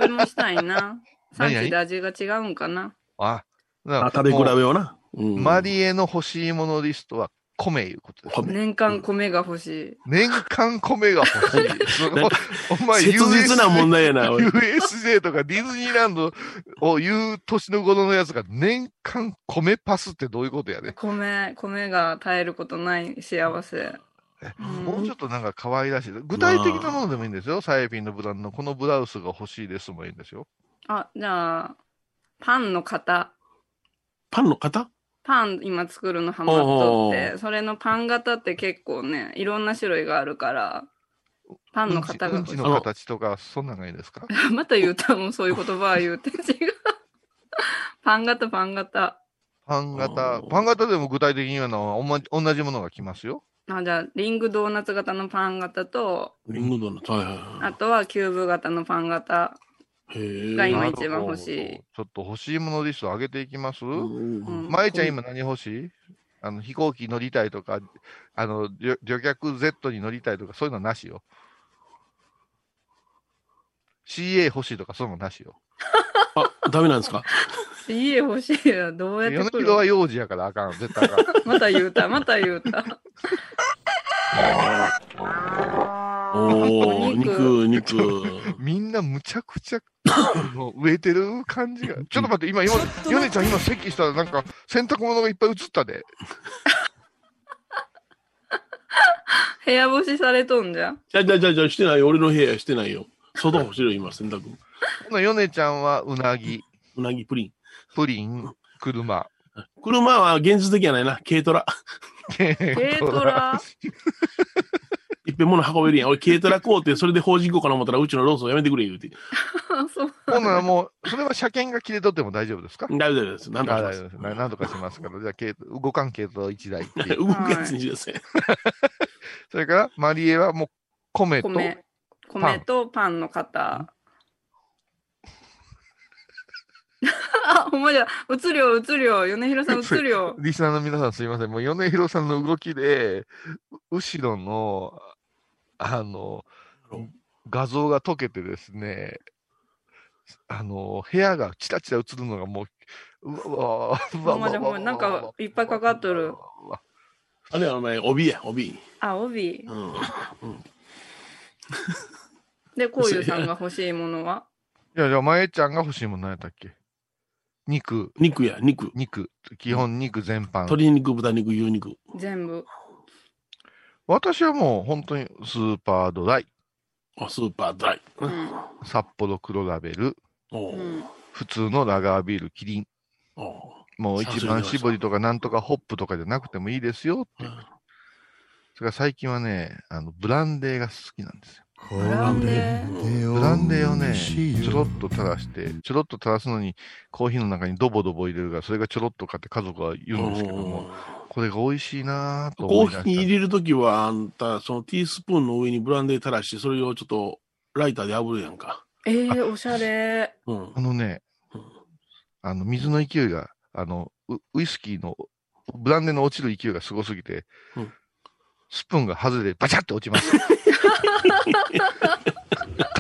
Speaker 2: べもしたい
Speaker 4: [LAUGHS]
Speaker 2: な。産
Speaker 3: 何々
Speaker 2: 地で味が違うんかな。
Speaker 3: あ、だ
Speaker 4: あ食べ比べをな。
Speaker 3: マリエの欲しいものリストは米いうことです、ね。
Speaker 2: 年間米が欲しい。
Speaker 3: 年間米が欲しい。
Speaker 4: [LAUGHS]
Speaker 3: すごい [LAUGHS] お前、
Speaker 4: 切実な問題やなおい
Speaker 3: USJ とかディズニーランドを言う年の頃のやつが年間米パスってどういうことやね。
Speaker 2: 米、米が耐えることない幸せ。
Speaker 3: もうちょっとなんか可愛らしい。具体的なものでもいいんですよ。サイピンのブランドのこのブラウスが欲しいですもいいんですよ。
Speaker 2: あ、じゃあ、パンの型。
Speaker 4: パンの型
Speaker 2: パン今作るのハマっとっ
Speaker 4: おうおうお
Speaker 2: て、それのパン型って結構ね、いろんな種類があるから、パンの型が
Speaker 3: うん
Speaker 2: 欲し
Speaker 3: ち
Speaker 2: い。
Speaker 3: の形とか、そんなんがいいですか
Speaker 2: また言うたもん、そういう言葉は言うて。違う。パン型、パン型。
Speaker 3: パン型。パン型でも具体的にはのはおんま同じものが来ますよ。
Speaker 2: あじゃあ、リングドーナツ型のパン型と、
Speaker 4: リンゴドーナツ。はいはいは
Speaker 2: あとはキューブ型のパン型
Speaker 4: い。へえ。
Speaker 2: が今一番欲しい。
Speaker 3: ちょっと欲しいものリスト上げていきますまえちゃん今何欲しいあの飛行機乗りたいとか、あの旅旅客 Z に乗りたいとか、そういうのはなしよ。CA 欲しいとか、そういうのもなしよ。
Speaker 4: あ、ダメなんですか
Speaker 2: 家欲しいよ。どうやっ
Speaker 3: 米
Speaker 2: て来
Speaker 3: 広 [LAUGHS] は
Speaker 2: る
Speaker 3: 幼児やからあかん、絶対あかん。
Speaker 2: また言うた、また言うた。
Speaker 4: おー、肉、肉。
Speaker 3: みんなむちゃくちゃあの植えてる感じが。ちょっと待って、今、今、ヨネちゃん今席したらなんか洗濯物がいっぱい映ったで。
Speaker 2: 部屋干しされとんじゃん。
Speaker 4: じゃあじゃあじゃあじゃあしてないよ。俺の部屋してないよ。外欲しいよ、今、洗濯。
Speaker 3: このヨネちゃんはうなぎ。
Speaker 4: うなぎプリン。
Speaker 3: プリン、車。
Speaker 4: 車は現実的やないな。軽トラ。 [LAUGHS]
Speaker 3: [LAUGHS]
Speaker 2: 軽トラ
Speaker 4: いっぺん物運べるやん。俺、軽トラ買うて、それで法人行こうかな思ったら、うちのローソンやめてくれ、言うて。
Speaker 2: [LAUGHS]
Speaker 3: ほんならもう、それは車検が切れとっても大丈夫ですか
Speaker 4: 大丈夫です。なんとかします
Speaker 3: 大丈夫ですななんとかしますから、じゃあ軽ト、動かん軽トラ1台って
Speaker 4: [LAUGHS]
Speaker 3: いう。
Speaker 4: 動くやつにしてください。
Speaker 3: それから、マリエはもう、米と、
Speaker 2: 米、米とパンの型。あ、 [LAUGHS] ほんまじゃ、うつりょう、うつりょう、米広さん、うつりょう。
Speaker 3: リスナーの皆さんすいません。もう、米広さんの動きで、う後ろの、あの、画像が溶けてですね、あの、部屋がチラチラ映るのがもう、うわうわ
Speaker 2: ほんまじゃ、ほんまなんか、いっぱいかかっとる。
Speaker 4: あれはお前、帯や、帯。
Speaker 2: あ、帯。
Speaker 4: うん。うん
Speaker 2: で、こういうさんが欲しいものは
Speaker 3: いや、じゃあ、まえちゃんが欲しいもん何やったっけ肉。
Speaker 4: 肉や、肉。
Speaker 3: 肉。基本肉全般。
Speaker 4: 鶏肉、豚肉、牛肉。
Speaker 2: 全部。
Speaker 3: 私はもう本当にスーパードライ。
Speaker 4: あ、スーパードライ。
Speaker 2: うん。
Speaker 3: 札幌黒ラベル。
Speaker 4: おう
Speaker 2: うん。
Speaker 3: 普通のラガービール、キリン。
Speaker 4: おう
Speaker 3: もう一番搾りとかなんとかホップとかじゃなくてもいいですよって。それから最近はね、あの、ブランデーが好き [LAUGHS] なんですよ。
Speaker 2: ブランデ
Speaker 3: ブランデーをね、ちょろっと垂らして、ちょろっと垂らすのに、コーヒーの中にドボドボ入れるから、それがちょろっとかって家族は言うんですけども、これが美味しいなぁと
Speaker 4: コ
Speaker 3: 思い
Speaker 4: ーヒー
Speaker 3: 出し
Speaker 4: 入れるときは、あんた、そのティースプーンの上にブランデー垂らして、それをちょっとライターで炙るやんか。
Speaker 2: えー、おしゃれ。
Speaker 4: うん
Speaker 3: た。。あのね、あの、水の勢いが、あの、ウウイスキーの、ブランデーの落ちる勢いがすごすぎて、
Speaker 4: うん
Speaker 3: スプーンが外れてバチャって落ち
Speaker 4: [LAUGHS]
Speaker 3: ます。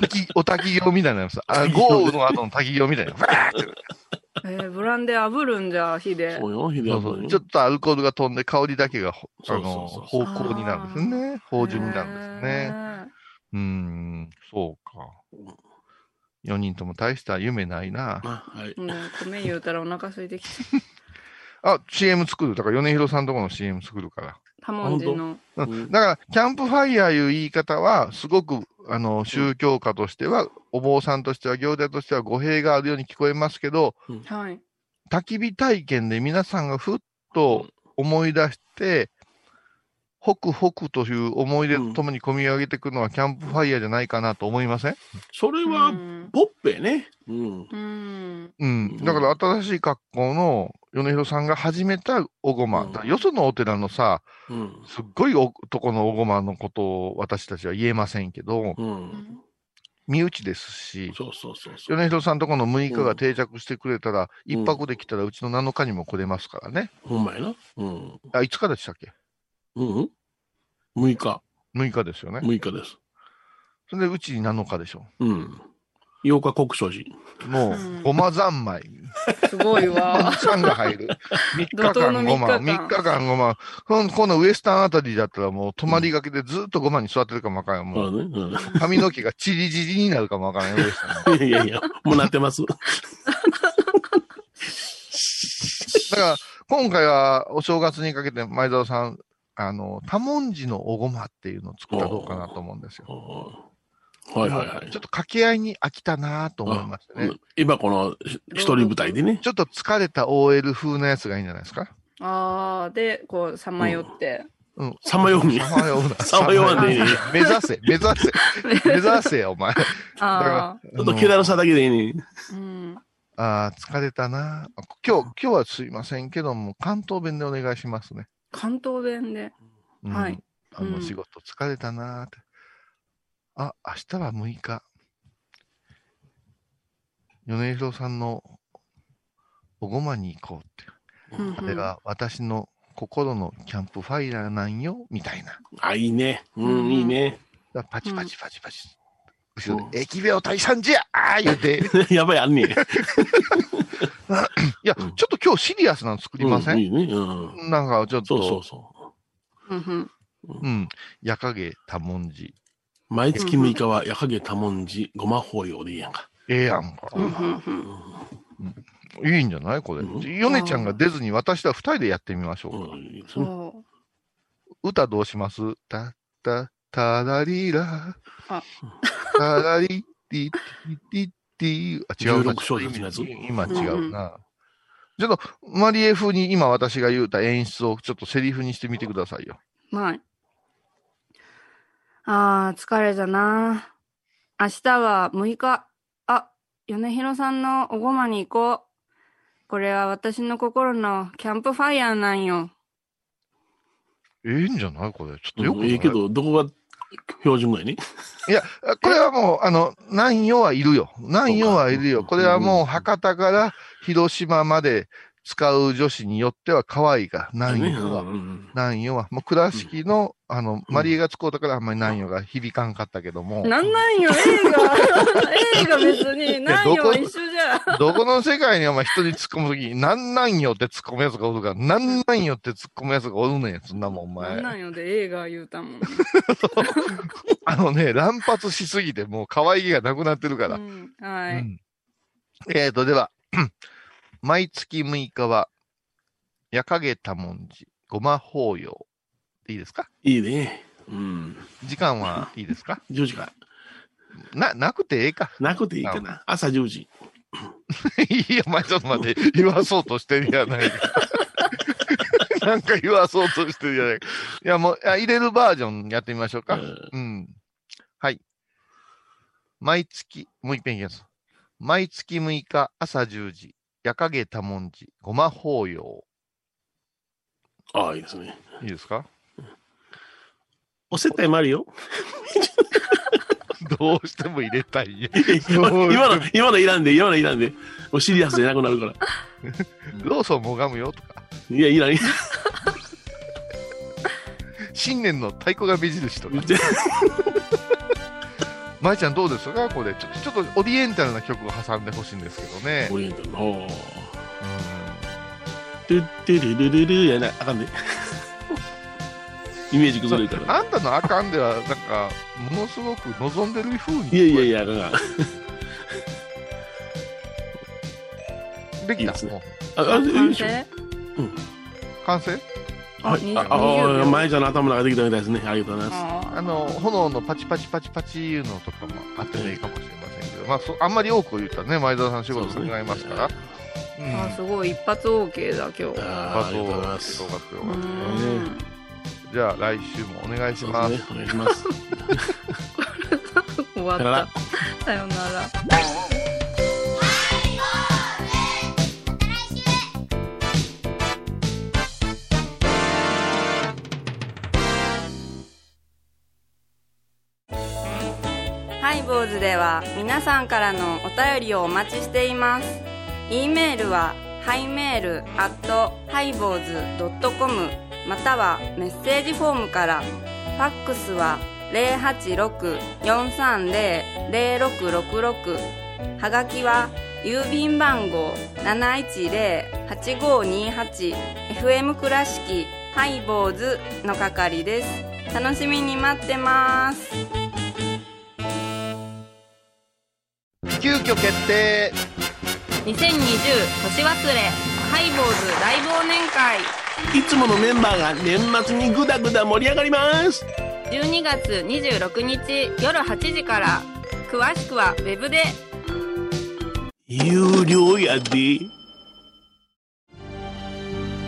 Speaker 3: 滝お滝行みたいになります。あ、豪雨の後の滝行みたいな。バーって
Speaker 2: えー、ブランデー炙るんじゃ、火で
Speaker 4: そ。うよ、ヒデ
Speaker 3: そう
Speaker 4: ヤ
Speaker 3: そう
Speaker 4: 君。
Speaker 3: ちょっとアルコールが飛んで、香りだけがほ、あ
Speaker 4: そうそう
Speaker 3: の、
Speaker 4: そう
Speaker 3: 方向になるんですね。芳醇になるんです
Speaker 2: へ
Speaker 3: ね。
Speaker 2: ー
Speaker 3: うーん、そうか。4人とも大した夢ないな。
Speaker 4: あはい。
Speaker 2: もう米言うたらお腹空いてきた。
Speaker 3: あ、CM 作る。だから、米広さんとこの CM 作るから。
Speaker 2: タモンジの。
Speaker 3: うんだから、キャンプファイヤーいう言い方は、すごく、あの、宗教家としては、お坊さんとしては、行者としては語弊があるように聞こえますけど、
Speaker 2: はい。
Speaker 3: 焚き火体験で皆さんがふっと思い出して、ホクホクという思い出とともに込み上げてくるのはキャンプファイヤーじゃないかなと思いません
Speaker 4: それは、ポッペね。うん。
Speaker 2: うん。
Speaker 3: うん。だから新しい格好の米広さんが始めたおごま。だからよそのお寺のさ、
Speaker 4: うん。
Speaker 3: すっごい男のおごまのことを私たちは言えませんけど、
Speaker 4: うん。
Speaker 3: 身内ですし、
Speaker 4: そうそうそうそう。
Speaker 3: 米広さんとこの6日が定着してくれたら、一泊できたらうちの7日にも来れますからね。
Speaker 4: ほんまやな。うん。
Speaker 3: あ、いつからでしたっけ
Speaker 4: うん。6日。
Speaker 3: ?6 日ですよね。
Speaker 4: 6日です。
Speaker 3: それでうちに7日でしょ。
Speaker 4: うん。8日国商寺。
Speaker 3: もう、ごま三昧。
Speaker 2: すごいわ。
Speaker 3: 三が入
Speaker 2: [LAUGHS]
Speaker 3: る。3日
Speaker 2: 怒涛
Speaker 3: 間
Speaker 2: の
Speaker 3: ごま。
Speaker 2: 3
Speaker 3: 3
Speaker 2: 日間
Speaker 3: 日間ごま。このこのウエスタンあたりだったらもう泊まりがけでずっとごまに座ってるかもわからん。
Speaker 4: そ
Speaker 3: もう
Speaker 4: うだね。
Speaker 3: 髪の毛がチリチリになるかもわ [LAUGHS] からんよ。ウエスタン
Speaker 4: うん。 [LAUGHS] いやいや、もうなってます。
Speaker 3: だから、今回はお正月にかけて前澤さん、あの、多文字のおごまっていうのを作ったらどうかなと思うんですよ。
Speaker 4: はいはいは
Speaker 3: ち
Speaker 4: い。
Speaker 3: ょっと掛け合いに飽きたなと思いました
Speaker 4: う
Speaker 3: ね。
Speaker 4: ん今このひ一人舞台でね。
Speaker 3: ちょっと疲れた OL 風なやつがいいんじゃないですか
Speaker 2: あー、で、こう、さまよって。
Speaker 3: うん。
Speaker 4: さまように。
Speaker 3: さまような。
Speaker 4: さまよわんでいいね。
Speaker 3: 目指せ、目指せ、目指せよ、お前。だ
Speaker 2: あ
Speaker 3: から
Speaker 4: ちょっと気だるさだけでいいね。
Speaker 2: ー、うん。
Speaker 3: あー疲れたな。今日、今日はすいませんけども、関東弁でお願いしますね。
Speaker 2: 関東弁で。
Speaker 3: うん
Speaker 2: はい。
Speaker 3: あ
Speaker 2: う
Speaker 3: の、
Speaker 2: ん
Speaker 3: 仕事疲れたなーって。あ、明日は6日。米広さんのおごまに行こうって。
Speaker 2: うん
Speaker 3: あれが私の心のキャンプファイヤーなんよ、みたいな。
Speaker 4: あ、いいね。う
Speaker 2: うん
Speaker 4: ん、いいね。 [LAUGHS]
Speaker 3: だからパチパチパチパチ。後ろで、疫病退散じゃあー言うて。
Speaker 4: やばい、あんねえ。
Speaker 3: いや、ちょっと今日シリアスなの作りませ、
Speaker 4: うんいいね。うん。
Speaker 3: なんかちょっ
Speaker 4: そ
Speaker 3: と、
Speaker 4: うそうそ
Speaker 2: う
Speaker 4: う。
Speaker 2: んうん。
Speaker 3: うん。矢影多文字。
Speaker 4: 毎月6日は、矢影多文字、ごま法要でいいやんか。
Speaker 3: ええやんか。
Speaker 2: うんうんうん。
Speaker 3: いいんじゃないこれ。ヨネちゃんが出ずに私ら二人でやってみましょう
Speaker 4: う
Speaker 3: か。
Speaker 4: ん。その
Speaker 2: そう。
Speaker 3: 歌どうしますたった、たらりら
Speaker 2: あ。
Speaker 3: たらり、り、り、り、り。あ、違うな。
Speaker 4: 16小節のやつ
Speaker 3: 今違うな。ちょっと、マリエ風に今私が言うた演出をちょっとセリフにしてみてくださいよ。
Speaker 2: はい。あー、疲れたな。明日は6日。あ、米広さんのおごまに行こう。これは私の心のキャンプファイヤーなんよ。
Speaker 3: ええんじゃないこれ。ちょっとよく
Speaker 4: う
Speaker 3: なんい。
Speaker 4: ええけど、どこが標準外に
Speaker 3: いや、これはもう、あの、南洋はいるよ。南洋はいるよ。これはもう、博多から広島まで使う女子によっては可愛いが、南洋は。南洋は。もう、倉敷の、あの、マリエが使うたからあんまり南洋が響かんかったけども。
Speaker 2: なんなんよ、映画。映画別に。なん
Speaker 3: いやど
Speaker 2: よ、
Speaker 3: こ
Speaker 2: 一緒じゃ。
Speaker 3: どこの世界にお前人に突っ込むときに、なんなんよって突っ込むやつがおるから、なんなんよって突っ込むやつがおるねん、そんなもん、お
Speaker 2: なんな
Speaker 3: 前。
Speaker 2: んよで映画言うたもん。
Speaker 3: あのね、乱発しすぎて、もう可愛げがなくなってるから。
Speaker 2: はい。
Speaker 3: えーと、では、 [CLEARS THROAT] 毎月6日は、矢影多文字、ごま法要。いいですか
Speaker 4: いいね。うん。
Speaker 3: 時間はいいですか
Speaker 4: ?10 時か
Speaker 3: な、
Speaker 4: ら。
Speaker 3: なくてええか。
Speaker 4: なくていいかな。朝10時。
Speaker 3: いや、お前ちょっと待って、言わそうとしてるや [LAUGHS] ないか。なんか言わそうとしてるやないか。いや、もう、あ入れるバージョンやってみましょうか。うん。はい。毎月、もう一遍言います。毎月6日朝10時、夜影多文字、ごま法要。
Speaker 4: ああ、いいですね。
Speaker 3: いいですか
Speaker 4: お接待もあ
Speaker 3: [LAUGHS]
Speaker 4: るよ。
Speaker 3: どうしても入れたいん [LAUGHS] や。
Speaker 4: 今の、今のいらんで、今のいらんで。もうシリアスじゃなくなるから。
Speaker 3: ローソンもがむよとか。
Speaker 4: いや、い
Speaker 3: [LAUGHS]
Speaker 4: らん。
Speaker 3: 新年の太鼓が目印とか。まいちゃんどうですかこれちょっとちょっとオリエンタルな曲を挟んでほしいんですけどね。
Speaker 4: オリエンタルな。うんドゥッドゥルルルルやな、あかんで。イメージ崩れるから。
Speaker 3: あんたのあかんでは、なんか、ものすごく望んでる風に。
Speaker 4: いやいやいや、あかんあか
Speaker 3: できた。
Speaker 4: ん。
Speaker 3: もう
Speaker 4: あ、あ、いいでしょ。
Speaker 3: 完成
Speaker 4: はい。あ、ああ、前ちゃんの頭の中でできたみたいですね。ありがとうございます。
Speaker 3: あの、炎のパチパチパチパチいうのとかもあってもいいかもしれませんけど、まあ、そあんまり多く言ったらね、前澤さん仕事少ないますから。
Speaker 2: あ、すごい、一発 OK だ、今日。
Speaker 3: あそうよかったよかった
Speaker 2: う
Speaker 3: じゃあ来週もお願いします。
Speaker 4: お願いします。
Speaker 2: [LAUGHS] 終わった。さよなら。ハイボーズでは皆さんからのお便りをお待ちしています。e メールはハイメールアットハイボーズドットコムまたはメッセージフォームから。ファックスは0 8 6 4 3 0 0 6 6 6はがきは郵便番号 710-8528FM 倉敷ハイボーズの係です。楽しみに待ってます。
Speaker 3: 急遽決定
Speaker 2: 2020年忘れハイボーズ大忘年会
Speaker 4: いつものメンバーが年末にグダグダ盛り上がります。
Speaker 2: 12月26日夜8時から詳しくはウェブで
Speaker 4: 有料やで。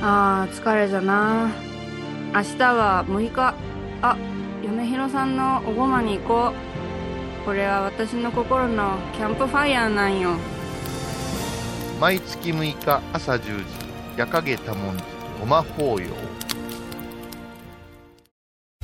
Speaker 2: あー疲れじゃな明日は6日あ米広さんのおごまに行こうこれは私の心のキャンプファイヤーなんよ
Speaker 3: 毎月6日朝10時、夜影多文字、ごま法要。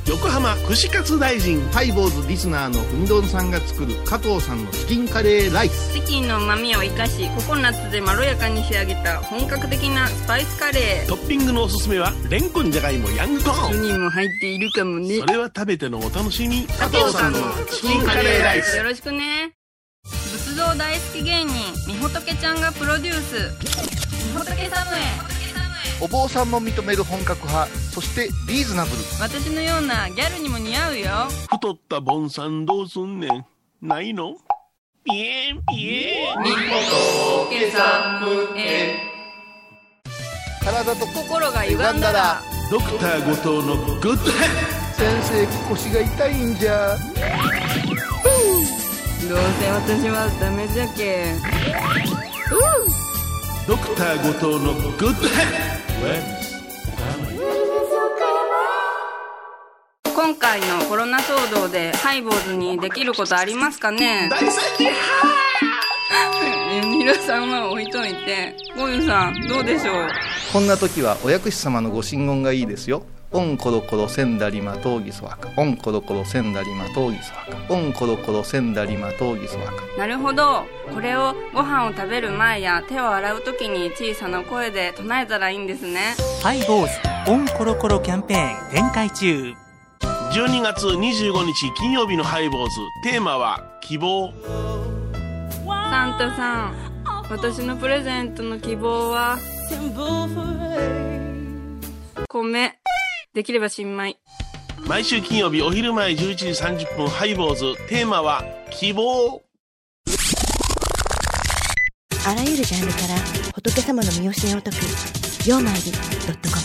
Speaker 4: 横浜串カツ大臣
Speaker 6: ハイボーズリスナーのうみどんさんが作る加藤さんのチキンカレーライス
Speaker 2: チキンの旨味を生かしココナッツでまろやかに仕上げた本格的なスパイスカレ
Speaker 4: トッピングのおすすめは、レンコンじゃがいもヤングコーン。
Speaker 2: 人も入っているかもね
Speaker 4: それは食べてのお楽しみ。
Speaker 2: 加藤さんの
Speaker 4: チ
Speaker 2: ーよろしくね仏像大好き芸人みほとけちゃんがプロデュースみほとけサムへ
Speaker 3: お坊さんも認める本格派、そしてリーズナブル。
Speaker 2: 私のようなギャルにも似合うよ
Speaker 4: 太ったボンさんどうすんねん。ないのピエンピエン。
Speaker 3: 体と
Speaker 2: 心が歪んだら
Speaker 4: ドクター後藤のグッドヘッ
Speaker 3: 先生、腰が痛いんじ
Speaker 2: ど
Speaker 3: ゃ。
Speaker 2: うせ私はダメじゃけ
Speaker 4: ドクター後藤のグッドヘッド
Speaker 2: 今回のコロナ騒動でハイボーズにできることありますかね
Speaker 4: 大好き
Speaker 2: 皆さんは置いといてゴユさんどうでしょう
Speaker 6: こんな時はお薬師様のご神言がいいですよオンコロコロセンダリマトウギソワカオンコロコロセンダリマトウギソワカオンコロコロセンダリマトウギソワカ
Speaker 2: なるほどこれをご飯を食べる前や手を洗う時に小さな声で唱えたらいいんですね
Speaker 9: ハイボーズオンコロコロキャンペーン展開中
Speaker 4: 12月25日金曜日のハイボーズテーマは希望
Speaker 2: サンタさん私のプレゼントの希望は米できれば新米
Speaker 4: 毎週金曜日お昼前11時30分ハイボーズテーマは希望
Speaker 12: あらゆるジャンルから仏様の身教えを解く「曜マイルドットコム」